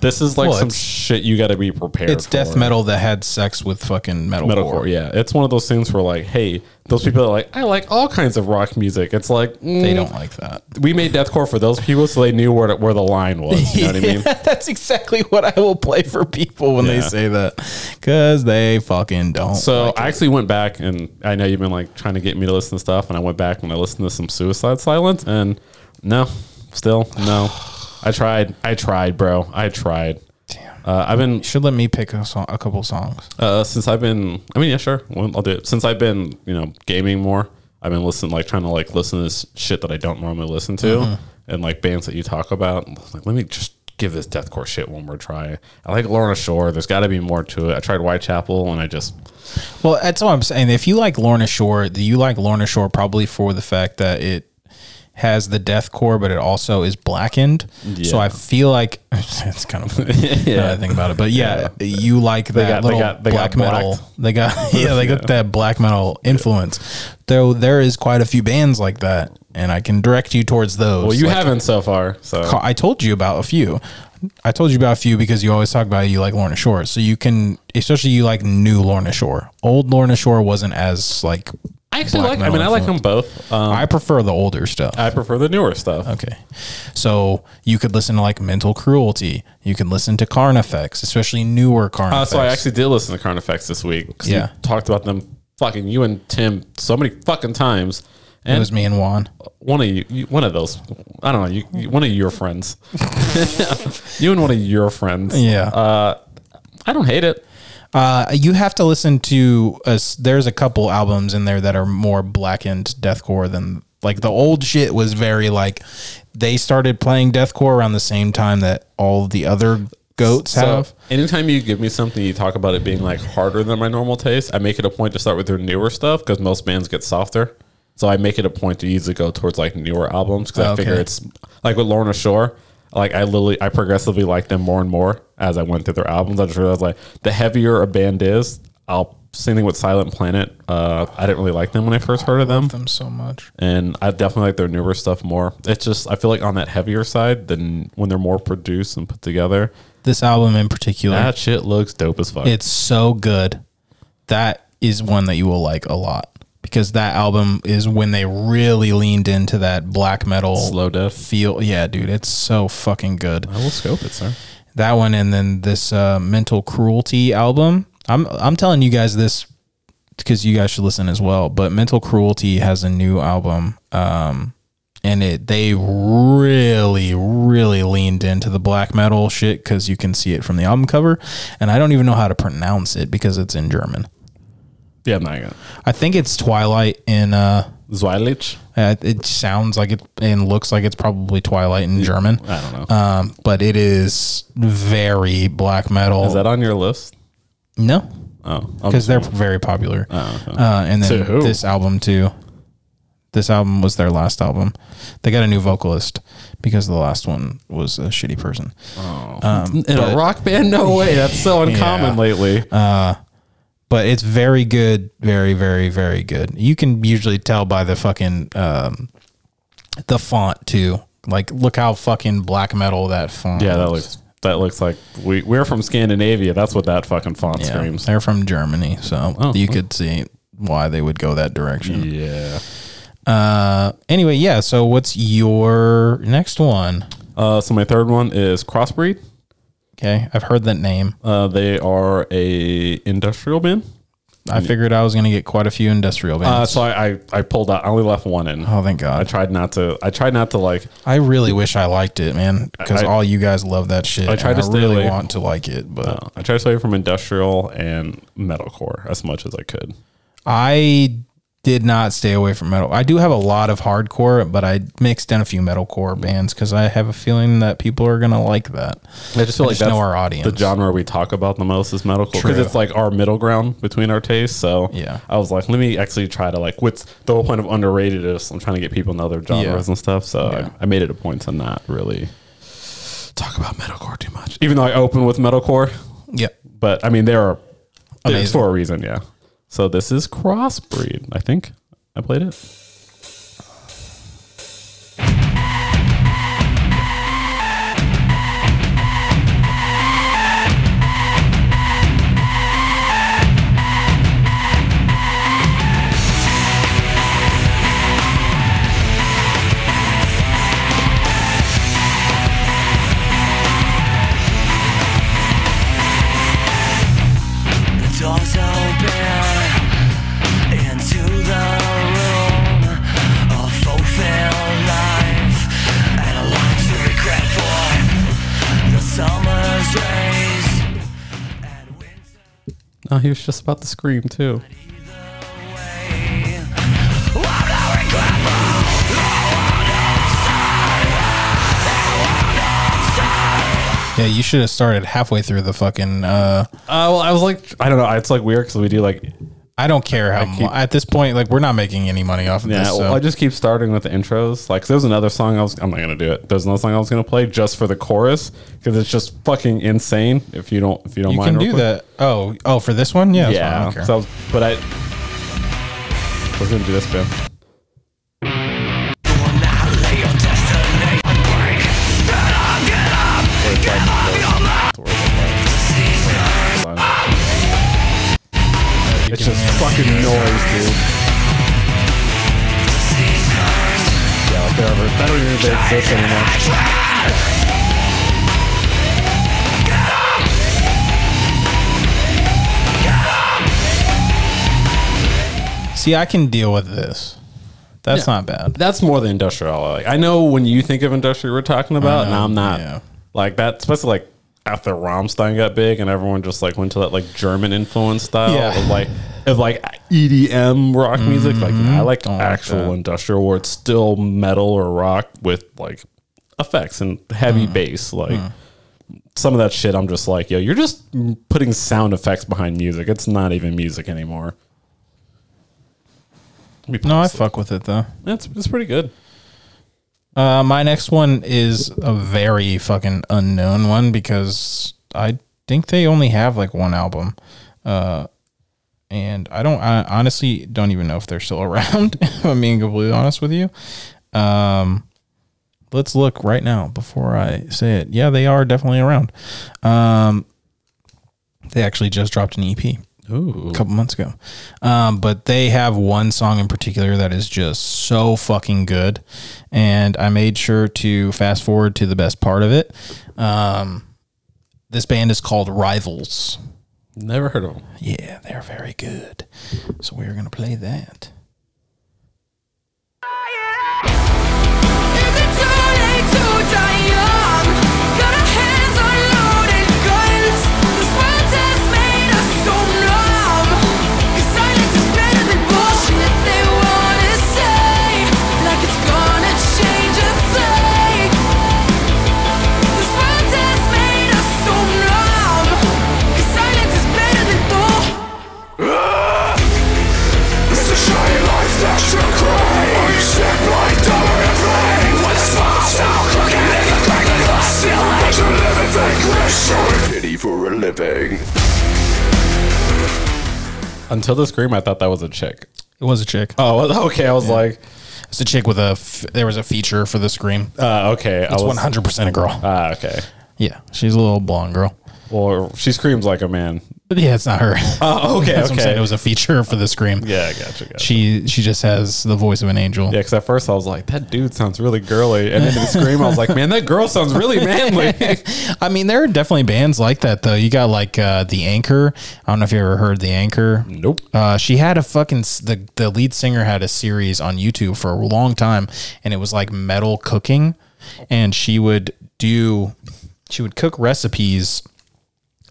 Speaker 2: this is like
Speaker 1: Well,
Speaker 2: some
Speaker 1: it's-
Speaker 2: shit you got to be prepared.
Speaker 1: it's death
Speaker 2: for.
Speaker 1: metal that had sex with fucking metalcore.
Speaker 2: metalcore. Yeah, it's one of those things where like, hey, those people that are like, I like all kinds of rock music. It's like mm,
Speaker 1: They don't like that.
Speaker 2: We made deathcore for those people, so they knew where to, where the line was. You
Speaker 1: *laughs*
Speaker 2: know what I mean?
Speaker 1: That's exactly what I will play for people when they
Speaker 2: Yeah.
Speaker 1: say that, because they fucking don't.
Speaker 2: So I actually went back, and I know you've been like trying to get me to listen to stuff, and I went back and I listened to some Suicide Silence, and no, still no. I tried, I tried, bro, I tried.
Speaker 1: Damn.
Speaker 2: Uh, I've been
Speaker 1: should let me pick a song, a couple songs.
Speaker 2: Uh, since I've been, I mean, yeah, sure, well, I'll do it. Since I've been, you know, gaming more, I've been listening, like trying to like listen to this shit that I don't normally listen to, and like bands that you talk about. and, Like, let me just give this deathcore shit one more try. I like Lorna Shore. There's got to be more to it. I tried Whitechapel, and I just
Speaker 1: Well, that's all I'm saying. If you like Lorna Shore, do you like Lorna Shore probably for the fact that it has the death core, but it also is blackened. So
Speaker 2: Yeah.
Speaker 1: I feel like *laughs* it's kind of
Speaker 2: *laughs*
Speaker 1: funny yeah. I think about it. But yeah, you like that
Speaker 2: got- they
Speaker 1: little
Speaker 2: got- they
Speaker 1: black
Speaker 2: got
Speaker 1: metal. They got *laughs* yeah, they
Speaker 2: *laughs*
Speaker 1: got that black metal influence. Though there is quite a few bands like that, and I can direct you towards those.
Speaker 2: well, you
Speaker 1: Like,
Speaker 2: haven't so far. So
Speaker 1: ca- I told you about a few. I told you about a few because you always talk about you like Lorna Shore. So you can, especially you like new Lorna Shore. Old Lorna Shore wasn't as like.
Speaker 2: I actually
Speaker 1: black
Speaker 2: like. I
Speaker 1: metal
Speaker 2: mean, I like them Uh, both. Um,
Speaker 1: I prefer the older stuff.
Speaker 2: I prefer the newer stuff.
Speaker 1: Okay. So you could listen to like Mental Cruelty. You can listen to Carnifex, especially newer Carnifex.
Speaker 2: Uh, so I actually did listen to Current Effects this week. 'cause
Speaker 1: Yeah.
Speaker 2: you talked about them fucking you and Tim so many fucking times. And
Speaker 1: it was me and Juan.
Speaker 2: one of you, you one of those i don't know you, you one of your friends *laughs* you and one of your friends
Speaker 1: Yeah.
Speaker 2: i don't hate it
Speaker 1: Uh, you have to listen to us. There's a couple albums in there that are more blackened deathcore than like the old shit was very like they started playing deathcore around the same time that all the other goats
Speaker 2: so
Speaker 1: have.
Speaker 2: anytime you give me something you talk about it being like harder than my normal taste i make it a point to start with their newer stuff because most bands get softer so i make it a point to usually go towards like newer albums because i
Speaker 1: Okay.
Speaker 2: figure it's like with lorna shore like i literally i progressively like them more and more as i went through their albums i just realized like the heavier a band is i'll Same thing with Silent Planet. Uh, I didn't really like them when I first heard of them,
Speaker 1: them so much.
Speaker 2: and I definitely like their newer stuff more. It's just I feel like on that heavier side than when they're more produced and put together.
Speaker 1: This album in particular,
Speaker 2: That shit looks dope as fuck.
Speaker 1: it's so good. That is one that you will like a lot because that album is when they really leaned into that black metal
Speaker 2: Slow death.
Speaker 1: feel. Yeah, dude, it's so fucking good.
Speaker 2: I will scope it, sir.
Speaker 1: that one and then this uh, mental cruelty album i'm i'm telling you guys this because you guys should listen as well but mental cruelty has a new album um and it they really really leaned into the black metal shit because you can see it from the album cover and i don't even know how to pronounce it because it's in german
Speaker 2: Yeah, I'm not gonna.
Speaker 1: i think it's twilight in uh
Speaker 2: Zweilich.
Speaker 1: uh, it sounds like it and looks like it's probably Twilight in German.
Speaker 2: I don't know.
Speaker 1: Um, but it is very black metal.
Speaker 2: Is that on your list?
Speaker 1: No,
Speaker 2: Oh,
Speaker 1: because they're very popular.
Speaker 2: Oh, okay.
Speaker 1: Uh, and
Speaker 2: To
Speaker 1: then
Speaker 2: who?
Speaker 1: this album too. This album was their last album. They got a new vocalist because the last one was a shitty person. Um,
Speaker 2: in
Speaker 1: but-
Speaker 2: a rock band. No way. That's *laughs* so uncommon
Speaker 1: Yeah.
Speaker 2: lately.
Speaker 1: but it's very good, very, very, very good. You can usually tell by the fucking um, the font too. Like, look how fucking black metal that font.
Speaker 2: yeah, that
Speaker 1: is.
Speaker 2: looks. That looks like we we're from Scandinavia. That's what that fucking font
Speaker 1: Yeah,
Speaker 2: screams.
Speaker 1: They're from Germany, so
Speaker 2: Oh,
Speaker 1: you
Speaker 2: oh.
Speaker 1: could see why they would go that direction.
Speaker 2: Yeah.
Speaker 1: Uh, anyway, yeah. So, what's your next one?
Speaker 2: Uh, so my third one is Crossbreed.
Speaker 1: Okay, I've heard that name.
Speaker 2: Uh, they are a industrial band.
Speaker 1: I figured I was going to get quite a few industrial
Speaker 2: Uh,
Speaker 1: bands.
Speaker 2: so I, I I pulled out. I only left one in.
Speaker 1: oh, thank
Speaker 2: I
Speaker 1: God.
Speaker 2: tried not to. I tried not to like.
Speaker 1: I really wish I liked it, man, because
Speaker 2: I-
Speaker 1: all you guys love that shit.
Speaker 2: I tried
Speaker 1: and
Speaker 2: to
Speaker 1: I
Speaker 2: stay
Speaker 1: really
Speaker 2: away-
Speaker 1: want to like it, but
Speaker 2: Uh, I tried to stay away from industrial and metalcore as much as I could.
Speaker 1: I did not stay away from metal. I do have a lot of hardcore, but I mixed in a few
Speaker 2: Mm.
Speaker 1: metalcore bands because I have a feeling that people are going to like that.
Speaker 2: I just feel
Speaker 1: I
Speaker 2: like
Speaker 1: just
Speaker 2: that's
Speaker 1: know our audience.
Speaker 2: the genre we talk about the most is metalcore because
Speaker 1: True.
Speaker 2: it's like our middle ground between our tastes. So
Speaker 1: Yeah.
Speaker 2: I was like, let me actually try to like what's the whole point of underrated is I'm trying to get people in other genres
Speaker 1: Yeah.
Speaker 2: and stuff. So
Speaker 1: Yeah.
Speaker 2: I, I made it a point to not really talk about metalcore too much, even though I open with metalcore.
Speaker 1: Yep.
Speaker 2: But I mean, there are it's
Speaker 1: Amazing.
Speaker 2: for a reason, yeah. So this is crossbreed. I think I played it.
Speaker 3: The doors open into the room of fulfilled life and a lot to regret for the summer's rays and winter
Speaker 2: Oh, he was just about to scream too.
Speaker 3: either way. Oh, I'm not regretful.
Speaker 1: Yeah, you should have started halfway through the fucking. Uh,
Speaker 2: Uh, well, I was like, I don't know. It's like weird because we do like
Speaker 1: I don't care how. mu-
Speaker 2: keep-
Speaker 1: at this point, like we're not making any money off of
Speaker 2: Yeah,
Speaker 1: this.
Speaker 2: well,
Speaker 1: So.
Speaker 2: I just keep starting with the intros. Like, there's another song I was. I'm not gonna do it. There's another song I was gonna play just for the chorus because it's just fucking insane. If you don't, if you don't
Speaker 1: you
Speaker 2: mind,
Speaker 1: can
Speaker 2: real
Speaker 1: do
Speaker 2: quick.
Speaker 1: that. Oh, oh, for this one, yeah, that's fine, I
Speaker 2: Yeah.
Speaker 1: don't care.
Speaker 2: so, but I was gonna do this bit.
Speaker 3: You will not lay your destiny and break. Then I'll get up, get up your mouth. Season.
Speaker 2: It's just fucking noise, dude. Yeah, like whatever. I don't even think they exist anymore.
Speaker 1: See, I can deal with this. That's not bad.
Speaker 2: That's more than industrial. I Like I know when you think of industrial, we're talking about, and
Speaker 1: know,
Speaker 2: I'm not
Speaker 1: Uh-huh. yeah.
Speaker 2: like that. Especially like after Rammstein got big, and everyone just like went to that like German influence style
Speaker 1: Yeah.
Speaker 2: of like of like EDM rock music. Like I like
Speaker 1: Don't Mm-hmm. like
Speaker 2: actual
Speaker 1: that.
Speaker 2: industrial, where it's still metal or rock with like effects and heavy
Speaker 1: Mm-hmm.
Speaker 2: bass. Like some of that shit, I'm just like, yo, you're just putting sound effects behind music. It's not even music anymore. Let me
Speaker 1: No, I
Speaker 2: pause it.
Speaker 1: fuck with it though.
Speaker 2: That's it's pretty good.
Speaker 1: Uh, my next one is a very fucking unknown one because I think they only have like one album. Uh, and I don't I honestly don't even know if they're still *laughs* around. if I'm being completely honest with you. Um, let's look right now before I say it. Yeah, they are definitely around. Um, they actually just dropped an E EP
Speaker 2: Ooh.
Speaker 1: a couple months ago, um, but they have one song in particular that is just so fucking good, and I made sure to fast forward to the best part of it. Um, this band is called Rivals.
Speaker 2: Never heard of them.
Speaker 1: Yeah, they're very good. So we're going to play that.
Speaker 4: Is it too late to die young? Got our hands on loaded guns. This world has made us so numb. 'Cause silence is better than bullshit. They wanna say like it's gonna change a thing. This world has made us so numb. 'Cause silence is better than bull.
Speaker 5: It's a shiny life that you crave Are you sick like dumber and vain? With smiles now crooked Nigga crackling the ceiling But you're living vagrant Showing pity for a living
Speaker 2: Until the scream, I thought that was a chick.
Speaker 1: It was a chick.
Speaker 2: Oh, *laughs* okay. I was like,
Speaker 1: It's a chick with a. F- there was a feature for the scream.
Speaker 2: uh, okay. I
Speaker 1: It's
Speaker 2: was,
Speaker 1: one hundred percent a girl.
Speaker 2: Ah, okay.
Speaker 1: yeah, she's a little blonde girl.
Speaker 2: Well, she screams like a man.
Speaker 1: But yeah, it's not her.
Speaker 2: Oh,
Speaker 1: *laughs*
Speaker 2: okay,
Speaker 1: That's what I'm
Speaker 2: okay.
Speaker 1: saying. It was a feature for the scream.
Speaker 2: Yeah, gotcha. gotcha.
Speaker 1: She she just has the voice of an angel.
Speaker 2: yeah, because at first I was like, that dude sounds really girly, and then the scream, I was like, man, that girl sounds really manly.
Speaker 1: *laughs* I mean, there are definitely bands like that though. You got like uh, the Anchor. I don't know if you ever heard the Anchor.
Speaker 2: *laughs* nope.
Speaker 1: Uh, she had a fucking s- the the lead singer had a series on YouTube for a long time, and it was like metal cooking, and she would do she would cook recipes,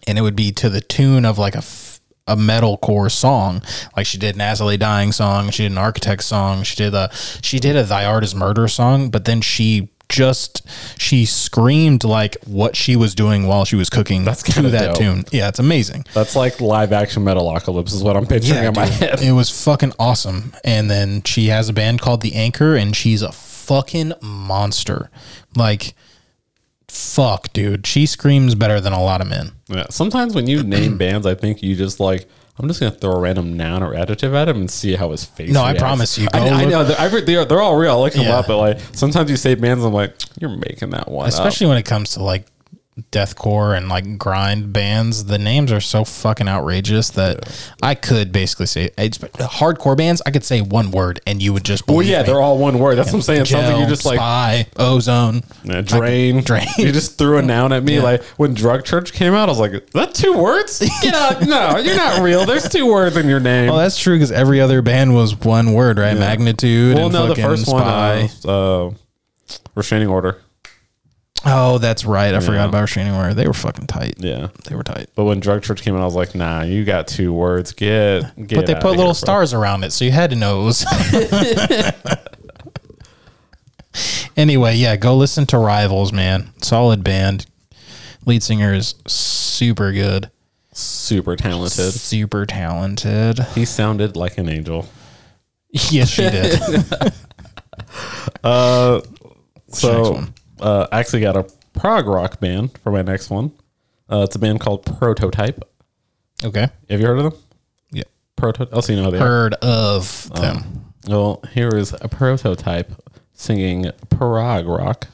Speaker 1: and it would be to the tune of like a f- a metalcore song, like she did an Azalea Dying song, she did an Architect song, she did a she did a Thy Art Is Murder song, but then she just she screamed like what she was doing while she was cooking That's to
Speaker 2: kinda
Speaker 1: that
Speaker 2: dope.
Speaker 1: tune. Yeah, it's amazing.
Speaker 2: That's like live action Metalocalypse is what I'm picturing in my
Speaker 1: dude.
Speaker 2: head.
Speaker 1: It was fucking awesome. And then she has a band called The Anchor, and she's a fucking monster. Like, fuck, dude. She screams better than a lot of men.
Speaker 2: Yeah. Sometimes when you name *clears throat* bands, I think you just like. I'm just gonna throw a random noun or adjective at him and see how his face.
Speaker 1: No, I
Speaker 2: reacts.
Speaker 1: promise you,
Speaker 2: I,
Speaker 1: go
Speaker 2: I
Speaker 1: look-
Speaker 2: know they're, I've heard- they're, they're all real. I like them
Speaker 1: Yeah.
Speaker 2: up, but like sometimes you say bands, I'm like, you're making that one.
Speaker 1: Especially when it comes to like deathcore and like grind bands. The names are so fucking outrageous that I could basically say it's hardcore bands. I could say one word and you would just.
Speaker 2: Up. Well,
Speaker 1: believe
Speaker 2: yeah,
Speaker 1: me.
Speaker 2: they're all one word. That's what I'm saying.
Speaker 1: Gel,
Speaker 2: Something you're just like
Speaker 1: spy, ozone.
Speaker 2: Yeah, drain,
Speaker 1: drain.
Speaker 2: *laughs* You just threw a noun at me. Like when Drug Church came out, I was like, "Is that
Speaker 1: *laughs*
Speaker 2: two words? Get out! No, you're not real. There's two words in your name."
Speaker 1: Well, that's true because every other band was one word, right? Magnitude.
Speaker 2: well,
Speaker 1: and
Speaker 2: no, the
Speaker 1: fucking
Speaker 2: first
Speaker 1: spy.
Speaker 2: one, uh, uh, restraining order.
Speaker 1: Oh, that's right. I forgot about restraining order. They were fucking tight.
Speaker 2: Yeah,
Speaker 1: They were tight.
Speaker 2: but when Drug Church came out, I was like, "Nah, you got two words. Get, get."
Speaker 1: But they
Speaker 2: outta
Speaker 1: put
Speaker 2: here,
Speaker 1: little
Speaker 2: bro."
Speaker 1: stars around it, so you had to know it was. *laughs* anyway, yeah, go listen to Rivals, man. Solid band. Lead singer is super good,
Speaker 2: Super talented.
Speaker 1: super talented. *laughs*
Speaker 2: He sounded like an angel.
Speaker 1: Yes, she
Speaker 2: *laughs*
Speaker 1: did. next
Speaker 2: So,
Speaker 1: one?
Speaker 2: uh, I actually got a prog rock band for my next one. Uh, it's a band called Prototype.
Speaker 1: okay.
Speaker 2: Have you heard of them?
Speaker 1: Yeah.
Speaker 2: Prototype. Oh, so you know who they are.
Speaker 1: Heard of
Speaker 2: Oh.
Speaker 1: them.
Speaker 2: Well, here is a prototype singing Parag Rock.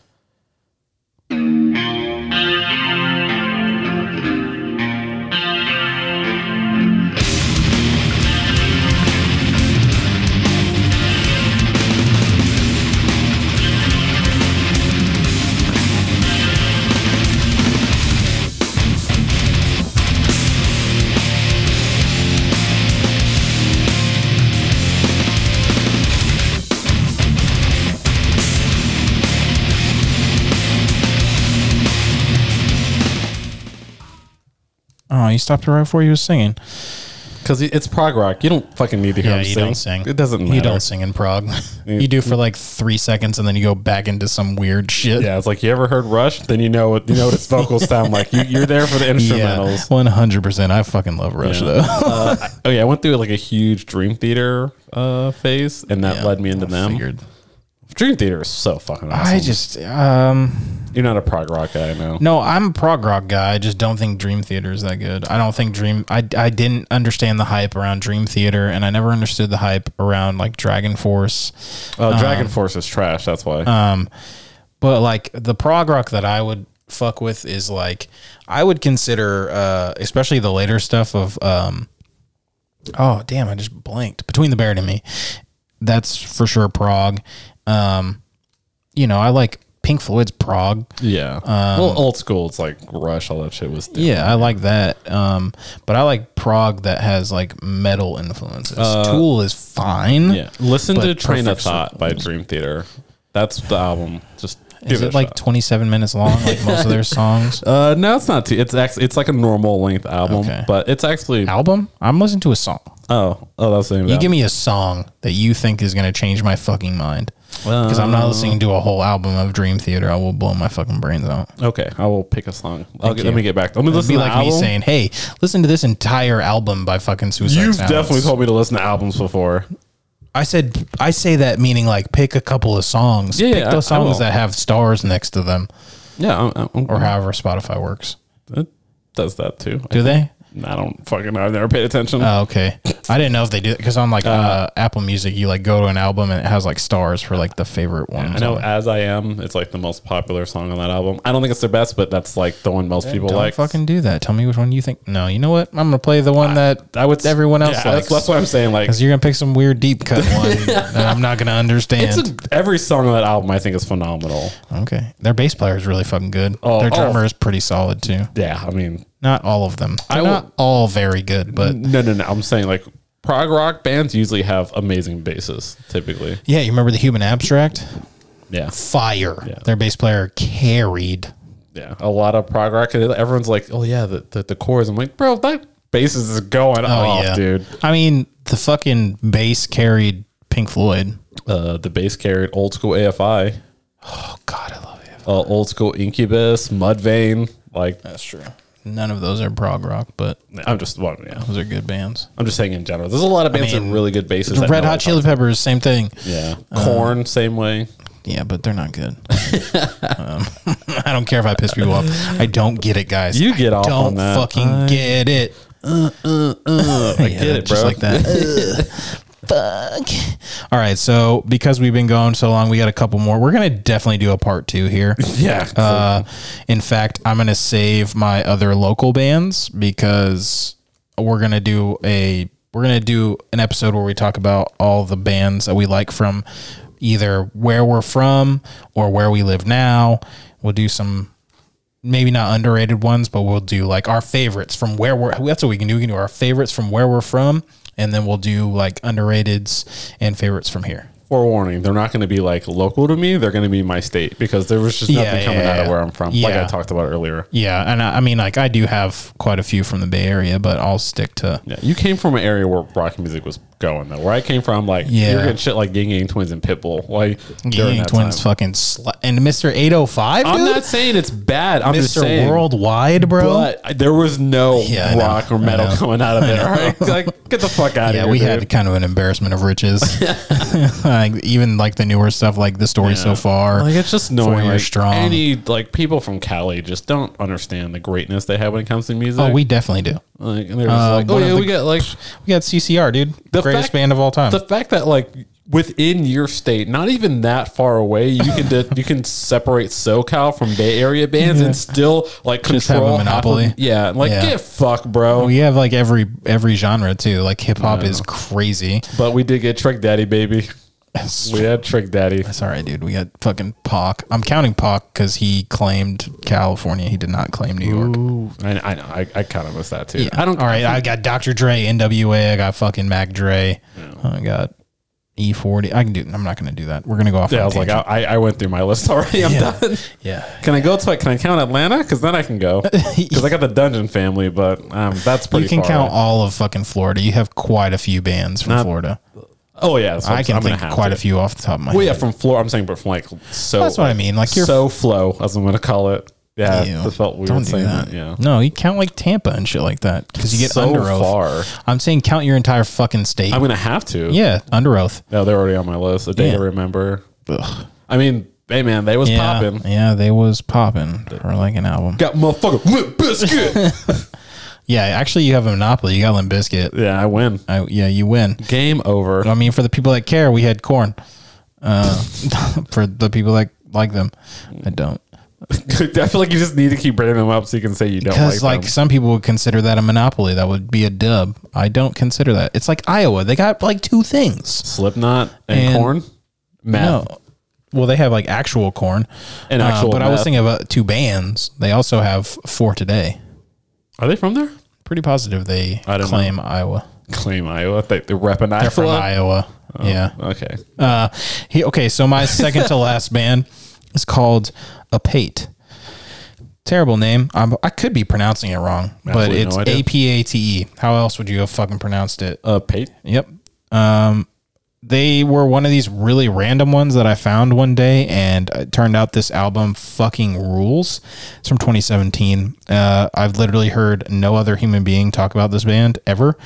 Speaker 1: Oh, you stopped it right before you was singing.
Speaker 2: Because it's prog rock. You don't fucking need to hear
Speaker 1: Yeah,
Speaker 2: him
Speaker 1: you
Speaker 2: sing.
Speaker 1: don't sing.
Speaker 2: It doesn't matter.
Speaker 1: You don't sing in Prague. *laughs* you do for like three seconds, and then you go back into some weird shit.
Speaker 2: Yeah, it's like you ever heard Rush? Then you know what you know what its vocals sound like. You, you're
Speaker 1: *laughs*
Speaker 2: there for the instrumentals.
Speaker 1: one hundred percent. I fucking love Rush though.
Speaker 2: Uh, I- oh yeah, I went through like a huge Dream Theater uh, phase, and that led me into
Speaker 1: *laughs* I
Speaker 2: them.
Speaker 1: figured.
Speaker 2: Dream Theater is so fucking awesome.
Speaker 1: I just um
Speaker 2: You're not a prog rock guy, I know.
Speaker 1: no, I'm a prog rock guy. I just don't think Dream Theater is that good. I don't think Dream. I I didn't understand the hype around Dream Theater, and I never understood the hype around like Dragon Force.
Speaker 2: Oh,
Speaker 1: um,
Speaker 2: Dragon Force is trash. That's why.
Speaker 1: uh, But like the prog rock that I would fuck with is like I would consider uh especially the later stuff of um oh damn I just blanked between the Baird and me. That's for sure prog. Um you know, I like Pink Floyd's prog.
Speaker 2: yeah.
Speaker 1: um,
Speaker 2: well, old school. It's like Rush. All that shit was. Dope.
Speaker 1: Yeah, I like that. Um but I like prog that has like metal influences. Tool is fine.
Speaker 2: Uh, Yeah. Listen to
Speaker 1: But
Speaker 2: Train of
Speaker 1: Perfect
Speaker 2: Thought by Dream Theater. That's the album. Just give
Speaker 1: Is
Speaker 2: it,
Speaker 1: it like 27 minutes long like most of
Speaker 2: *laughs*
Speaker 1: their songs?
Speaker 2: uh, no, it's not. Too, it's actually it's like a normal length album,
Speaker 1: Okay.
Speaker 2: but it's actually
Speaker 1: Album? I'm listening to a song.
Speaker 2: oh oh that's the name.
Speaker 1: You give me a song that you think is going to change my fucking mind. Because I'm
Speaker 2: Uh.
Speaker 1: not listening to a whole album of Dream Theater. I will blow my fucking brains out.
Speaker 2: okay. I will pick a song. I'll get, let
Speaker 1: you.
Speaker 2: me get back. Let me
Speaker 1: It'd
Speaker 2: listen.
Speaker 1: be
Speaker 2: to
Speaker 1: like
Speaker 2: the
Speaker 1: me
Speaker 2: album.
Speaker 1: saying, hey, listen to this entire album by fucking Suicide
Speaker 2: You've
Speaker 1: Silence."
Speaker 2: definitely told me to listen to albums before.
Speaker 1: I said, I say that meaning like pick a couple of songs.
Speaker 2: Yeah,
Speaker 1: pick
Speaker 2: yeah,
Speaker 1: those
Speaker 2: I- I
Speaker 1: songs
Speaker 2: will.
Speaker 1: that have stars next to them
Speaker 2: Yeah, I'm, I'm,
Speaker 1: or however Spotify works.
Speaker 2: it does that too.
Speaker 1: Do they?
Speaker 2: I don't fucking. I've never paid attention.
Speaker 1: Oh, okay. I didn't know if they do because on like uh, Apple Music, you like go to an album and it has like stars for like the favorite ones.
Speaker 2: I know
Speaker 1: on it.
Speaker 2: "As I Am" it's like the most popular song on that album. I don't think it's their best, but that's like the one most people
Speaker 1: Don't
Speaker 2: like.
Speaker 1: fucking do that. Tell me which one you think. No, you know what? I'm gonna play the one that
Speaker 2: I would
Speaker 1: everyone else
Speaker 2: Yeah,
Speaker 1: likes.
Speaker 2: that's, that's what I'm saying. Like,
Speaker 1: because you're gonna pick some weird deep
Speaker 2: *laughs*
Speaker 1: cut one that I'm not gonna understand.
Speaker 2: it's a, every song on that album I think is phenomenal.
Speaker 1: okay, their bass player is really fucking good.
Speaker 2: Oh,
Speaker 1: their
Speaker 2: oh.
Speaker 1: drummer is pretty solid too.
Speaker 2: Yeah, I mean,
Speaker 1: Not all of them. They're
Speaker 2: will- Mm.
Speaker 1: not all very good, but
Speaker 2: no, no, no. I'm saying like prog rock bands usually have amazing basses. Typically,
Speaker 1: yeah, you remember the Human Abstract?
Speaker 2: yeah,
Speaker 1: Fire.
Speaker 2: Yeah.
Speaker 1: Their bass player carried.
Speaker 2: yeah. A lot of prog rock. Everyone's like, oh yeah, the the, the chorus. I'm like, bro, that basses is
Speaker 1: Oh,
Speaker 2: going off, Oh, dude.
Speaker 1: I mean, the fucking bass carried Pink Floyd.
Speaker 2: Uh, the bass carried old school AFI.
Speaker 1: Oh God, I love it.
Speaker 2: uh, old school Incubus, Mudvayne. Like
Speaker 1: That's true. None of those are prog rock, but
Speaker 2: I'm just well, yeah.
Speaker 1: those are good bands.
Speaker 2: I'm just saying in general. There's a lot of bands
Speaker 1: mean,
Speaker 2: with really good bases. that
Speaker 1: Red
Speaker 2: no
Speaker 1: Hot
Speaker 2: one
Speaker 1: Chili Peppers, same thing.
Speaker 2: talks- Yeah, Corn same way.
Speaker 1: Yeah, but they're not
Speaker 2: *laughs*
Speaker 1: good. um, *laughs* I don't care if I piss people off. I don't get it, guys.
Speaker 2: You get
Speaker 1: I
Speaker 2: off
Speaker 1: Don't
Speaker 2: on that. Uh,
Speaker 1: fucking get it. *laughs*
Speaker 2: I get it, bro.
Speaker 1: Just like
Speaker 2: *laughs*
Speaker 1: that. Fuck. All right, so because we've been going so long, we got a couple more. We're gonna definitely do a part two
Speaker 2: *laughs*
Speaker 1: here.
Speaker 2: Yeah.
Speaker 1: Uh, in fact, I'm going to save my other local bands because we're going to do a we're going to do an episode where we talk about all the bands that we like from either where we're from or where we live now. We'll do some maybe not underrated ones, but we'll do like our favorites from where we're. That's what we can do. We can do our favorites from where we're from, and then we'll do like underrateds and favorites from here.
Speaker 2: Forewarning: They're not going to be like local to me. They're going to be my state because there was just
Speaker 1: Yeah,
Speaker 2: nothing coming
Speaker 1: yeah,
Speaker 2: out of
Speaker 1: yeah.
Speaker 2: where I'm from. Like
Speaker 1: Yeah.
Speaker 2: I talked about earlier.
Speaker 1: Yeah, and I, I mean, like I do have quite a few from the Bay Area, but I'll stick to
Speaker 2: Yeah, you came from an area where rock music was going though. Where I came from, like
Speaker 1: Yeah.
Speaker 2: you're getting shit like Ying Yang Twins and Pitbull. Like during
Speaker 1: Yang
Speaker 2: that
Speaker 1: Twins
Speaker 2: time.
Speaker 1: fucking sla- and Mr. 805,
Speaker 2: I'm
Speaker 1: dude?
Speaker 2: not saying it's bad. I'm just
Speaker 1: Mr.
Speaker 2: saying
Speaker 1: Worldwide, bro.
Speaker 2: But I- there was no
Speaker 1: Yeah, I know.
Speaker 2: rock or
Speaker 1: I know.
Speaker 2: metal coming out of it. All right, like get the fuck out
Speaker 1: yeah,
Speaker 2: of here.
Speaker 1: we
Speaker 2: dude.
Speaker 1: had kind of an embarrassment of
Speaker 2: *laughs*
Speaker 1: riches. *laughs* like even like the newer stuff, like the story so far.
Speaker 2: Like it's just
Speaker 1: Four
Speaker 2: knowing
Speaker 1: Years
Speaker 2: like,
Speaker 1: strong.
Speaker 2: any like people from Cali just don't understand the greatness they have when it comes to music.
Speaker 1: oh, we definitely do.
Speaker 2: like, and they're just
Speaker 1: Uh,
Speaker 2: like, oh
Speaker 1: one of
Speaker 2: yeah,
Speaker 1: the-
Speaker 2: we got like
Speaker 1: We got CCR, dude.
Speaker 2: The
Speaker 1: greatest
Speaker 2: fact-
Speaker 1: band of all time.
Speaker 2: the fact that like within your state, not even that far away, you can di- you can separate SoCal from Bay Area bands and still like control
Speaker 1: have a
Speaker 2: half of-
Speaker 1: monopoly.
Speaker 2: yeah, like
Speaker 1: Yeah. Oh,
Speaker 2: get fucked, bro.
Speaker 1: we have like every every genre too. Like hip hop is crazy. *laughs*
Speaker 2: but we did get Trick Daddy, baby. We had Trick Daddy.
Speaker 1: It's all right, dude. We got fucking Pac. I'm counting Pac because he claimed California. He did not claim New York.
Speaker 2: Ooh, I, I know. I, I kind of miss that too. I don't.
Speaker 1: All right, I got Dr. Dre, NWA. I got fucking Mac Dre. I got E40. I can do. I'm not gonna do that. We're gonna go off.
Speaker 2: Yeah,
Speaker 1: on
Speaker 2: I was like,
Speaker 1: tangent.
Speaker 2: I, I went through my list *laughs* already. I'm done.
Speaker 1: yeah.
Speaker 2: Can I go to it? Can I count Atlanta? Because then I
Speaker 1: *laughs*
Speaker 2: can go. Because I got the Dungeon Family, but um, that's pretty.
Speaker 1: You can
Speaker 2: far
Speaker 1: count
Speaker 2: away.
Speaker 1: all of fucking Florida. You have quite a few bands from
Speaker 2: Not-
Speaker 1: Florida.
Speaker 2: Oh yeah, that's
Speaker 1: I
Speaker 2: what I'm-
Speaker 1: can
Speaker 2: I'm gonna
Speaker 1: think
Speaker 2: have
Speaker 1: quite
Speaker 2: to.
Speaker 1: a few off the top of my
Speaker 2: Well, yeah,
Speaker 1: head.
Speaker 2: from Florida. I'm saying, but from like so.
Speaker 1: That's what I mean, like, you're-
Speaker 2: so flow, as I'm going to call it. Yeah,
Speaker 1: Ew.
Speaker 2: that felt weird
Speaker 1: Don't do
Speaker 2: saying
Speaker 1: that.
Speaker 2: that. Yeah,
Speaker 1: No, you count like Tampa and shit like that because you get
Speaker 2: so
Speaker 1: under oath.
Speaker 2: far.
Speaker 1: I'm saying count your entire fucking state.
Speaker 2: I'm going to have to.
Speaker 1: yeah, under oath.
Speaker 2: no, they're already on my list. A day
Speaker 1: Yeah.
Speaker 2: to remember.
Speaker 1: Ugh.
Speaker 2: I mean, hey man, they was
Speaker 1: Yeah,
Speaker 2: popping.
Speaker 1: yeah, they was popping for like an album.
Speaker 2: Got motherfucker Limp Biscuit.
Speaker 1: Yeah, actually, you have a monopoly. You got Limp Bizkit.
Speaker 2: *laughs* yeah, I win.
Speaker 1: I, yeah, you win.
Speaker 2: Game over.
Speaker 1: I mean, for the people that care, we had corn. Uh, *laughs* for the people that like them, I don't.
Speaker 2: *laughs* I feel like you just need to keep bringing them up so you can say you don't like,
Speaker 1: Because like,
Speaker 2: them.
Speaker 1: some people would consider that a monopoly. That would be a dub. I don't consider that. It's like Iowa. They got like two things.
Speaker 2: Slipknot and,
Speaker 1: And-
Speaker 2: corn, meth,
Speaker 1: No. Well, they have like actual corn.
Speaker 2: and
Speaker 1: Uh,
Speaker 2: actual.
Speaker 1: but I was
Speaker 2: meth.
Speaker 1: thinking about two bands. They also have four today.
Speaker 2: are they from there?
Speaker 1: Pretty positive they
Speaker 2: I don't
Speaker 1: claim Iowa.
Speaker 2: Claim Iowa. They, they're repping Iowa.
Speaker 1: They're from Iowa.
Speaker 2: Oh,
Speaker 1: Yeah.
Speaker 2: Okay.
Speaker 1: Uh, he, okay, so my second to
Speaker 2: *laughs*
Speaker 1: last band is called A Pate. Terrible name. I'm, I could be pronouncing it wrong, but
Speaker 2: Absolutely
Speaker 1: it's
Speaker 2: no idea.
Speaker 1: A P A T E. How else would you have fucking pronounced it?
Speaker 2: Uh, Pate.
Speaker 1: Yep. Um, they were one of these really random ones that I found one day, and it turned out this album fucking rules. It's from 2017. Uh, I've literally heard no other human being talk about this band ever.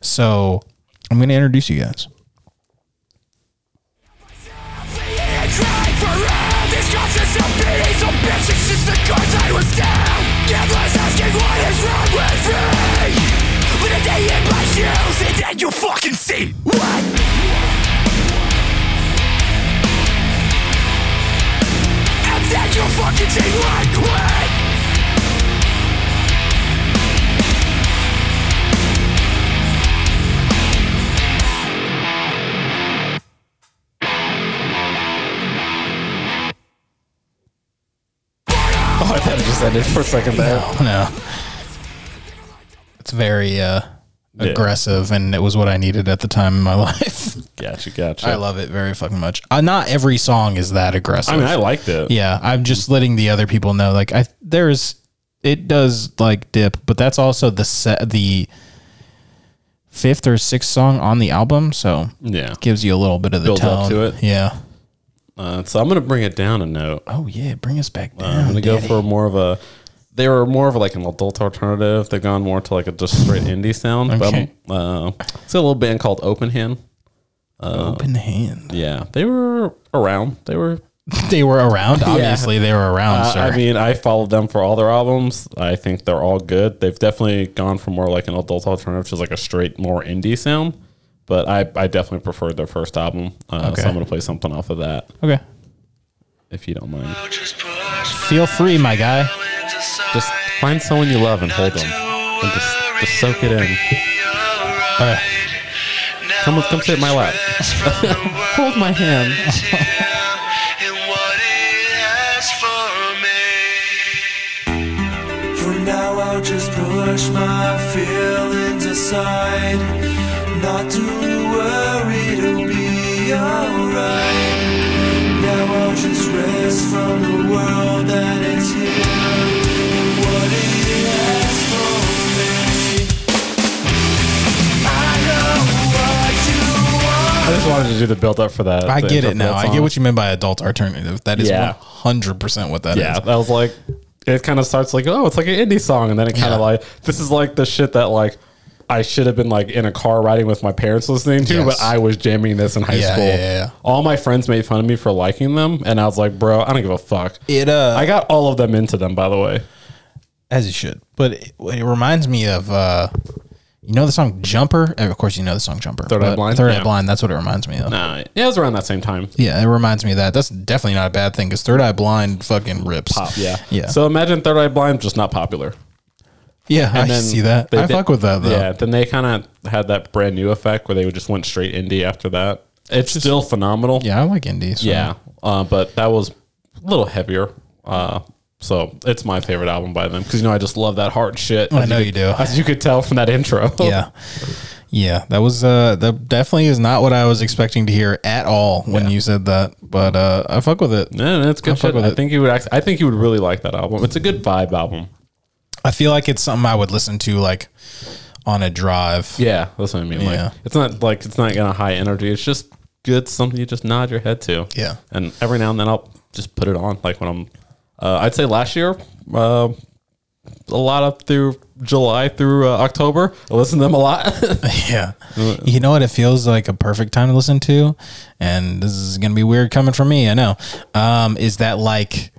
Speaker 1: So I'm going to introduce you guys.
Speaker 3: You fucking see what? And then you fucking see what? What?
Speaker 2: Oh, *laughs* I thought it just ended for a second there.
Speaker 1: No. It's very uh,
Speaker 2: Yeah.
Speaker 1: aggressive, and it was what I needed at the time in my *laughs* life.
Speaker 2: Gotcha, gotcha.
Speaker 1: I love it very fucking much. Uh, not every song is that aggressive.
Speaker 2: I mean, I liked it.
Speaker 1: Yeah, I'm just letting the other people know. Like, I there's it does like dip, but that's also the set the fifth or sixth song on the album, so
Speaker 2: Yeah.
Speaker 1: gives you a little bit of the
Speaker 2: Builds up
Speaker 1: tone
Speaker 2: to it.
Speaker 1: Yeah.
Speaker 2: Uh, so I'm gonna bring it down a note.
Speaker 1: Oh yeah, bring us back
Speaker 2: I'm
Speaker 1: down.
Speaker 2: gonna Um, go for more of a. They were more of like an adult alternative. They've gone more to like a just straight indie sound.
Speaker 1: Okay.
Speaker 2: But I'm, uh, it's a little band called Open Hand.
Speaker 1: Open hand.
Speaker 2: Yeah, they were around. They were.
Speaker 1: They were
Speaker 2: *laughs*
Speaker 1: around. Obviously, they were around,
Speaker 2: Uh, I-
Speaker 1: sir.
Speaker 2: I mean, I followed them for all their albums. I think they're all good. They've definitely gone from more like an adult alternative to like a straight more indie sound. But I, I definitely preferred their first album. Uh,
Speaker 1: Okay.
Speaker 2: So I'm gonna play something off of that
Speaker 1: okay.
Speaker 2: if you don't mind.
Speaker 1: Feel free, my guy.
Speaker 2: Just um, find someone you love and hold them, and just just soak it in.
Speaker 1: All right.
Speaker 2: Come come sit in my lap. *laughs* Hold my hand.
Speaker 6: *laughs* For now, I'll just push my feelings aside. Not to worry, it'll be alright. Now I'll just rest from the world that is here. and What it has for me. I know what you want.
Speaker 2: I just wanted to do the build up for that.
Speaker 1: I
Speaker 2: the
Speaker 1: get
Speaker 2: intro
Speaker 1: it
Speaker 2: for
Speaker 1: now.
Speaker 2: that
Speaker 1: I
Speaker 2: song.
Speaker 1: get what you meant by adult alternative. That is
Speaker 2: Yeah.
Speaker 1: 100% what that is.
Speaker 2: Yeah, that was like it kind of starts like oh, it's like an indie song, and then it kind of
Speaker 1: Yeah.
Speaker 2: like this is like the shit that like I should have been like in a car riding with my parents listening to,
Speaker 1: Yes.
Speaker 2: but I was jamming this in high
Speaker 1: Yeah,
Speaker 2: school.
Speaker 1: yeah, yeah.
Speaker 2: All my friends made fun of me for liking them, and I was like, bro, I don't give a fuck.
Speaker 1: It uh
Speaker 2: I got all of them into them, by the way.
Speaker 1: as you should. But it, it reminds me of uh, you know the song Jumper. Eh, Of course, you know the song Jumper.
Speaker 2: Third Eye
Speaker 1: but
Speaker 2: Blind?
Speaker 1: Third Eye
Speaker 2: Yeah.
Speaker 1: Blind. That's what it reminds me of.
Speaker 2: Uh, yeah, it was around that same time.
Speaker 1: Yeah, it reminds me of that. That's definitely not a bad thing because Third Eye Blind fucking rips.
Speaker 2: Pop, yeah,
Speaker 1: *laughs* yeah.
Speaker 2: So imagine Third Eye Blind just not popular.
Speaker 1: yeah, I
Speaker 2: then
Speaker 1: see that.
Speaker 2: they
Speaker 1: I
Speaker 2: did-
Speaker 1: fuck with that though.
Speaker 2: Yeah, then they kind of had that brand new effect where they would just went straight indie after that. It's still phenomenal.
Speaker 1: Yeah, I like indie. so-
Speaker 2: yeah, uh, but that was a little heavier. Uh, so it's my favorite album by them because you know I just love that hard shit.
Speaker 1: I
Speaker 2: as
Speaker 1: know you
Speaker 2: could-
Speaker 1: do.
Speaker 2: as you could tell from that intro. *laughs*
Speaker 1: Yeah. Yeah, that was uh that definitely is not what I was expecting to hear at all when
Speaker 2: Yeah.
Speaker 1: you said that, but uh I fuck with it.
Speaker 2: No, no, it's
Speaker 1: I
Speaker 2: good
Speaker 1: fuck
Speaker 2: shit.
Speaker 1: with
Speaker 2: I
Speaker 1: it.
Speaker 2: think you would. Act- I think you would really like that album. It's a good vibe album.
Speaker 1: I feel like it's something I would listen to like on a drive.
Speaker 2: Yeah, that's what I mean.
Speaker 1: Yeah.
Speaker 2: Like it's not like it's not gonna high energy. It's just good something you just nod your head to.
Speaker 1: Yeah.
Speaker 2: And every now and then I'll just put it on. Like when I'm, uh, I'd say last year, uh, a lot up through July through uh, October. I listen to them a lot.
Speaker 1: *laughs*
Speaker 2: *laughs*
Speaker 1: Yeah. You know what? It feels like a perfect time to listen to, and this is going to be weird coming from me. I know. Um, is that like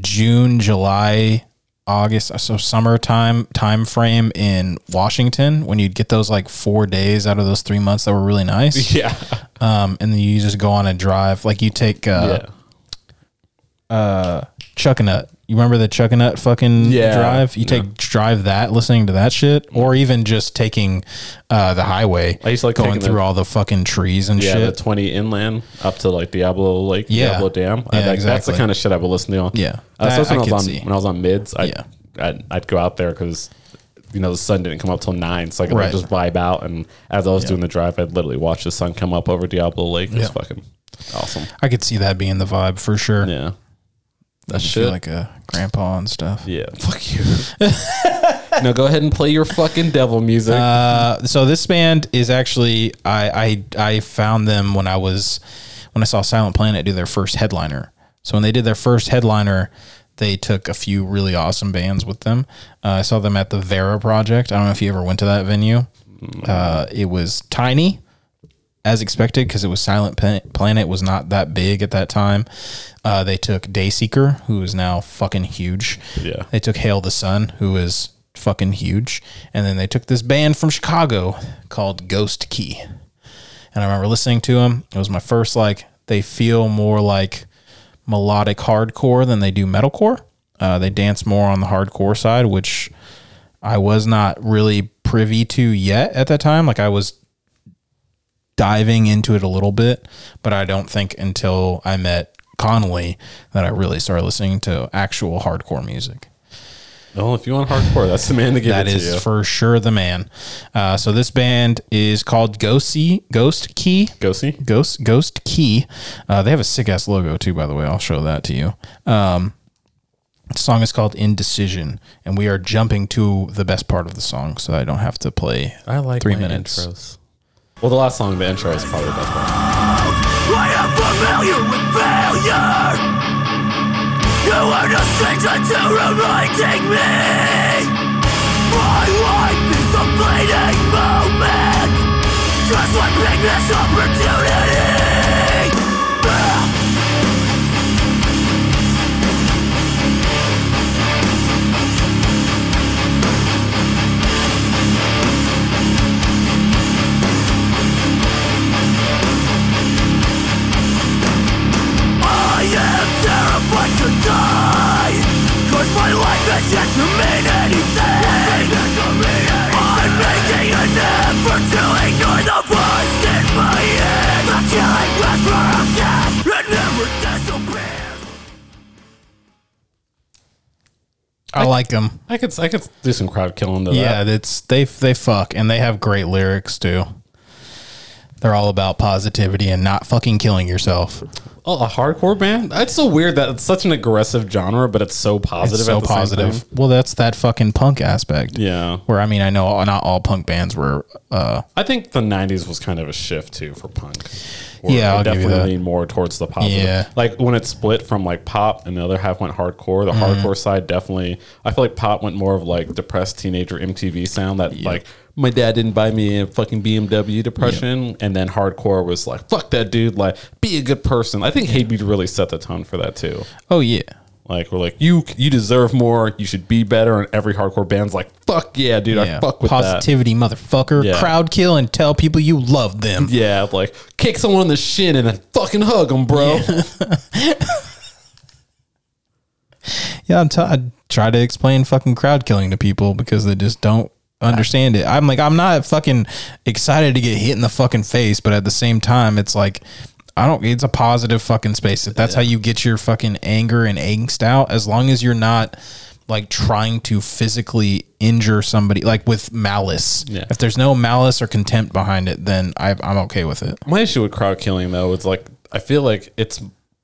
Speaker 1: June, July, August, uh, so summertime time frame in Washington when you'd get those like four days out of those three months that were really nice?
Speaker 2: *laughs* yeah.
Speaker 1: Um, and then you just go on a drive. Like you take uh,
Speaker 2: Yeah.
Speaker 1: Chuck a Nut. You remember the Chuck a Nut fucking
Speaker 2: Yeah.
Speaker 1: drive? You take drive that, listening to that shit, or even just taking uh, the highway.
Speaker 2: I used to like
Speaker 1: going
Speaker 2: taking
Speaker 1: through
Speaker 2: the-
Speaker 1: all the fucking trees and
Speaker 2: Yeah,
Speaker 1: shit.
Speaker 2: the 20 inland up to like Diablo Lake,
Speaker 1: Yeah.
Speaker 2: Diablo Dam.
Speaker 1: Yeah,
Speaker 2: I, like, That's the
Speaker 1: exactly.
Speaker 2: kind of shit I would listen to.
Speaker 1: Yeah.
Speaker 2: Uh,
Speaker 1: That
Speaker 2: especially
Speaker 1: I
Speaker 2: when I,
Speaker 1: could
Speaker 2: was on
Speaker 1: see.
Speaker 2: when I was on mids, I'd,
Speaker 1: Yeah.
Speaker 2: I'd, I'd go out there because you know the sun didn't come up till nine, so I could
Speaker 1: Right.
Speaker 2: like, just vibe out. And as I was doing the drive, I'd literally watch the sun come up over Diablo Lake. It was
Speaker 1: Yeah.
Speaker 2: fucking awesome.
Speaker 1: I could see that being the vibe for sure.
Speaker 2: Yeah, that
Speaker 1: I feel
Speaker 2: shit.
Speaker 1: like a grandpa and stuff.
Speaker 2: yeah, fuck you. *laughs* now go ahead and play your fucking devil music.
Speaker 1: Uh, so this band is actually I, I I found them when I was when I saw Silent Planet do their first headliner. So when they did their first headliner, they took a few really awesome bands with them. Uh, I saw them at the Vera Project. I don't know if you ever went to that venue. Uh, it was tiny. as expected because it was Silent Pan- Planet was not that big at that time. Uh, they took Dayseeker, who is now fucking huge.
Speaker 2: Yeah.
Speaker 1: They took Hail the Sun, who is fucking huge, and then they took this band from Chicago called Ghost Key. And I remember listening to them. It was my first like they feel more like melodic hardcore than they do metalcore. Uh, they dance more on the hardcore side, which I was not really privy to yet at that time. Like I was diving into it a little bit, but I don't think until I met Connolly that I really started listening to actual hardcore music.
Speaker 2: well, Oh, if you want hardcore, that's the man to give
Speaker 1: That
Speaker 2: it
Speaker 1: is
Speaker 2: to you.
Speaker 1: for sure the man. Uh, so this band is called Ghost Key- Ghost Key.
Speaker 2: go see.
Speaker 1: Ghost Ghost Key. Uh, they have a sick ass logo too, by the way. I'll show that to you. Um, the song is called Indecision, and we are jumping to the best part of the song, so I don't have to play.
Speaker 2: I like
Speaker 1: three minutes.
Speaker 2: Well, the last song, the intro, is probably the best part.
Speaker 3: I am familiar with failure. You are no stranger to reminding me. My life is a fleeting moment. Just one big missed opportunity. I am terrified to die. Cause my life has yet to mean anything. I'm making an effort to ignore the voice in my head. The killing whisper of death. It never disappears.
Speaker 1: I like them.
Speaker 2: I could I could do some crowd killing to
Speaker 1: Yeah,
Speaker 2: that.
Speaker 1: it's they they fuck and they have great lyrics too. They're all about positivity and not fucking killing yourself.
Speaker 2: Oh, a hardcore band? That's so weird that it's such an aggressive genre, but it's so positive.
Speaker 1: It's so
Speaker 2: at the same
Speaker 1: positive.
Speaker 2: time.
Speaker 1: Well, that's that fucking punk aspect.
Speaker 2: Yeah.
Speaker 1: Where I mean, I know all- not all punk bands were. Uh,
Speaker 2: I think the '90s was kind of a shift too for punk.
Speaker 1: Yeah,
Speaker 2: it
Speaker 1: I'll give you
Speaker 2: definitely
Speaker 1: that.
Speaker 2: leaned more towards the positive.
Speaker 1: Yeah.
Speaker 2: Like when it split from like pop, and the other half went hardcore. The
Speaker 1: Mm-hmm.
Speaker 2: hardcore side definitely. I feel like pop went more of like depressed teenager MTV sound. That like my dad didn't buy me a fucking BMW depression, and then hardcore was like fuck that dude, like be a good person. I think Hatebreed really set the tone for that too.
Speaker 1: oh yeah,
Speaker 2: Like we're like you you deserve more. You should be better. And every hardcore band's like fuck yeah, dude.
Speaker 1: Yeah.
Speaker 2: I fuck with that.
Speaker 1: positivity, motherfucker.
Speaker 2: Yeah.
Speaker 1: Crowd kill and tell people you love them.
Speaker 2: Yeah, like kick someone in the shin and then fucking hug them, bro. *laughs*
Speaker 1: Yeah, I'm t- I try to explain fucking crowd killing to people because they just don't understand it. I'm like, I'm not fucking excited to get hit in the fucking face, but at the same time, it's like, I don't, it's a positive fucking space. If that's how you get your fucking anger and angst out, as long as you're not like trying to physically injure somebody, like with malice.
Speaker 2: Yeah.
Speaker 1: If there's no malice or contempt behind it, then I, I'm okay with it.
Speaker 2: My issue with crowd killing though is like I feel like it's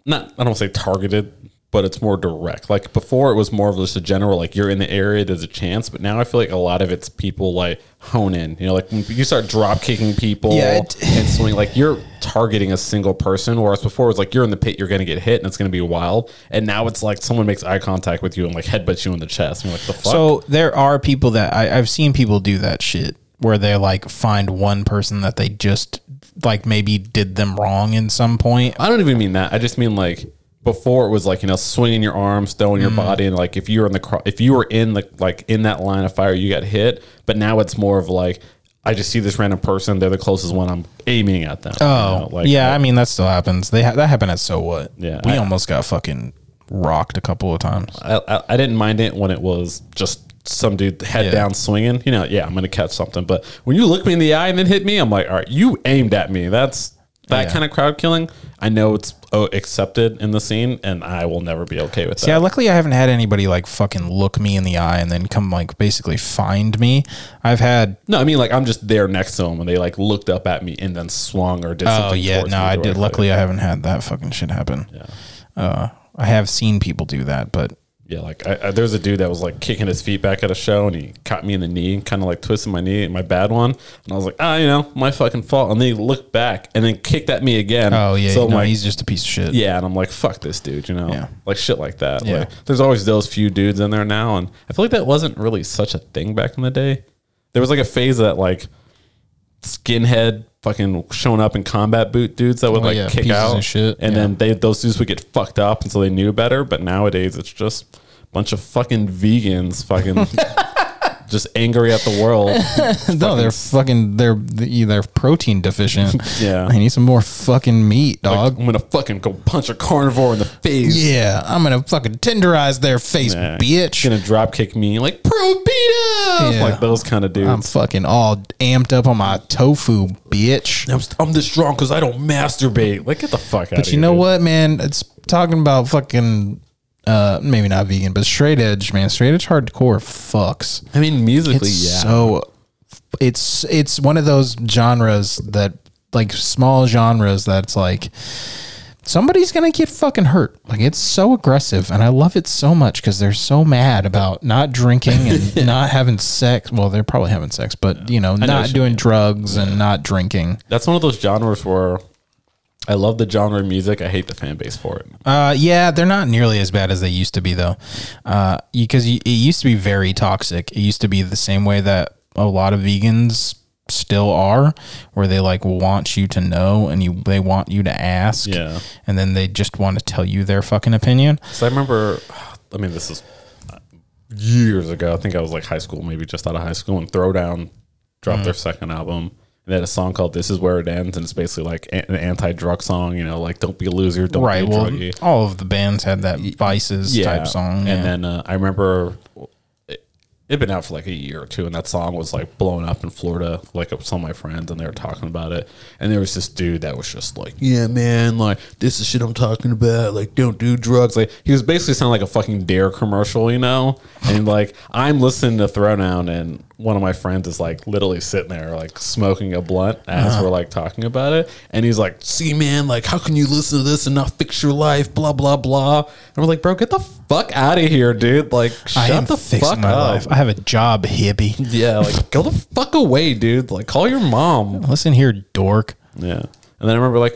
Speaker 2: not. I don't say targeted, but it's more direct. Like before, it was more of just a general, like you're in the area, there's a chance. But now I feel like a lot of it's people like hone in. You know, like when you start drop kicking people
Speaker 1: Yeah, it-
Speaker 2: and swing, like you're targeting a single person. Whereas before, it was like you're in the pit, you're going to get hit and it's going to be wild. And now it's like someone makes eye contact with you and like headbutts you in the chest. And you're like, the fuck?
Speaker 1: So there are people that I, I've seen people do that shit where they like find one person that they just like maybe did them wrong in some point.
Speaker 2: I don't even mean that. I just mean like before it was like you know swinging your arms, throwing
Speaker 1: Mm-hmm.
Speaker 2: your body, and like if you were in the cro- if you were in the like in that line of fire, you got hit. But now it's more of like I just see this random person; they're the closest one. I'm aiming at them.
Speaker 1: Oh, yeah. I mean, that still happens. They ha- that happened at so what?
Speaker 2: Yeah,
Speaker 1: we
Speaker 2: I-
Speaker 1: almost got fucking rocked a couple of times.
Speaker 2: I, I, I didn't mind it when it was just some dude head
Speaker 1: Yeah.
Speaker 2: down swinging. You know, yeah, I'm gonna catch something. But when you look me in the eye and then hit me, I'm like, all right, you aimed at me. That's that
Speaker 1: Yeah.
Speaker 2: kind of crowd killing. I know it's oh, accepted in the scene, and I will never be okay with that.
Speaker 1: Yeah, luckily I haven't had anybody like fucking look me in the eye and then come like basically find me. I've had
Speaker 2: No, I mean like I'm just there next to them and they like looked up at me and then swung or did
Speaker 1: oh
Speaker 2: something.
Speaker 1: yeah,
Speaker 2: towards
Speaker 1: no,
Speaker 2: me
Speaker 1: I did.
Speaker 2: directly.
Speaker 1: Luckily I haven't had that fucking shit happen. Uh, I have seen people do that, but
Speaker 2: Yeah, like I, I, there was a dude that was like kicking his feet back at a show and he caught me in the knee, kind of like twisted my knee, my bad one, and I was like, ah, you know, my fucking fault. And then he looked back and then kicked at me again.
Speaker 1: oh yeah,
Speaker 2: so I'm
Speaker 1: no,
Speaker 2: like,
Speaker 1: he's just a piece of shit.
Speaker 2: yeah, and I'm like, fuck this dude, you know,
Speaker 1: Yeah.
Speaker 2: like shit like that.
Speaker 1: Yeah.
Speaker 2: Like, there's always those few dudes in there now, and I feel like that wasn't really such a thing back in the day. There was like a phase that like skinhead fucking showing up in combat boot dudes that would
Speaker 1: Oh,
Speaker 2: like
Speaker 1: yeah,
Speaker 2: kick
Speaker 1: pieces
Speaker 2: out
Speaker 1: of shit,
Speaker 2: and
Speaker 1: yeah.
Speaker 2: then they those dudes would get fucked up, and so they knew better. But nowadays, it's just a bunch of fucking vegans,
Speaker 1: *laughs*
Speaker 2: fucking. Just angry at the world.
Speaker 1: no, they're fucking they're they're protein deficient.
Speaker 2: *laughs* Yeah.
Speaker 1: I need some more fucking meat, dog.
Speaker 2: I'm gonna fucking go punch a carnivore in the face.
Speaker 1: yeah, I'm gonna fucking tenderize their face,
Speaker 2: Yeah.
Speaker 1: bitch.
Speaker 2: Gonna drop kick me like pro beat
Speaker 1: Yeah.
Speaker 2: like those kind of dudes.
Speaker 1: I'm fucking all amped up on my tofu, bitch.
Speaker 2: I'm, I'm this strong because I don't masturbate. Like, get the fuck out
Speaker 1: But you know what, man? It's talking about fucking uh maybe not vegan, but straight edge, man. Straight edge hardcore fucks.
Speaker 2: I mean, musically,
Speaker 1: It's
Speaker 2: yeah.
Speaker 1: so it's it's one of those genres that like small genres that's like somebody's gonna get fucking hurt like it's so aggressive and i love it so much because they're so mad about not drinking
Speaker 2: *laughs*
Speaker 1: and not having sex well they're probably having sex but you know
Speaker 2: what
Speaker 1: not
Speaker 2: you
Speaker 1: doing drugs and not drinking
Speaker 2: That's one of those genres where I love the genre of music. I hate the fan base for it.
Speaker 1: Uh, yeah, they're not nearly as bad as they used to be, though. Uh, because y it used to be very toxic. It used to be the same way that a lot of vegans still are, where they like want you to know and you they want you to ask,
Speaker 2: Yeah.
Speaker 1: and then they just want to tell you their fucking opinion.
Speaker 2: So I remember, I mean, this is uh, years ago. I think I was like high school, maybe just out of high school, and Throwdown dropped their second album. And they had a song called This Is Where It Ends. And it's basically like an anti drug song, you know, like don't be a loser, don't
Speaker 1: right.
Speaker 2: be a
Speaker 1: Well,
Speaker 2: druggie.
Speaker 1: all of the bands had that vices type song,
Speaker 2: And
Speaker 1: yeah.
Speaker 2: then uh, I remember it had been out for like a year or two, and that song was like blown up in Florida. Like some of my friends, and they were talking about it. And there was this dude that was just like, "Yeah, man, like this is shit I'm talking about. Like, don't do drugs." Like he was basically sounding like a fucking Dare commercial, you know. And like I'm listening to Throwdown, and one of my friends is like literally sitting there like smoking a blunt as
Speaker 1: Uh-huh.
Speaker 2: we're like talking about it, and he's like, "See, man, like how can you listen to this and not fix your life?" Blah blah blah. And we're like, "Bro, get the fuck out of here, dude! Like, shut
Speaker 1: I am
Speaker 2: the
Speaker 1: fixing
Speaker 2: fuck
Speaker 1: my
Speaker 2: up."
Speaker 1: life. I have a job, hippie.
Speaker 2: Yeah, *laughs* like go the fuck away, dude. Like call your mom.
Speaker 1: Listen here, dork.
Speaker 2: Yeah. And then I remember like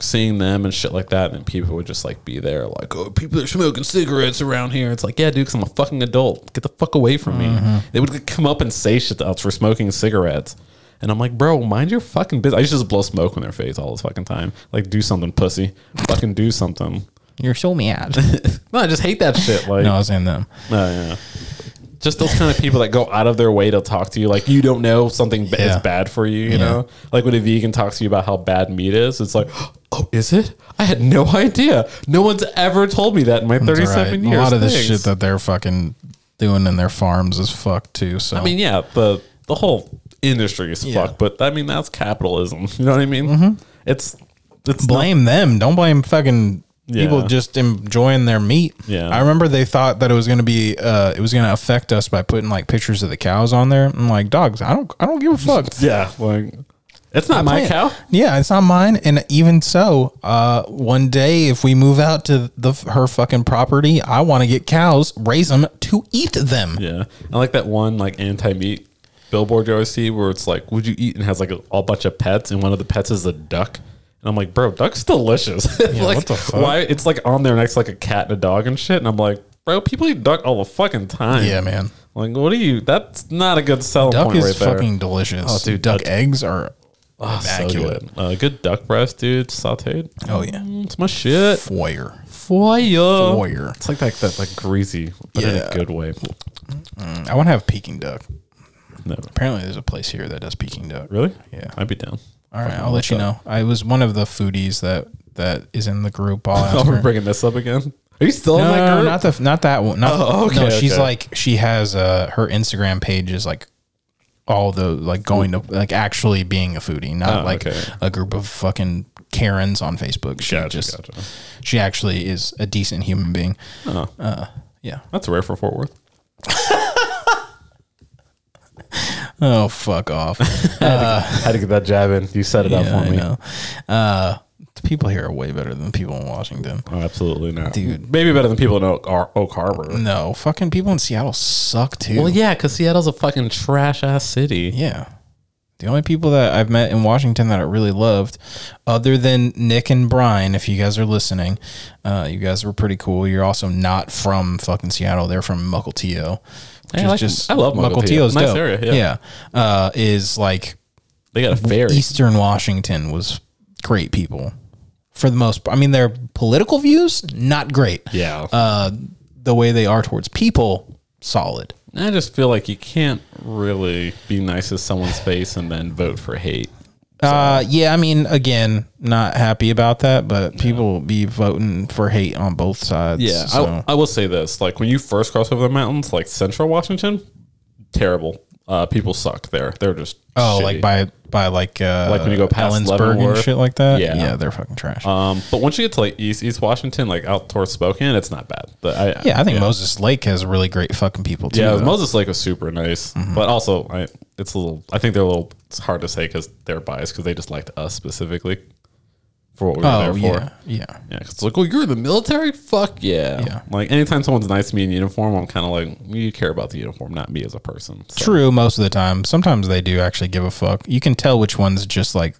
Speaker 2: seeing them and shit like that, and people would just like be there, like, oh, people are smoking cigarettes around here. It's like, yeah, dude, because I'm a fucking adult. Get the fuck away from me. They would come up and say shit to us for smoking cigarettes. And I'm like, bro, mind your fucking business. I used to just blow smoke in their face all the fucking time. Like, do something, pussy. fucking do something.
Speaker 1: You're so mad.
Speaker 2: No, I just hate that shit.
Speaker 1: *laughs*
Speaker 2: Like,
Speaker 1: no, I was in them.
Speaker 2: no, yeah. Just those kind of people that go out of their way to talk to you. Like, you don't know something ba-
Speaker 1: Yeah.
Speaker 2: is bad for you, you
Speaker 1: Yeah.
Speaker 2: know? Like, when a vegan talks to you about how bad meat is, it's like, oh, is it? I had no idea. No one's ever told me that in my
Speaker 1: That's
Speaker 2: 37
Speaker 1: right.
Speaker 2: years.
Speaker 1: A lot of this
Speaker 2: Thanks.
Speaker 1: shit that they're fucking doing in their farms is fucked too. So
Speaker 2: I mean, yeah, the, the whole industry is
Speaker 1: Yeah. Mm-hmm.
Speaker 2: fucked, but I mean, that's capitalism. *laughs* You know what I mean? It's, it's not-
Speaker 1: blame them. Don't blame fucking
Speaker 2: Yeah.
Speaker 1: people just enjoying their meat.
Speaker 2: Yeah.
Speaker 1: I remember they thought that it was gonna be uh it was gonna affect
Speaker 2: *laughs*
Speaker 1: us by putting like pictures of the cows on there. I'm like, dogs, I don't I don't give a fuck.
Speaker 2: yeah, like, It's not my
Speaker 1: plant.
Speaker 2: cow.
Speaker 1: Yeah, it's not mine. And even so, uh, one day if we move out to the her fucking property, I want to get cows, raise them to eat them.
Speaker 2: Yeah, I like that one like anti meat billboard you always see where it's like, "Would you eat?" and has like a, a bunch of pets, and one of the pets is a duck. And I'm like, bro, duck's delicious. *laughs* like,
Speaker 1: what the fuck?
Speaker 2: Why? It's like on there next to like a cat and a dog and shit. And I'm like, bro, people eat duck all the fucking time.
Speaker 1: Yeah, man.
Speaker 2: Like, what are you? That's not a good selling
Speaker 1: Duck
Speaker 2: point
Speaker 1: is
Speaker 2: right there.
Speaker 1: fucking delicious.
Speaker 2: Oh, dude,
Speaker 1: duck
Speaker 2: duck-
Speaker 1: eggs are
Speaker 2: Oh, so
Speaker 1: immaculate.
Speaker 2: good. Uh, good duck breast, dude, sautéed.
Speaker 1: oh yeah,
Speaker 2: It's my shit.
Speaker 1: foyer.
Speaker 2: Foyer.
Speaker 1: Foyer.
Speaker 2: It's like that, that like greasy, but in
Speaker 1: Yeah.
Speaker 2: a good way.
Speaker 1: I want to have Peking duck.
Speaker 2: Never.
Speaker 1: Apparently, there's a place here that does Peking duck.
Speaker 2: Really?
Speaker 1: Yeah.
Speaker 2: I'd be down.
Speaker 1: All right, I'll let you know. I was one of the foodies that that is in the group.
Speaker 2: *laughs*
Speaker 1: I'll
Speaker 2: Oh,
Speaker 1: ask
Speaker 2: we're
Speaker 1: her.
Speaker 2: bringing this up again. Are you still in
Speaker 1: No,
Speaker 2: that
Speaker 1: no,
Speaker 2: group?
Speaker 1: not the not that one. Not,
Speaker 2: Oh, okay,
Speaker 1: no, she's
Speaker 2: okay.
Speaker 1: like she has uh her Instagram page is like all the like going to like actually being a foodie, not
Speaker 2: Oh,
Speaker 1: like
Speaker 2: okay.
Speaker 1: a group of fucking Karens on Facebook. She
Speaker 2: Gotcha,
Speaker 1: just
Speaker 2: gotcha.
Speaker 1: she actually is a decent human being.
Speaker 2: Oh.
Speaker 1: Uh, yeah.
Speaker 2: That's rare for Fort Worth.
Speaker 1: Oh fuck off.
Speaker 2: I had to get that jab in. You set it
Speaker 1: yeah, I know. Uh, the people here are way better than people in Washington.
Speaker 2: Oh, absolutely not,
Speaker 1: Dude.
Speaker 2: Maybe better than people in Oak, Ar- Oak Harbor.
Speaker 1: No, fucking people in Seattle suck too.
Speaker 2: Mm. yeah, because Seattle's a fucking trash ass city.
Speaker 1: Yeah. The only people that I've met in Washington that I really loved, other than Nick and Brian, if you guys are listening, uh, you guys were pretty cool. You're also not from fucking Seattle; they're from Mukilteo, which
Speaker 2: I like- I love Mukilteo.
Speaker 1: Mukilteo's
Speaker 2: Nice
Speaker 1: dope.
Speaker 2: area,
Speaker 1: Yeah,
Speaker 2: yeah.
Speaker 1: Uh, is like
Speaker 2: They got a ferry.
Speaker 1: Eastern Washington was great people for the most. part. I mean, their political views not great.
Speaker 2: yeah.
Speaker 1: Uh, the way they are towards people, solid.
Speaker 2: I just feel like you can't really be nice to someone's face and then vote for hate.
Speaker 1: Uh, yeah, I mean, again, not happy about that, but people will be voting for hate on both sides.
Speaker 2: Yeah,
Speaker 1: so.
Speaker 2: I, I will say this: like when you first cross over the mountains, like Central Washington, terrible. Uh, people suck there. They're just
Speaker 1: oh,
Speaker 2: shitty.
Speaker 1: like by by like uh,
Speaker 2: Like when you go past
Speaker 1: Ellensburg and
Speaker 2: Leavenworth.
Speaker 1: shit like that.
Speaker 2: Yeah.
Speaker 1: yeah, they're fucking trash.
Speaker 2: Um, but once you get to like East East Washington, like out towards Spokane, it's not bad. But I,
Speaker 1: yeah, I think Moses Lake has really great fucking people too.
Speaker 2: Yeah,
Speaker 1: though.
Speaker 2: Moses Lake was super nice,
Speaker 1: Mm-hmm.
Speaker 2: but also I, it's a little. I think they're a little. It's hard to say because they're biased because they just liked us specifically for what we were
Speaker 1: Oh
Speaker 2: there for.
Speaker 1: yeah, yeah.
Speaker 2: Yeah, 'cause it's like, oh, you're in the military? Fuck yeah.
Speaker 1: Yeah.
Speaker 2: Like, anytime someone's nice to me in uniform, I'm kind of like, you care about the uniform, not me as a person. So,
Speaker 1: True, most of the time. Sometimes they do actually give a fuck. You can tell which one's just like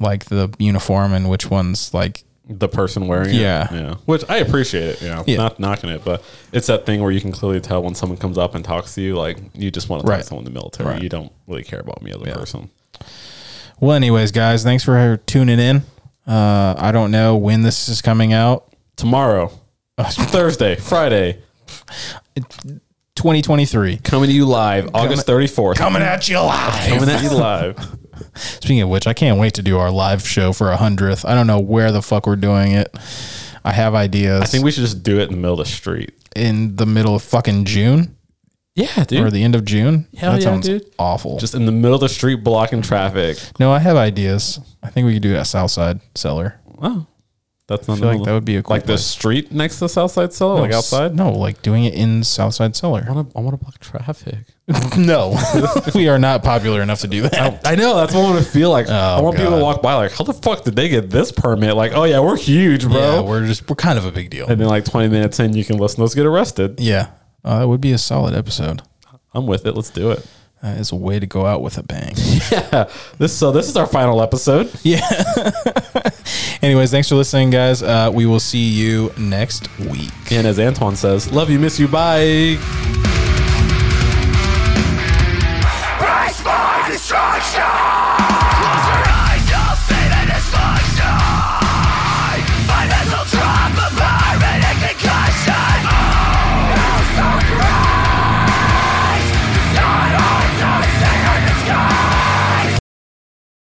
Speaker 1: like the uniform and which one's like
Speaker 2: The person wearing
Speaker 1: Yeah.
Speaker 2: it. Yeah. Which I appreciate it. You know,
Speaker 1: Yeah.
Speaker 2: not knocking it, but it's that thing where you can clearly tell when someone comes up and talks to you, like, you just want to talk
Speaker 1: Right.
Speaker 2: to someone in the military.
Speaker 1: Right.
Speaker 2: You don't really care about me as a person.
Speaker 1: Well, anyways, guys, thanks for tuning in. Uh, I don't know when this is coming out. *laughs*
Speaker 2: Tomorrow, *laughs* Thursday, Friday,
Speaker 1: 2023.
Speaker 2: coming to you live, August 34th.
Speaker 1: Coming at you live.
Speaker 2: Coming at *laughs* you live.
Speaker 1: Speaking of which, I can't wait to do our live show for a hundredth. I don't know where the fuck we're doing it. I have ideas.
Speaker 2: I think we should just do it in the middle of the street.
Speaker 1: in the middle of fucking June
Speaker 2: Yeah, dude.
Speaker 1: or the end of June.
Speaker 2: Hell yeah, dude.
Speaker 1: awful. Just
Speaker 2: just in the middle of the street, blocking traffic.
Speaker 1: no, I have ideas. I think we could do it at Southside Cellar.
Speaker 2: Oh, that's not
Speaker 1: I feel like that would be a cool
Speaker 2: like the
Speaker 1: place.
Speaker 2: street next to the south side cell, Oh, like
Speaker 1: No,
Speaker 2: outside.
Speaker 1: No, like doing it in Southside Cellar. *laughs*
Speaker 2: I want to I want to block traffic.
Speaker 1: No,
Speaker 2: *laughs*
Speaker 1: we are not popular enough to do that.
Speaker 2: I know that's what I want to feel like. I want people
Speaker 1: Oh, God.
Speaker 2: to walk by like, how the fuck did they get this permit? Like, oh yeah, we're huge, bro.
Speaker 1: Yeah, we're just we're kind of a big deal.
Speaker 2: and then like 20 minutes in, you can listen to us get arrested.
Speaker 1: Yeah, uh, that would be a solid episode.
Speaker 2: I'm with it. Let's do it. *laughs*
Speaker 1: That is a way to go out with a bang.
Speaker 2: This so this is our final episode.
Speaker 1: Anyways, thanks for listening, guys. Uh, we will see you next week.
Speaker 2: And as Antoine says, love you, miss you, bye.
Speaker 5: Praise for destruction!